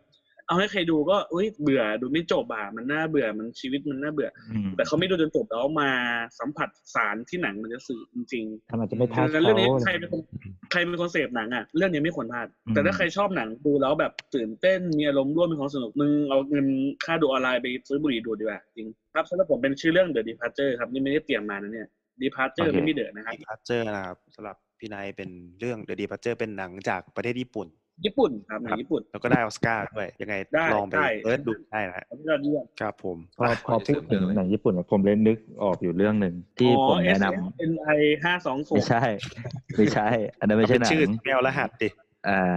[SPEAKER 4] เอาให้ใครดูก็อุ้ยเบื่อดูไม่จบอะมันน่าเบื่อมันชีวิตมันน่าเบื่อ
[SPEAKER 5] อืม
[SPEAKER 4] แต่เขาไม่ดูจนจบแล้วเอามาสัมผัสสารที่หนังมันจะสื่อจริงๆ
[SPEAKER 5] ทำไมจะไม่ทั
[SPEAKER 4] ดั
[SPEAKER 5] ก
[SPEAKER 4] งนั้น
[SPEAKER 5] เขา
[SPEAKER 4] เรื่องนี้ใครเป็นคนใครเป็นคนเสพหนังอ่ะเรื่องนี้ไม่ควรพลาด
[SPEAKER 5] อืม
[SPEAKER 4] แต่ถ้าใครชอบหนังดูแล้วแบบตื่นเต้นมีอารมณ์ร่วมมีความสนุกมึงเอาเงินค่าดูออนไลน์ไปซื้อบุหรี่ดูดดีกว่าจริงครับสำหรับผมเป็นชื่อเรื่อง The Departure ครับนี่ไม่ได้เตรียมมานะเนี่ย Departure
[SPEAKER 5] โอเค
[SPEAKER 4] ไม่มีเดอะนะครับ
[SPEAKER 1] ดีพัเจอร์นะครับสำหรับพี่นายเป็นเรื่องเดอะดีพัเจอร์เป็นหนังจากประเทศญี่ปุ่น
[SPEAKER 4] ญี่ปุ่นครับหนั
[SPEAKER 1] ครั
[SPEAKER 4] ง
[SPEAKER 1] บ
[SPEAKER 4] ญี่ปุ่น
[SPEAKER 1] แล้วก็ได้ออสการ์ด้วยยังไง
[SPEAKER 4] ได้
[SPEAKER 1] ลองไป
[SPEAKER 4] ได้
[SPEAKER 1] เปิดดูได้นะฮะ
[SPEAKER 4] อันนี้เราเรียก
[SPEAKER 1] ครับผม
[SPEAKER 5] พอพอพูดถึงหนังญี่ปุ่นอะผมเลยนึกออกอยู่เรื่องหนึ่งที่
[SPEAKER 4] อ๋อ
[SPEAKER 5] ผมแนะนำ
[SPEAKER 4] SNI ห้าสองศูน
[SPEAKER 5] ไม่
[SPEAKER 4] ย์
[SPEAKER 5] ใช่ ไม่ใช่ อันนั้นไม่ใช่
[SPEAKER 1] เป็น
[SPEAKER 5] หนัง
[SPEAKER 1] ชื่อแมวรหัสดิ
[SPEAKER 5] อ่า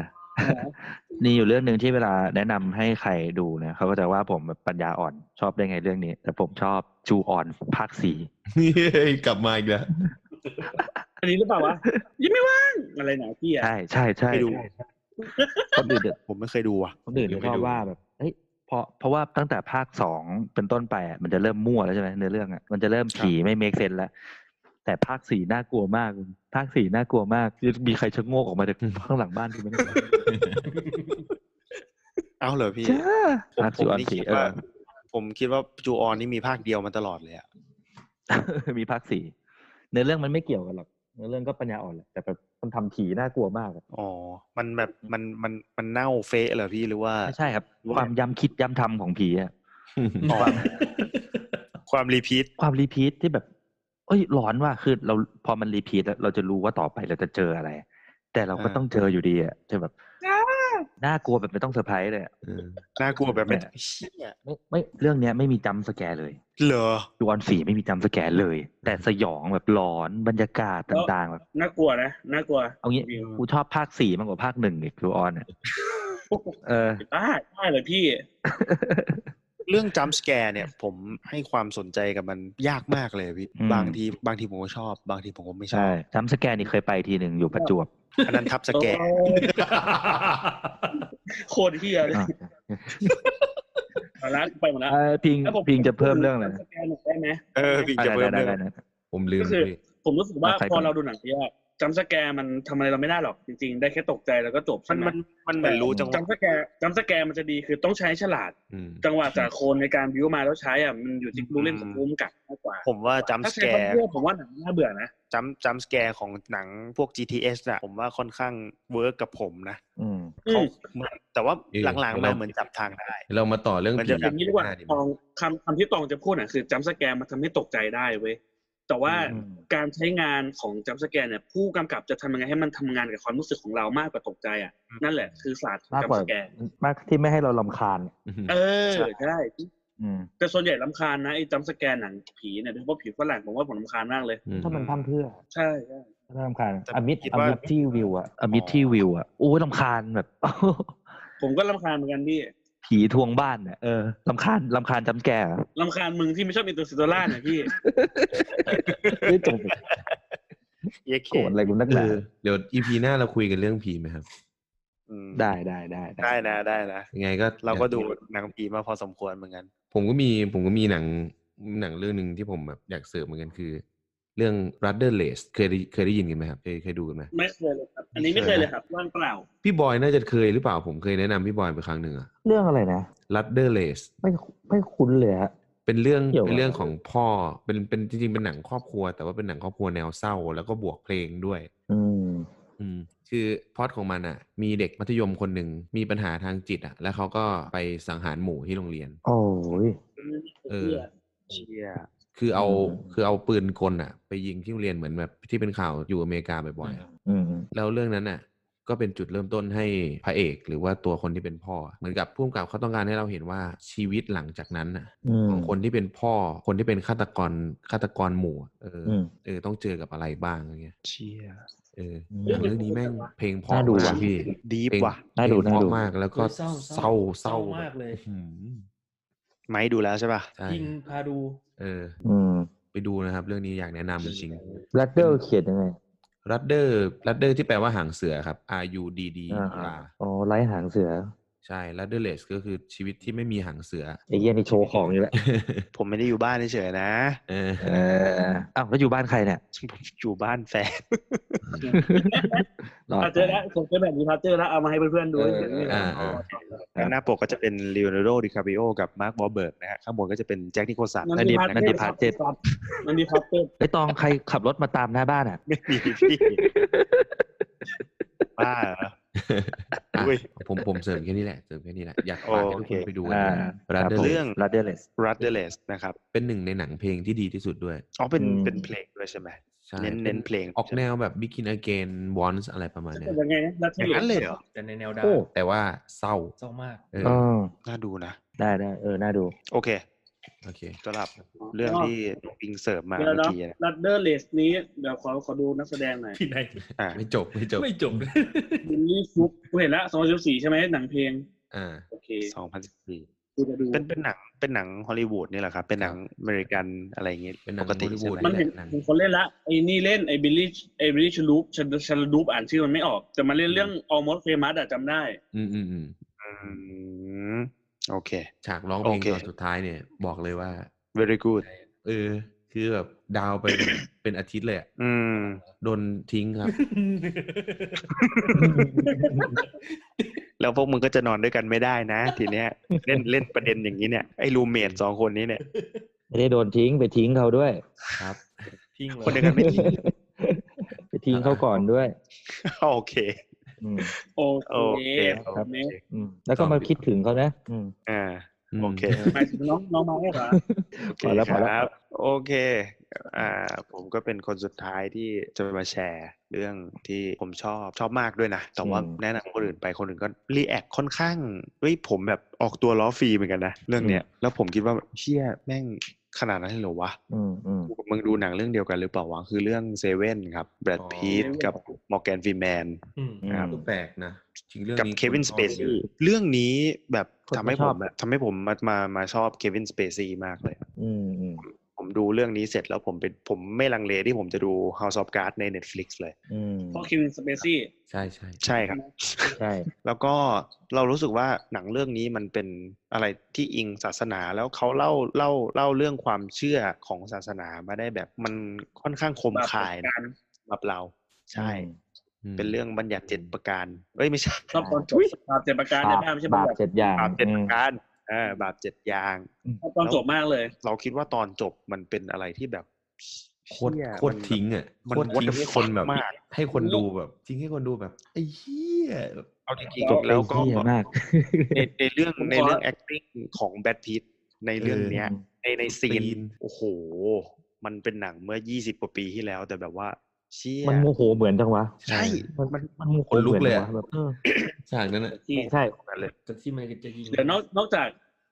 [SPEAKER 5] นี่อยู่เรื่องหนึ่งที่เวลาแนะนำให้ใครดูนะเขาก็จะว่าผมแบบปัญญาอ่อนชอบได้ไงเรื่องนี้ แต่ผมชอบจูอ่อนภาคสี่
[SPEAKER 2] นี่กลับมาอีกแล้ว
[SPEAKER 4] อันนี้หรือเปล่าวะยังไม่ว่างอะไรหนาพี่อ่ะ
[SPEAKER 5] ใช่ใช่ใช่
[SPEAKER 1] ไปดู
[SPEAKER 5] คนอื่น
[SPEAKER 1] ผมไม่เคยดูอ่ะ
[SPEAKER 5] คนอื่น
[SPEAKER 2] ยังไม่
[SPEAKER 5] ชอบ
[SPEAKER 2] ดู
[SPEAKER 5] ว่าแบบเฮ้ยเพราะเพราะว่าตั้งแต่ภาคสองเป็นต้นไปอ่ะมันจะเริ่มมั่วแล้วใช่ไหมเนื้อเรื่องอ่ะมันจะเริ่มผีไม่เมคเซนแล้ว แต่ภาคสี่น่ากลัวมากคุณภาคสี่น่ากลัวมากคือมีใครชะโงกออกมาจากข้างหลังบ้านคุณไหมเนี่ย
[SPEAKER 1] เอาเหรอพี่
[SPEAKER 5] จ้า
[SPEAKER 1] ผมผ
[SPEAKER 5] ภาค
[SPEAKER 1] ม
[SPEAKER 5] สี่ออน
[SPEAKER 1] นี่
[SPEAKER 5] สี่
[SPEAKER 1] คิด
[SPEAKER 5] เอ
[SPEAKER 1] ว่า
[SPEAKER 5] อ
[SPEAKER 1] ผมคิดว่าจูออนนี่มีภาคเดียวมาตลอดเลยอ่ะ
[SPEAKER 5] มีภาคสี่เนื้อเรื่องมันไม่เกี่ยวกันหรอกเนื้อเรื่องก็ปัญญาอ่อนแหละแต่แบบมันทำผีน่ากลัวมากอะ
[SPEAKER 1] อ๋อ มันแบบมันมันมันเน่าเฟะเหรอพี่หรือว่า
[SPEAKER 5] ไม่ใช่ครับ
[SPEAKER 1] ว่า
[SPEAKER 5] ความย้ำคิดย้ำทำของผีอ่ะ
[SPEAKER 1] อ๋อ ความรีพีท
[SPEAKER 5] ความรีพีทที่แบบเอ้ยหลอนว่ะคือเราพอมันรีพีทแล้วเราจะรู้ว่าต่อไปเราจะเจออะไร แต่เราก็ต้องเจออยู่ดีอ่ะจะแบบน่ากลัวแบบไม่ต้องเซอร์ไพรส์เลยอะ
[SPEAKER 2] เออ
[SPEAKER 1] น่ากลัวแบบไม่
[SPEAKER 5] เนี่ย
[SPEAKER 1] เชี่ย
[SPEAKER 5] ไม่ไม่เรื่องเนี้ยไม่มีจำสแกร์เลย
[SPEAKER 1] เหรอ
[SPEAKER 5] ดูออนสีไม่มีจำสแกร์เลย แต่สยองแบบหลอนบรรยากาศต่างๆแบบ
[SPEAKER 4] น่ากลัวนะน่ากลัว
[SPEAKER 5] เอางี้กูชอบภาคสี่มากกว่าภาคหนึ่งอีกดูออน อะเออ
[SPEAKER 4] บ้าบ้าเลยพี่
[SPEAKER 1] เรื่องจัมสแกร์เนี่ย ผมให้ความสนใจกับมันยากมากเลยพี่
[SPEAKER 5] อืม
[SPEAKER 1] บางทีบางทีผมก็ชอบ บางทีผมก็ไม่ชอ
[SPEAKER 5] ใช่
[SPEAKER 1] บ
[SPEAKER 5] จำสแกร์นี่เคยไปทีหนึ่งอยู่ประจวบ
[SPEAKER 1] อันนั้นทับสแกร์
[SPEAKER 4] โคตรเฮียเลย
[SPEAKER 5] อ่ะ
[SPEAKER 4] มาละไปหมดละ
[SPEAKER 5] เอ่อพิง
[SPEAKER 4] แล้วผม
[SPEAKER 5] พิงจะเพิ่มเรื่องอะไร
[SPEAKER 4] สแกนหน่อยได้ไหม
[SPEAKER 1] เออพี่
[SPEAKER 5] อะ
[SPEAKER 1] จะ
[SPEAKER 5] ไร
[SPEAKER 1] เพิ่ม
[SPEAKER 5] ได้
[SPEAKER 1] เรื่อง
[SPEAKER 5] ได้ได้
[SPEAKER 2] ผมลืม
[SPEAKER 4] ก็คือ
[SPEAKER 2] พี่
[SPEAKER 4] ผมรู้สึกว่า
[SPEAKER 5] อ่ะใครก่
[SPEAKER 4] พ
[SPEAKER 5] อ
[SPEAKER 4] อน เราดูหนังเยอะจำสแกร์มันทำอะไรเราไม่ได้หรอกจริงๆ ได้แค่ตกใจแล้วก็จบ
[SPEAKER 1] มั
[SPEAKER 4] ใช่
[SPEAKER 1] น
[SPEAKER 4] ไหม
[SPEAKER 1] มันมันเหมือนรู้จังหวะ
[SPEAKER 4] จำสแกร์จำสแกร์มันจะดีคือต้องใช้ฉลาด
[SPEAKER 2] อืม
[SPEAKER 4] จังหวะจากโคนในการบิวมาแล้วใช้อ่ะมันอยู่ที่ผู้เล่นกับผู้กำกับมากกว่า
[SPEAKER 1] ผมว่าจัม
[SPEAKER 4] ถ้า
[SPEAKER 1] ส
[SPEAKER 4] ใช้
[SPEAKER 1] แก
[SPEAKER 4] คอ
[SPEAKER 1] ร์
[SPEAKER 4] นเพื่อผมว่าหนังน่าเบื่อนะ
[SPEAKER 1] จัมจัมสแกร์ของหนังพวก GTS อะผมว่าค่อนข้างเวิร์กกับผมนะ
[SPEAKER 5] อืม
[SPEAKER 4] อื
[SPEAKER 1] เขา
[SPEAKER 4] ม
[SPEAKER 1] มันแต่ว่าหลังๆมาเหมือนจับทางได้
[SPEAKER 2] เรามาต่อเรื่อง
[SPEAKER 1] มัน
[SPEAKER 2] ผี
[SPEAKER 1] จะ
[SPEAKER 4] อย่างนี้ดีกว่า
[SPEAKER 2] หน้ดี
[SPEAKER 4] ต
[SPEAKER 2] มั้
[SPEAKER 4] อย งคำคำที่ตองจะพูดน่ะคือจำสแกร์มันทำให้ตกใจได้เว้ยแต่ว่า
[SPEAKER 5] อืม
[SPEAKER 4] การใช้งานของจำสแกร์เนี่ยผู้กำกับจะทำยังไงให้มันทำงานกับความรู้สึกของเรามากกว่าตกใจอ่ะนั่นแหละคือศาสตร์ของ
[SPEAKER 5] มากก
[SPEAKER 4] จำ
[SPEAKER 5] ว่า
[SPEAKER 4] สแกร์
[SPEAKER 5] มากที่ไม่ให้เราลำคาญ
[SPEAKER 4] เออ
[SPEAKER 1] ใช่
[SPEAKER 4] ใช่
[SPEAKER 5] อืม
[SPEAKER 4] แต่ส่วนใหญ่ลำคาญนะไอ้จำสแกนหนังผีเนี่ยโดยเฉพาะผีฝรั่งผมว่าผมลำคาญมากเลย
[SPEAKER 2] อืม
[SPEAKER 5] ถ้ามันทำเพื่อ
[SPEAKER 4] ใช่ใช่
[SPEAKER 5] ถ้าลำคาญ
[SPEAKER 1] แต่
[SPEAKER 5] อมิด
[SPEAKER 1] คิด
[SPEAKER 5] อ
[SPEAKER 1] ว่า
[SPEAKER 5] มิดที่วิวอะอมิดที่วิวอะโอ้ยลำคาญแบบ
[SPEAKER 4] ผมก็ลำคาญเหมือนกันพี่
[SPEAKER 5] ผีทวงบ้านอะเออลำคาญลำคาญจำแก่อะ
[SPEAKER 4] ลำคาญมึงที่ไม่ชอบอินเตอร์สเตลล่าเนี่ยพี่
[SPEAKER 5] ไม่จบ
[SPEAKER 1] เยเค
[SPEAKER 5] โกรธอะไรกูนักห
[SPEAKER 2] เอ
[SPEAKER 5] นา
[SPEAKER 2] อเดี๋ยวอีพีหน้าเราคุยกันเรื่องผีไหมครับ
[SPEAKER 1] อืม
[SPEAKER 5] ได้ได้ได้
[SPEAKER 1] ได้นะได้นะ
[SPEAKER 2] ยังไงก็
[SPEAKER 1] เราก็ดู
[SPEAKER 2] อย
[SPEAKER 1] หนังผีมาพอสมควรเหมือนกัน
[SPEAKER 2] ผมก็มีผมก็มีหนังหนังเรื่องหนึ่งที่ผมแบบอยากเสริมเหมือนกันคือ เรื่อง Brother l a c e เคยได้เคยได้ยินกันไหมครับเคยเคยดูกันไหม
[SPEAKER 4] ไม่เคยเลยครับ อันนี้ไม่เคยเลยครับว่างเปล่า
[SPEAKER 2] พี่บอยน่าจะเคยหรือเปล่าผมเคยแนะนำพี่บอยไปครั้งหนึ่งอะ
[SPEAKER 5] เรื่องอะไรนะ
[SPEAKER 2] Brother l a c e
[SPEAKER 5] ไม่ไม่คุ้นเลยฮะ
[SPEAKER 2] เป็นเรื่อง
[SPEAKER 5] เกี่ยวกับ
[SPEAKER 2] เป็นเรื่องของพ่อเป็นเป็นจริงๆเป็นหนังครอบครัว แต่ว่าเป็นหนังครอบครัวแนวเศร้า แล้วก็บวกเพลงด้วย
[SPEAKER 5] อืม
[SPEAKER 2] อืม คือพล็อดของมันอ่ะ มีเด็กมัธยมคนหนึ่งมีปัญหาทางจิตอ่ะ แล้วเขาก็ไปสังหารหมู่ที่โรงเรียน
[SPEAKER 5] โอ้ย
[SPEAKER 2] เออ
[SPEAKER 1] เชีย
[SPEAKER 2] คือเอา
[SPEAKER 6] อืม
[SPEAKER 2] คือเอาปืนกลอ่ะ ไปยิงที่โรงเรียนเหมือนแบบที่เป็นข่าวอยู่อเมริกาบ่อยๆอะ
[SPEAKER 6] อืมอืม
[SPEAKER 2] แล้วเรื่องนั้นน่ะก็เป็นจุดเริ่มต้นให้พระเอกหรือว่าตัวคนที่เป็นพ่อ เหมือนกับผู้กำกับเขาต้องการให้เราเห็นว่าชีวิตหลังจากนั้นน่ะ
[SPEAKER 6] อืม
[SPEAKER 2] ของคนที่เป็นพ่อคนที่เป็นฆาตกรฆาตกรหมู่อะเอออ
[SPEAKER 6] อืม
[SPEAKER 2] เออต้องเจอกับอะไรบ้างอะไรเงี้ย
[SPEAKER 1] เชีย
[SPEAKER 2] เออ
[SPEAKER 6] อืม
[SPEAKER 2] หนังเรื่องนี้แม่งเพลงเพอ
[SPEAKER 5] น่าดู
[SPEAKER 2] มาก
[SPEAKER 5] ว่ะ
[SPEAKER 2] พี่
[SPEAKER 1] ดี
[SPEAKER 2] เพลง
[SPEAKER 1] ว่ะ
[SPEAKER 5] น่าดู
[SPEAKER 2] เพลง
[SPEAKER 5] น่า
[SPEAKER 2] เพ
[SPEAKER 5] ดู
[SPEAKER 2] ระมากแล้วก็
[SPEAKER 3] เศร้า
[SPEAKER 2] เศร้า
[SPEAKER 3] เศ
[SPEAKER 2] เศ
[SPEAKER 3] ร้า
[SPEAKER 2] ร้า
[SPEAKER 3] เศร้ามากเลย
[SPEAKER 2] อื้อหือ
[SPEAKER 1] ไม้ดูแล้วใช่ป่ะ
[SPEAKER 2] ใช่
[SPEAKER 3] ยิงพาดู
[SPEAKER 2] เออ
[SPEAKER 5] อืม
[SPEAKER 2] ไปดูนะครับ เรื่องนี้อยากแนะนำจริง
[SPEAKER 5] แรดเดอร์เขียนยังไง
[SPEAKER 2] รัดเดอร์รัดเดอร์ที่แปลว่าหางเสือครับ R U D D
[SPEAKER 5] อ่า
[SPEAKER 2] R
[SPEAKER 5] อ๋อไล่หางเสือ
[SPEAKER 2] ใช่รัดเดอร์เลสก็คือชีวิตที่ไม่มีหางเสือ
[SPEAKER 5] ไอ้เหี้ยนี่โชว์ของอยู่แล้ว
[SPEAKER 1] ผมไม่ได้อยู่บ้านเฉยๆนะ
[SPEAKER 2] เออ
[SPEAKER 5] เอออ้าวแล้วอยู่บ้านใครเนี่ย
[SPEAKER 1] ผมอยู่บ้านแฟน
[SPEAKER 5] รอด
[SPEAKER 4] อ่ะเจอแล้วผมเจอแบบนี้พาเจอแล้วเอามาให้เพื่อนๆดู
[SPEAKER 6] เออเออ
[SPEAKER 2] อ่าอ่า
[SPEAKER 1] แล้วหน้าปกก็จะเป็นเล o n น r d o โดดิคา i o โอกับมาร์คบอเบิร์กนะฮะข้างบนก็จะเป็นแจ็คนิโคลสัน
[SPEAKER 4] นั
[SPEAKER 1] และ
[SPEAKER 4] ดี
[SPEAKER 1] ดิบ
[SPEAKER 4] พา
[SPEAKER 1] นะ
[SPEAKER 4] เตอ
[SPEAKER 1] ค
[SPEAKER 4] ร์
[SPEAKER 1] รับ
[SPEAKER 5] าเจอ
[SPEAKER 4] ครับนันดีพาเตอร์
[SPEAKER 5] ไอ้ยตองใครขับรถมาตามหน้าบ้านอ่ะ
[SPEAKER 1] ไม่มีพี่บ้าเหรออุ้ย
[SPEAKER 2] ผมผมเสริมแค่นี้แหละเสริมแค่นี้แหละอยากฝากให้ทุก
[SPEAKER 1] โอ
[SPEAKER 2] ค
[SPEAKER 1] เคน
[SPEAKER 2] ไปดูกันนะ
[SPEAKER 5] อ่า
[SPEAKER 2] รัดเดอ
[SPEAKER 1] ผม
[SPEAKER 2] ร์เล
[SPEAKER 1] รื่
[SPEAKER 2] ส
[SPEAKER 1] อง
[SPEAKER 5] รัดเดอร์เลส
[SPEAKER 1] รัตเดเลสนะครับ
[SPEAKER 2] เป็นหนึ่งในหนังเพลงที่ดีที่สุดด้วย
[SPEAKER 1] อ๋อเป็น
[SPEAKER 5] อืม
[SPEAKER 1] เป็นเพลงด้วยใช่ไหม
[SPEAKER 2] ใช่
[SPEAKER 1] เน้นเน้นเพลง
[SPEAKER 2] ออกแนวแบบ Begin Again Once อะไรประมาณเนี้ย
[SPEAKER 4] เป็นยังไงนะนัด
[SPEAKER 1] อย่า
[SPEAKER 4] ที่
[SPEAKER 1] งนั้นเลยเหรอ
[SPEAKER 3] แต่ในแนวดา
[SPEAKER 5] โอ้
[SPEAKER 3] ร์ก
[SPEAKER 2] แต่ว่าเศร้า
[SPEAKER 3] เศร้ามาก
[SPEAKER 2] เออ
[SPEAKER 5] เออ
[SPEAKER 1] น่าดูนะ
[SPEAKER 5] ได้ได้เออ น่าดู
[SPEAKER 1] โอเค
[SPEAKER 2] โอเค
[SPEAKER 1] สำหรับเรื่องที่น้องปิงเสริมมา
[SPEAKER 4] เดี๋ยว
[SPEAKER 1] เมื่อ
[SPEAKER 4] เนาะ
[SPEAKER 1] กี้นะ
[SPEAKER 4] นัดเดอร์เลสนี้เดี๋ยวขอขอดูนักแสดงหน่อย
[SPEAKER 3] ที่ไหน
[SPEAKER 1] อ่ะ
[SPEAKER 2] ไม่จบไม่จบ
[SPEAKER 3] ไม่จบเลย
[SPEAKER 4] มินนี่ฟุกกูเห็นละสองจุดสี่ใช่ไหมหนังเพลง
[SPEAKER 2] อ่า
[SPEAKER 4] โอเค
[SPEAKER 1] สองพันสิบสี่
[SPEAKER 4] กูจะดู
[SPEAKER 1] เป็นเป็นหนังเป็นหนังฮอลลีวูดนี่แหละครับ เป็นหนังอเมริกันอะไรอย่างเงี้ย
[SPEAKER 2] เป็นหนัง
[SPEAKER 1] ปกติ
[SPEAKER 2] ฮอลลีวู
[SPEAKER 1] ใช่
[SPEAKER 2] ด
[SPEAKER 1] ไหม
[SPEAKER 4] มันเห็น
[SPEAKER 2] หนัง
[SPEAKER 4] มีคนเล่นละไอ้นี่เล่นไอ้บิลลี่ไอ้บิลลี่ชลูปชันชันลูปอ่านชื่อมันไม่ออกแต่มาเล่นเรื่อง almost famous อะจำได้
[SPEAKER 2] อืมอืมอืม
[SPEAKER 1] อืมโอเค
[SPEAKER 2] ฉากร้องเพลง
[SPEAKER 1] โอเค
[SPEAKER 2] ตอนสุดท้ายเนี่ย บอกเลยว่า
[SPEAKER 1] very good
[SPEAKER 2] เออ คือแบบดาว ไป เป็นอาทิตย์เลยอะ
[SPEAKER 1] อืม
[SPEAKER 2] โดนทิ้งครับ
[SPEAKER 1] แล้วพวกมึงก็จะนอนด้วยกันไม่ได้ นะ ทีเนี้ยเล่นเล่นประเด็นอย่างนี้เนี่ยไอ้รูเมทสองคนนี้เนี่ย
[SPEAKER 5] ไม่ได้โดนทิ้งไปทิ้งเขาด้วย
[SPEAKER 2] ครับ
[SPEAKER 3] ทิ้งเลย
[SPEAKER 1] คนเดียว กันไม่ทิ้ง
[SPEAKER 5] ไปทิ้งเขาก่อนด้วย
[SPEAKER 1] โอเค
[SPEAKER 5] อืม
[SPEAKER 4] โอ
[SPEAKER 1] โอ
[SPEAKER 4] เค
[SPEAKER 1] เค
[SPEAKER 4] โอ
[SPEAKER 1] โอ
[SPEAKER 4] เค
[SPEAKER 1] เค
[SPEAKER 5] อืม แล้วก็มาคิดถึงเขานะ อืม
[SPEAKER 1] อ่าโอเค
[SPEAKER 4] หมายถึงน้องน้องมาเหรอ
[SPEAKER 1] โอเค
[SPEAKER 5] พอแล้ว
[SPEAKER 1] ค
[SPEAKER 5] พอแล้ว
[SPEAKER 1] รับโอเค อ่า ผมก็เป็นคนสุดท้ายที่จะมาแชร์ เรื่องที่ผมชอบชอบมากด้วยนะแต่ว่า
[SPEAKER 5] อืม
[SPEAKER 1] แนะนำคนอื่นไปคนอื่นก็รีแอคค่อนข้างเฮ้ยผมแบบออกตัวล้อฟรีเหมือนกันนะเรื่องเนี้ยแล้วผมคิดว่าเชี่ยแม่งขนาดนั้นเลยเหรอวะ
[SPEAKER 5] อืมอืม
[SPEAKER 1] กูกับมึงดูหนังเรื่องเดียวกันหรือเปล่าวะคือเรื่องเซเว่นครับแบรด
[SPEAKER 2] อ๋อ
[SPEAKER 1] พีทกับมอร์แกนฟรีแมน
[SPEAKER 3] อืม
[SPEAKER 1] ครับ
[SPEAKER 2] ก็แปลกนะจริงเรื่อง
[SPEAKER 1] กับ
[SPEAKER 2] นี้
[SPEAKER 1] เควิน
[SPEAKER 2] ค
[SPEAKER 1] ส
[SPEAKER 2] ชอบ
[SPEAKER 1] เป
[SPEAKER 2] ย
[SPEAKER 1] ซี่
[SPEAKER 2] อะ
[SPEAKER 1] เรื่องนี้แบบ
[SPEAKER 5] คน
[SPEAKER 1] ทำให้
[SPEAKER 5] ช
[SPEAKER 1] ผ
[SPEAKER 5] อบ
[SPEAKER 1] มแบบทำให้ผมมามามาชอบเควินสเปซี่มากเลย
[SPEAKER 5] อืมอืม
[SPEAKER 1] ผมดูเรื่องนี้เสร็จแล้วผมเป็นผมไม่ลังเลที่ผมจะดู House of Cards ใน Netflix เลย
[SPEAKER 5] อืม
[SPEAKER 4] เพราะคิมสเปซี่
[SPEAKER 2] ใช่ใช่
[SPEAKER 1] ใช่ครับ
[SPEAKER 5] ใช่
[SPEAKER 1] แล้วก็เรารู้สึกว่าหนังเรื่องนี้มันเป็นอะไรที่อิงศาสนาแล้วเขาเล่าเล่าเล่าเรื่องความเชื่อของศาสนามาได้แบบมันค่อนข้างคมคายนะ
[SPEAKER 4] การ
[SPEAKER 1] สำหรับเรา ใช่
[SPEAKER 2] อืม
[SPEAKER 1] เป็นเรื่องบัญญัติเจ็ดประการ เอ้ย ไม่ใช่
[SPEAKER 4] ชอบตอนจบ
[SPEAKER 1] อุ๊ย
[SPEAKER 4] บาปเจ็บประการ
[SPEAKER 5] บา
[SPEAKER 4] ได้
[SPEAKER 5] ป
[SPEAKER 4] บ้างไม่ใช่
[SPEAKER 5] บา
[SPEAKER 4] บา
[SPEAKER 5] ป
[SPEAKER 4] ป
[SPEAKER 5] เจ็ดอย่าง
[SPEAKER 1] บาปเจ็ด
[SPEAKER 5] อื
[SPEAKER 1] ป
[SPEAKER 5] ม
[SPEAKER 1] ระการเออบาปเจ็ดอย่าง
[SPEAKER 4] ชอบตอนจบมากเลย
[SPEAKER 1] เราคิดว่าตอนจบมันเป็นอะไรที่แบบ
[SPEAKER 2] โคตร
[SPEAKER 1] เหี้ย
[SPEAKER 2] โคตร
[SPEAKER 1] มัน
[SPEAKER 2] ทิ้งอ่ะ
[SPEAKER 1] มัน
[SPEAKER 2] โคตรทิ้ง
[SPEAKER 1] what the
[SPEAKER 2] ให้คนแบบ
[SPEAKER 1] fuck มาก
[SPEAKER 2] ให้คนดูแบบทิ้งให้คนดูแบบไอ้เหี้ยแบบ
[SPEAKER 1] เอาจริง
[SPEAKER 5] จบ
[SPEAKER 1] ๆแล้วก็
[SPEAKER 5] เหี้ยมาก
[SPEAKER 1] ในในเรื่อง
[SPEAKER 4] ผมขอ
[SPEAKER 1] ในเรื่อง acting ของแบทพีทในเรื่องเนี้ย ในในซีน โอ้โห มันเป็นหนังเมื่อยี่สิบกว่าปีที่แล้ว แต่แบบว่า เชี่ย
[SPEAKER 5] มันโมโหเหมือนจังวะ
[SPEAKER 1] ใช่ มัน
[SPEAKER 5] มันโมโห
[SPEAKER 2] คนลุกเลย
[SPEAKER 5] หมื
[SPEAKER 2] อะ
[SPEAKER 5] อนจังวะแบบเออ
[SPEAKER 2] ฉากนั้นอ่ะ
[SPEAKER 4] ที่
[SPEAKER 5] ใช่
[SPEAKER 1] แบบนั้นเลย
[SPEAKER 3] แต่ที่มันจะยิง
[SPEAKER 4] เดี๋ยวนอกนอกจาก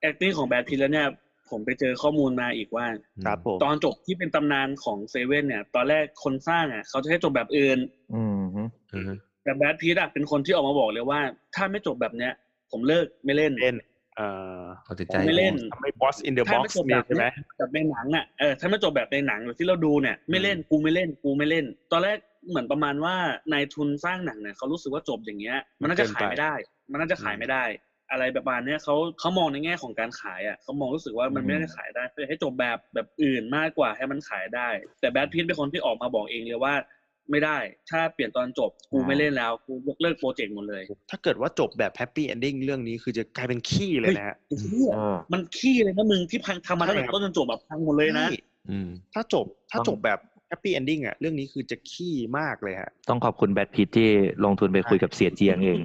[SPEAKER 4] acting ของแบทพีแล้วเนี่ย ผมไปเจอข้อมูลมาอีกว่า
[SPEAKER 1] ครับผม
[SPEAKER 4] ตอนจบที่เป็นตำนานของเซเว่นเนี่ย ตอนแรกคนสร้างอ่ะเขาจะให้จบแบบอื่น
[SPEAKER 5] อืมฮึ
[SPEAKER 2] อือฮะ
[SPEAKER 4] แต่แบทพีทอะเป็นคนที่ออกมาบอกเลยว่า ถ้าไม่จบแบบเนี้ย ผมเลิกไม่เล่น
[SPEAKER 1] เล่นเอ่อ
[SPEAKER 2] เอาแต่
[SPEAKER 4] ผ
[SPEAKER 2] ใจ
[SPEAKER 4] มไม่เล่น
[SPEAKER 1] ทำให้ Boss in the
[SPEAKER 4] ถ้า
[SPEAKER 1] Box
[SPEAKER 4] ไม่จบ
[SPEAKER 1] เนี่ย
[SPEAKER 4] แบบ
[SPEAKER 1] ใช่ไหม
[SPEAKER 4] เนี้ยแบบในหนังอ่ะเออถ้าไม่จบแบบในหนังแบบที่เราดูเนี่ยไม่เล่นกูไม่เล่นกูไม่เล่น ตอนแรกเหมือนประมาณว่านายทุนสร้างหนังเนี่ยเขารู้สึกว่าจบอย่างเงี้ย มันน่าจะขายไม่ได้ มันน่าจะขายไม่ได้ อะไรแบบประมาณเนี้ยเขาเขามองในแง่ของการขายอ่ะเขามองรู้สึกว่ามันไม่ได้ขายได้เลยให้จบแบบแบบอื่นมากกว่าให้มันขายได้ แต่แบทพีทเป็นคนที่ออกมาบอกเองเลยว่า ไม่ได้ ถ้าเปลี่ยนตอนจบกูไม่เล่นแล้วกูยกเลิกโปรเจกต์หมดเลย
[SPEAKER 1] ถ้าเกิดว่าจบแบบ Happy Ending เรื่องนี้คือจะกลายเป็นขี้เลยนะฮะ
[SPEAKER 4] ไอ้เหี้ย
[SPEAKER 5] เออ
[SPEAKER 4] มันขี้เลยนะมึงที่พังทำมาตั้งแต่ต้นจนจบแบบพังหมดเลยนะ
[SPEAKER 1] ใช่
[SPEAKER 2] อืม
[SPEAKER 1] ถ้าจบถ้า
[SPEAKER 5] ต้อง
[SPEAKER 1] จบแบบ แฮปปี้เอนดิ้งอ่ะเรื่องนี้คือจะขี้มากเลยฮะ
[SPEAKER 5] ต้องขอบคุณแบทพีทที่ลงทุนไปคุยกับเสียเจียงเอง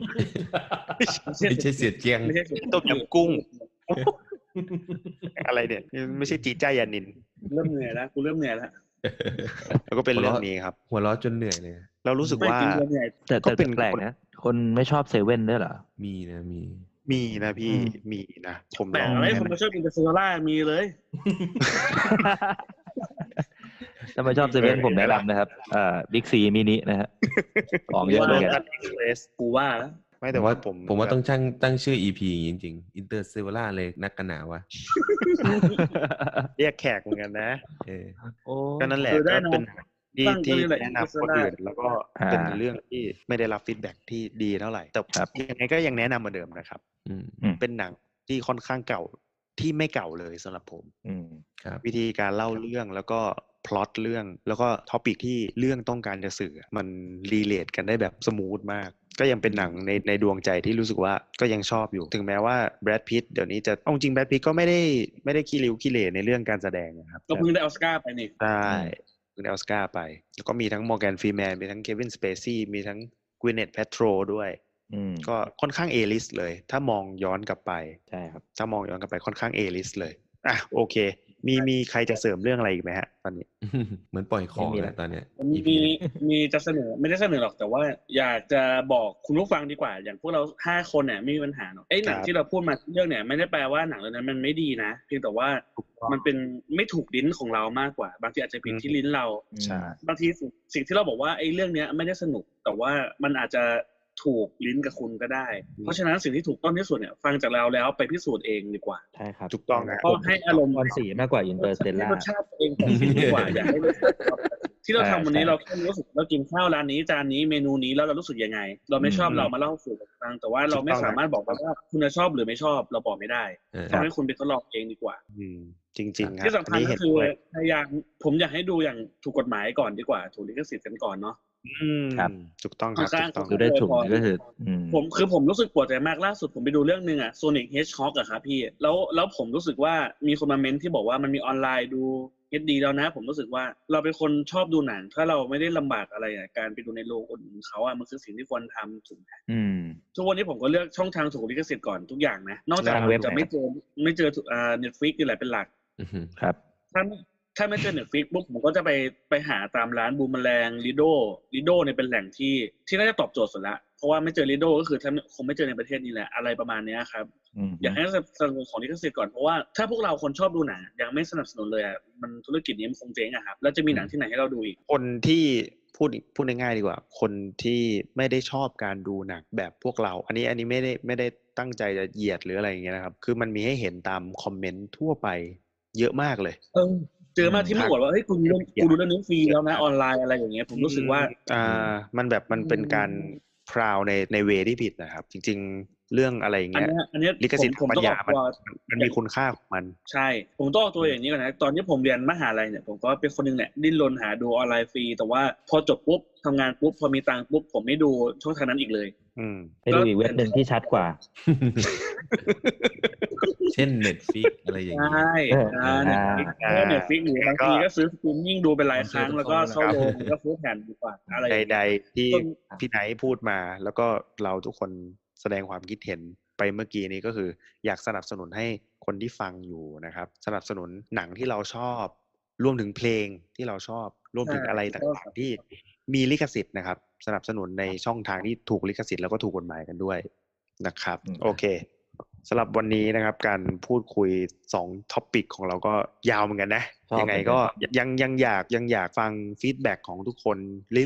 [SPEAKER 2] ไม่ใช่เสียเจียง
[SPEAKER 4] ไม่ใช่สุด
[SPEAKER 1] ต้มยำกุ้ง อะไรเนี่ยไม่ใช่จีจ้ายานิน
[SPEAKER 4] เริ่มเหนื่อยแล้วกูเริ่มเหนื่อยแล้ว
[SPEAKER 1] แล้วก็เป็น
[SPEAKER 2] หัว
[SPEAKER 1] เรื่อ
[SPEAKER 2] เราะ
[SPEAKER 1] งนี้ครับ
[SPEAKER 2] หัวเราะจนเหนื่อยเลยอะ
[SPEAKER 1] เรารู้สึก
[SPEAKER 4] ไม่
[SPEAKER 1] ว่า
[SPEAKER 4] จริงเริ่มเหนื่อย
[SPEAKER 5] แต่
[SPEAKER 1] ก็
[SPEAKER 5] แต่
[SPEAKER 1] เป็น
[SPEAKER 5] แปลกนะ คนไม่ชอบเซเว่นด้วยเหร อ
[SPEAKER 2] มีนะมี
[SPEAKER 1] มีนะพี่
[SPEAKER 5] อืม
[SPEAKER 1] มีนะผม
[SPEAKER 4] แหม
[SPEAKER 1] ลอง
[SPEAKER 4] อะไร
[SPEAKER 1] นะ
[SPEAKER 4] ผมมาชอบอินเตอร์เซลล่ามีเลย
[SPEAKER 5] ถ้าไม่ชอบเซเว่นผมแนะนำนะครับเอ่อบิ๊กซีมินินะฮะของเยอะเหมือนกัน
[SPEAKER 1] โดตัด Express
[SPEAKER 4] กูว่า
[SPEAKER 1] ไม่แต่ว่า
[SPEAKER 2] ผ
[SPEAKER 1] ผม ม
[SPEAKER 2] ผมว่า
[SPEAKER 1] แบบ
[SPEAKER 2] ต้องช่างตั้งชื่อ EP อย่างนี้จริงๆ Interstellar เลยนักกันหนาวะ
[SPEAKER 1] เรียกแขกเหมือนกันนะ
[SPEAKER 2] เออ
[SPEAKER 5] โอ้
[SPEAKER 1] ก็นั่นแหละ
[SPEAKER 4] เออได้
[SPEAKER 1] ก็
[SPEAKER 4] เน
[SPEAKER 1] เป็น
[SPEAKER 4] อะ
[SPEAKER 1] ที่
[SPEAKER 4] ตั้ง
[SPEAKER 1] ที่
[SPEAKER 4] ก็เลย
[SPEAKER 1] แนะนำคนอื่น แล้วก็
[SPEAKER 5] อ่า
[SPEAKER 1] เป็นเรื่องที่ไม่ได้รับฟีดแบ็กที่ดีเท่าไหร่ แต่
[SPEAKER 5] ครับ
[SPEAKER 1] ยังไงก็ยังแนะนำเหมาเดิมนะครับ
[SPEAKER 2] อืม
[SPEAKER 1] เป็นหนังที่ค่อนข้างเก่าที่ไม่เก่าเลยสำหรับผม
[SPEAKER 5] อืม
[SPEAKER 2] ครับ
[SPEAKER 1] วิธีการเล่าเรื่องแล้วก็พล็อตเรื่องแล้วก็ท็อปิกที่เรื่องต้องการจะสื่อ มันรีเลทกันได้แบบสมูทมาก ก็ยังเป็นหนังในในดวงใจที่รู้สึกว่าก็ยังชอบอยู่ ถึงแม้ว่าแบรดพิตเดี๋ยวนี้จะเอาจริงแบรดพิตก็ไม่ได้ไม่ได้ขี้ริ้วขี้เหร่ในเรื่องการแสดงนะครับ
[SPEAKER 4] ก็เพิ่งได้ออสการ์ไปนี่
[SPEAKER 1] ใช่คุณเอลสกาไป แล้วก็มีทั้งมอร์แกนฟรีแมนมีทั้งเควินสเปซี่มีทั้งก n นเนตแพทโรด้วย
[SPEAKER 5] อืม
[SPEAKER 1] ก็ค่อนข้างเอลิสเลย ถ้ามองย้อนกลับไป
[SPEAKER 5] ใช่ครับ
[SPEAKER 1] ถ้ามองย้อนกลับไปค่อนข้างเอลิสเลย อ่ะโอเค มีมีใครจะเสริมเรื่องอะไรอีกไหมฮะตอนนี้
[SPEAKER 2] เหมือนปล่อยของ
[SPEAKER 5] ไม่มี
[SPEAKER 2] แล้
[SPEAKER 5] ละ
[SPEAKER 2] วตอนเนี้ย
[SPEAKER 4] มี
[SPEAKER 2] EP
[SPEAKER 4] มีมีจะเสนอไม่ได้เสนอหรอกแต่ว่า อยากจะบอกคุณผู้ฟังดีกว่า อย่างพวกเราห้าคนเนี่ยไม่มีปัญหาหรอกไอ้หนัง
[SPEAKER 1] ครับ
[SPEAKER 4] ที่เราพูดมาเรื่องเนี่ยไม่ได้แปลว่าหนังเรื่องนั้นมันไม่ดีนะเพียงแต่ว่ามันเป็นไม่ถูกลิ้นของเรามากกว่า บางทีอาจจะผิดที่ลิ้นเรา
[SPEAKER 1] ใช่
[SPEAKER 4] บางทีสิ่งสิ่งที่เราบอกว่าไอ้เรื่องเนี้ยไม่ได้สนุก แต่ว่ามันอาจจะถูกลิ้นกับคุณก็ได้
[SPEAKER 1] อืม
[SPEAKER 4] เพราะฉะนั้นสิ่งที่ถูกต้องที่สุดเนี่ยฟังจากเราแล้วไปพิสูจน์เองดีกว่า
[SPEAKER 5] ใช่ครับ
[SPEAKER 1] ถูกต้องนะ
[SPEAKER 4] ก็ให้อารมณ์
[SPEAKER 5] วันสีมากกว่าอินเตอร์สเตลล่า
[SPEAKER 4] รสชาติตัวเองของกินดีกว่า อยากให้รู้สึกว่าที่เราทำวันนี้
[SPEAKER 5] ใช่
[SPEAKER 4] เราแค่รู้สึกเรากินข้าวร้านนี้จานนี้เมนูนี้แล้วเรารู้สึกยังไง เราไม่ชอบ
[SPEAKER 1] อืม
[SPEAKER 4] เรามาเล่าสู่กันฟัง แต่ว่าเราไม่
[SPEAKER 1] ถูกต้อง
[SPEAKER 4] สามารถบอกได้ว่าคุณจะชอบหรือไม่ชอบเราบอกไม่ได้
[SPEAKER 2] เออ
[SPEAKER 4] ทำให้คุณไปทดลองเองดีกว่า
[SPEAKER 1] อืมจริงๆครับ
[SPEAKER 4] ที่สำคัญ
[SPEAKER 1] นนี้
[SPEAKER 4] ก็
[SPEAKER 1] เห็น
[SPEAKER 4] คือ
[SPEAKER 1] ด้วย
[SPEAKER 4] พยายามผมอยากให้ดูอย่างถูกกฎหมายก่อนดีกว่า ถูกลิขสิทธิ์กันก่อนเนาะ
[SPEAKER 1] อืม
[SPEAKER 5] ครับ
[SPEAKER 1] ถูกต้องครับถู
[SPEAKER 4] สร้าง
[SPEAKER 1] กต้อง
[SPEAKER 5] ดูได้ถุงนี่ก็คืออืม
[SPEAKER 4] ผมคือผมรู้สึกปวดใจมากล่าสุดผมไปดูเรื่องหนึ่งอะโซนิกเฮชฮอกอะครับพี่ แล้วแล้วผมรู้สึกว่ามีคนมาเมนที่บอกว่ามันมีออนไลน์ดูเฮดดีแล้วนะ ผมรู้สึกว่าเราเป็นคนชอบดูหนัง ถ้าเราไม่ได้ลำบากอะไรอะการไปดูในโรงอดหนุนเขาอะมันคือสิ่งที่ควรทำถูกไหม
[SPEAKER 5] อืม
[SPEAKER 4] ทุกวันนี้ผมก็เลือกช่องทางถูกลิขสิทธิ์ก่อนทุกอย่างนะ นอกจาก
[SPEAKER 5] ทางเว็บไหน
[SPEAKER 4] จะไม่เจอไม่เจอถูกอ่าเน็ตฟลิกนี่แหละเป็นหลัก
[SPEAKER 2] อือหือ
[SPEAKER 5] ครับ
[SPEAKER 4] ถ้าไม่ถ้าไม่เจอเน็ตฟลิกปุ๊บผมก็จะไปไปหาตามร้านบูมแมลงลิโดลิโดเนี่ยเป็นแหล่งที่ที่น่าจะตอบโจทย์สุดละเพราะว่าไม่เจอลิโดก็คือถ้าคงไม่เจอในประเทศนี้แหละอะไรประมาณเนี้ยครับ
[SPEAKER 5] อืม
[SPEAKER 4] อยากให้สนับสนุนของลิขสิทธิ์ก่อนเพราะว่าถ้าพวกเราคนชอบดูหนังยังไม่สนับสนุนเลยอะมันธุรกิจนี้มันคงเจ๊งอะครับแล้วจะมีหนังที่ไหนให้เราดูอีก
[SPEAKER 1] คนที่พูดพูดง่ายๆดีกว่า คนที่ไม่ได้ชอบการดูหนังแบบพวกเรา อันนี้อันนี้ไม่ได้ไม่ได้ตั้งใจจะเหยียดหรืออะไรอย่างเงี้ยนะครับ คือมันมีให้เห็นตามคอมเมนต์ทั่วไปเยอะมากเลย
[SPEAKER 4] เออเจอมาที่ไม่อวดว่าเฮ้ยกูดูเรื่องกูดูเรื่องนี้ฟรีแล้วนะออนไลน์อะไรอย่างเงี้ยผมรู้สึกว่า
[SPEAKER 1] อ่ามันแบบมันเป็นการพราวในในเวที่ผิดนะครับ จริง ๆ เรื่องอะไรอย่าง
[SPEAKER 4] อัน
[SPEAKER 1] เงี้ย
[SPEAKER 4] เนี้ยอันเนี้ย
[SPEAKER 1] ลิขสิทธิ์
[SPEAKER 4] ผม
[SPEAKER 1] ข
[SPEAKER 4] ผ
[SPEAKER 1] องปัญ
[SPEAKER 4] มต้อง
[SPEAKER 1] ญา
[SPEAKER 4] ออก
[SPEAKER 1] มัน
[SPEAKER 4] ตัว
[SPEAKER 1] มันมีคุณค่าของมัน
[SPEAKER 4] ใช่ ผมต้องเอาตัวอย่างนี้ก่อนนะ ตอนที่ผมเรียนมหาลัยเนี่ย ผมก็เป็นคนหนึงเนี่ยดิ้นรนหาดูออนไลน์ฟรี แต่ว่าพอจบปุ๊บทำงานปุ๊บ พอมีตังค์ปุ๊บ ผมไม่ดูช่องทางนั้นอีกเลย
[SPEAKER 1] อืม
[SPEAKER 5] ไปดูอีกเว็บหนึ่งที่ชัดกว่า
[SPEAKER 2] เช่น Netflix อะไรอย่างงี้
[SPEAKER 4] ใช่ใช่
[SPEAKER 5] อ่า
[SPEAKER 4] เน็ตฟิกหรือบางทีก็ซื้อสตรีมมิ่งดูเป็นรายครั้ง แล้วก็เข้าโรงแล้วก็ซื้อแผ่นดีกว่าอะไรอย่างเงี้ย
[SPEAKER 1] ใดๆที่
[SPEAKER 4] ต้น
[SPEAKER 1] พี่ไหนพูดมาแล้วก็เราทุกคนแสดงความคิดเห็นไปเมื่อกี้นี้ก็คือ อยากสนับสนุนให้คนที่ฟังอยู่นะครับ สนับสนุนหนังที่เราชอบ รวมถึงเพลงที่เราชอบ รวมถึงอะไรต่างๆที่มีลิขสิทธิ์นะครับ สนับสนุนในช่องทางที่ถูกลิขสิทธิ์แล้วก็ถูกกฎหมายกันด้วยนะครับ
[SPEAKER 5] อืม
[SPEAKER 1] โอเคสำหรับวันนี้นะครับ การพูดคุยสองท็อปิกของเราก็ยาวเหมือนกันนะ
[SPEAKER 5] ชอบ
[SPEAKER 1] ยังไง
[SPEAKER 5] เหมือนกัน
[SPEAKER 1] ก็ยังยังอยากยังอยากฟังฟีดแบ็ของทุกคน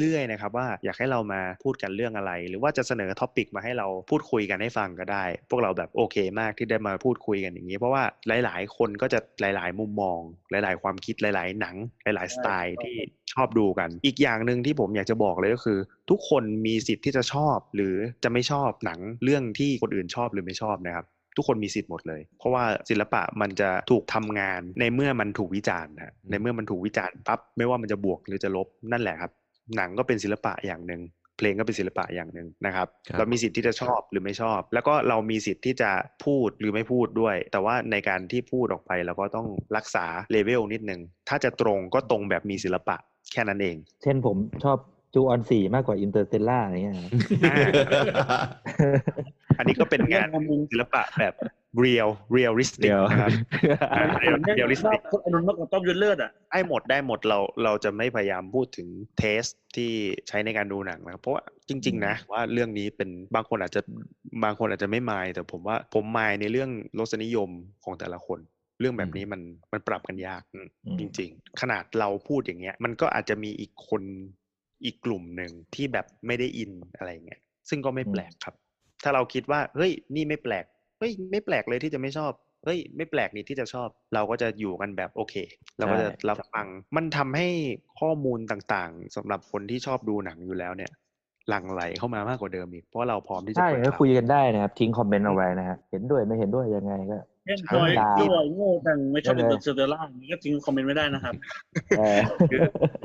[SPEAKER 1] เรื่อยๆนะครับ ว่าอยากให้เรามาพูดกันเรื่องอะไร หรือว่าจะเสนอท็อปิกมาให้เราพูดคุยกันให้ฟังก็ได้ พวกเราแบบโอเคมากที่ได้มาพูดคุยกันอย่างนี้ เพราะว่าหลายๆ คนก็จะหลาย ๆ มุมมอง หลาย ๆ ความคิดหลาย ๆ หนัง หลาย ๆ สไตล์ที่ชอบดูกัน อีกอย่างหนึ่งที่ผมอยากจะบอกเลยก็คือ ทุกคนมีสิทธิ์ที่จะชอบ หรือจะไม่ชอบหนังเรื่องที่คนอื่นชอบหรือไม่ชอบนะครับ ทุกคนมีสิทธิ์หมดเลย เพราะว่าศิลปะมันจะถูกทำงานในเมื่อมันถูกวิจารณ์นะฮะ
[SPEAKER 2] อืม
[SPEAKER 1] ในเมื่อมันถูกวิจารณ์ปั๊บไม่ว่ามันจะบวกหรือจะลบนั่นแหละครับ หนังก็เป็นศิลปะอย่างหนึ่งเพลงก็เป็นศิลปะอย่างหนึ่งนะครับ
[SPEAKER 2] ครับ
[SPEAKER 1] เรามีสิทธิ์ที่จะชอบหรือไม่ชอบ แล้วก็เรามีสิทธิ์ที่จะพูดหรือไม่พูดด้วย แต่ว่าในการที่พูดออกไปเราก็ต้องรักษาเลเวลนิดนึงถ้าจะตรงก็ตรงแบบมีศิลปะ แค่นั้นเอง
[SPEAKER 5] เช่นผมชอบจูออนสี่มากกว่าอินเตอร์เซลล่าอะไรเงี้ย ครับ
[SPEAKER 1] อันนี้ก็เป็นงานศิลปะแบบเรียลเรียลลิสติก
[SPEAKER 5] เดี๋ยว
[SPEAKER 1] นะครับ อ่า
[SPEAKER 4] เดี๋ยวลิสต์อนนท์มากกว่าต้อมยนต์เลิศอ่ะ
[SPEAKER 1] ได้หมดได้หมดเราเราจะไม่พยายามพูดถึงเทสที่ใช้ในการดูหนังนะครับเพราะว่าจริง ๆ นะ ว่าเรื่องนี้เป็นบางคนอาจจะบางคนอาจจะไม่มายแต่ผมว่าผมมายในเรื่องรสนิยมของแต่ละคน เรื่องแบบนี้มันมันปรับกันยากอืม
[SPEAKER 5] อืม
[SPEAKER 1] จริง ๆ ขนาดเราพูดอย่างเงี้ย มันก็อาจจะมีอีกคนอีกกลุ่มหนึ่งที่แบบไม่ได้อินอะไรอย่างเงี้ยซึ่งก็ไม่แปลกครับ ถ้าเราคิดว่าเฮ้ยนี่ไม่แปลก เฮ้ยไม่แปลกเลยที่จะไม่ชอบ เฮ้ยไม่แปลกนี่ที่จะชอบ เราก็จะอยู่กันแบบโอเค เราก็จะรับฟัง มันทำให้ข้อมูลต่างๆสำหรับคนที่ชอบดูหนังอยู่แล้วเนี่ย หลั่งไหลเข้ามามากกว่าเดิมอีก เพราะเราพร้อมที่จะ
[SPEAKER 5] ใช่
[SPEAKER 1] เปิด
[SPEAKER 5] ก็
[SPEAKER 1] รับ
[SPEAKER 5] คุยกันได้นะครับ ทิ้งคอมเมนต์เอาไว้นะฮะเห็นด้วยไม่เห็นด้วยยังไงก็
[SPEAKER 4] เช่นจอย
[SPEAKER 5] ใช่
[SPEAKER 4] จอยโง่จังไม่ชอบเป็นเซอร์เดอร์ล่านี่ก็ทิ้งคอมเมนต์ไม่ได้นะครับ
[SPEAKER 5] เออ
[SPEAKER 1] คือ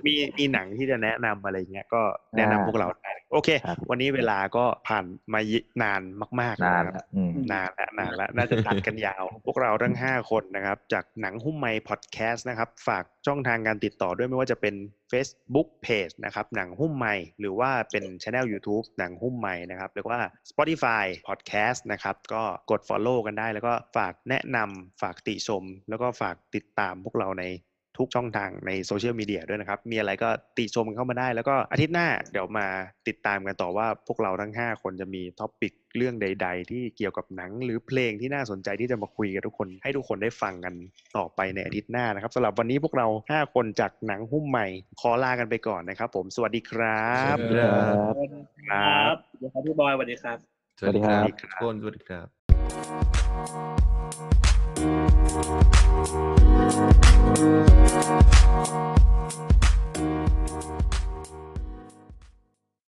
[SPEAKER 1] มีมีหนังที่จะแนะนำอะไรเงี้ยก็แนะนำ
[SPEAKER 5] อ่า
[SPEAKER 1] พวกเราได้โอเค
[SPEAKER 5] ครับ
[SPEAKER 1] วันนี้เวลาก็ผ่านมานานมากๆ
[SPEAKER 5] นาน
[SPEAKER 1] แล้วะครับ
[SPEAKER 5] ละอืม
[SPEAKER 1] นานละนานละน่าจะตัดกันยาว พวกเราทั้ง 5 คนนะครับ จากหนังหุ้มไมค์พอดแคสต์นะครับ ฝากช่องทางการติดต่อด้วยไม่ว่าจะเป็น Facebook Page นะครับ หนังหุ้มไมค์หรือว่าเป็น Channel YouTube หนังหุ้มไมค์นะครับหรือว่า Spotify Podcast นะครับ ก็กด Follow กันได้ แล้วก็ฝากแนะนำฝากติชม แล้วก็ฝากติดตามพวกเราในทุกช่องทางในโซเชียลมีเดียด้วยนะครับ มีอะไรก็ติชมเข้ามาได้ แล้วก็อาทิตย์หน้าเดี๋ยวมาติดตามกันต่อว่าพวกเราทั้ง 5 คนจะมีท็อปิกเรื่องใด ๆ ที่เกี่ยวกับหนังหรือเพลงที่น่าสนใจที่จะมาคุยกับทุกคน ให้ทุกคนได้ฟังกันต่อไปในอาทิตย์หน้านะครับสำหรับวันนี้พวกเรา 5 คนจากหนังหุ้มใหม่ ขอลากันไปก่อนนะครับ ผมสวัสดีครับ
[SPEAKER 2] เออ
[SPEAKER 4] ครับเดี๋ยวครับพี่บอยสวัสดีครับ
[SPEAKER 2] สวัสดีครั
[SPEAKER 5] ส
[SPEAKER 2] บ
[SPEAKER 5] วัสดี
[SPEAKER 2] ทุ
[SPEAKER 5] ค
[SPEAKER 2] ก
[SPEAKER 5] รับ
[SPEAKER 2] คนสวัสดีครับ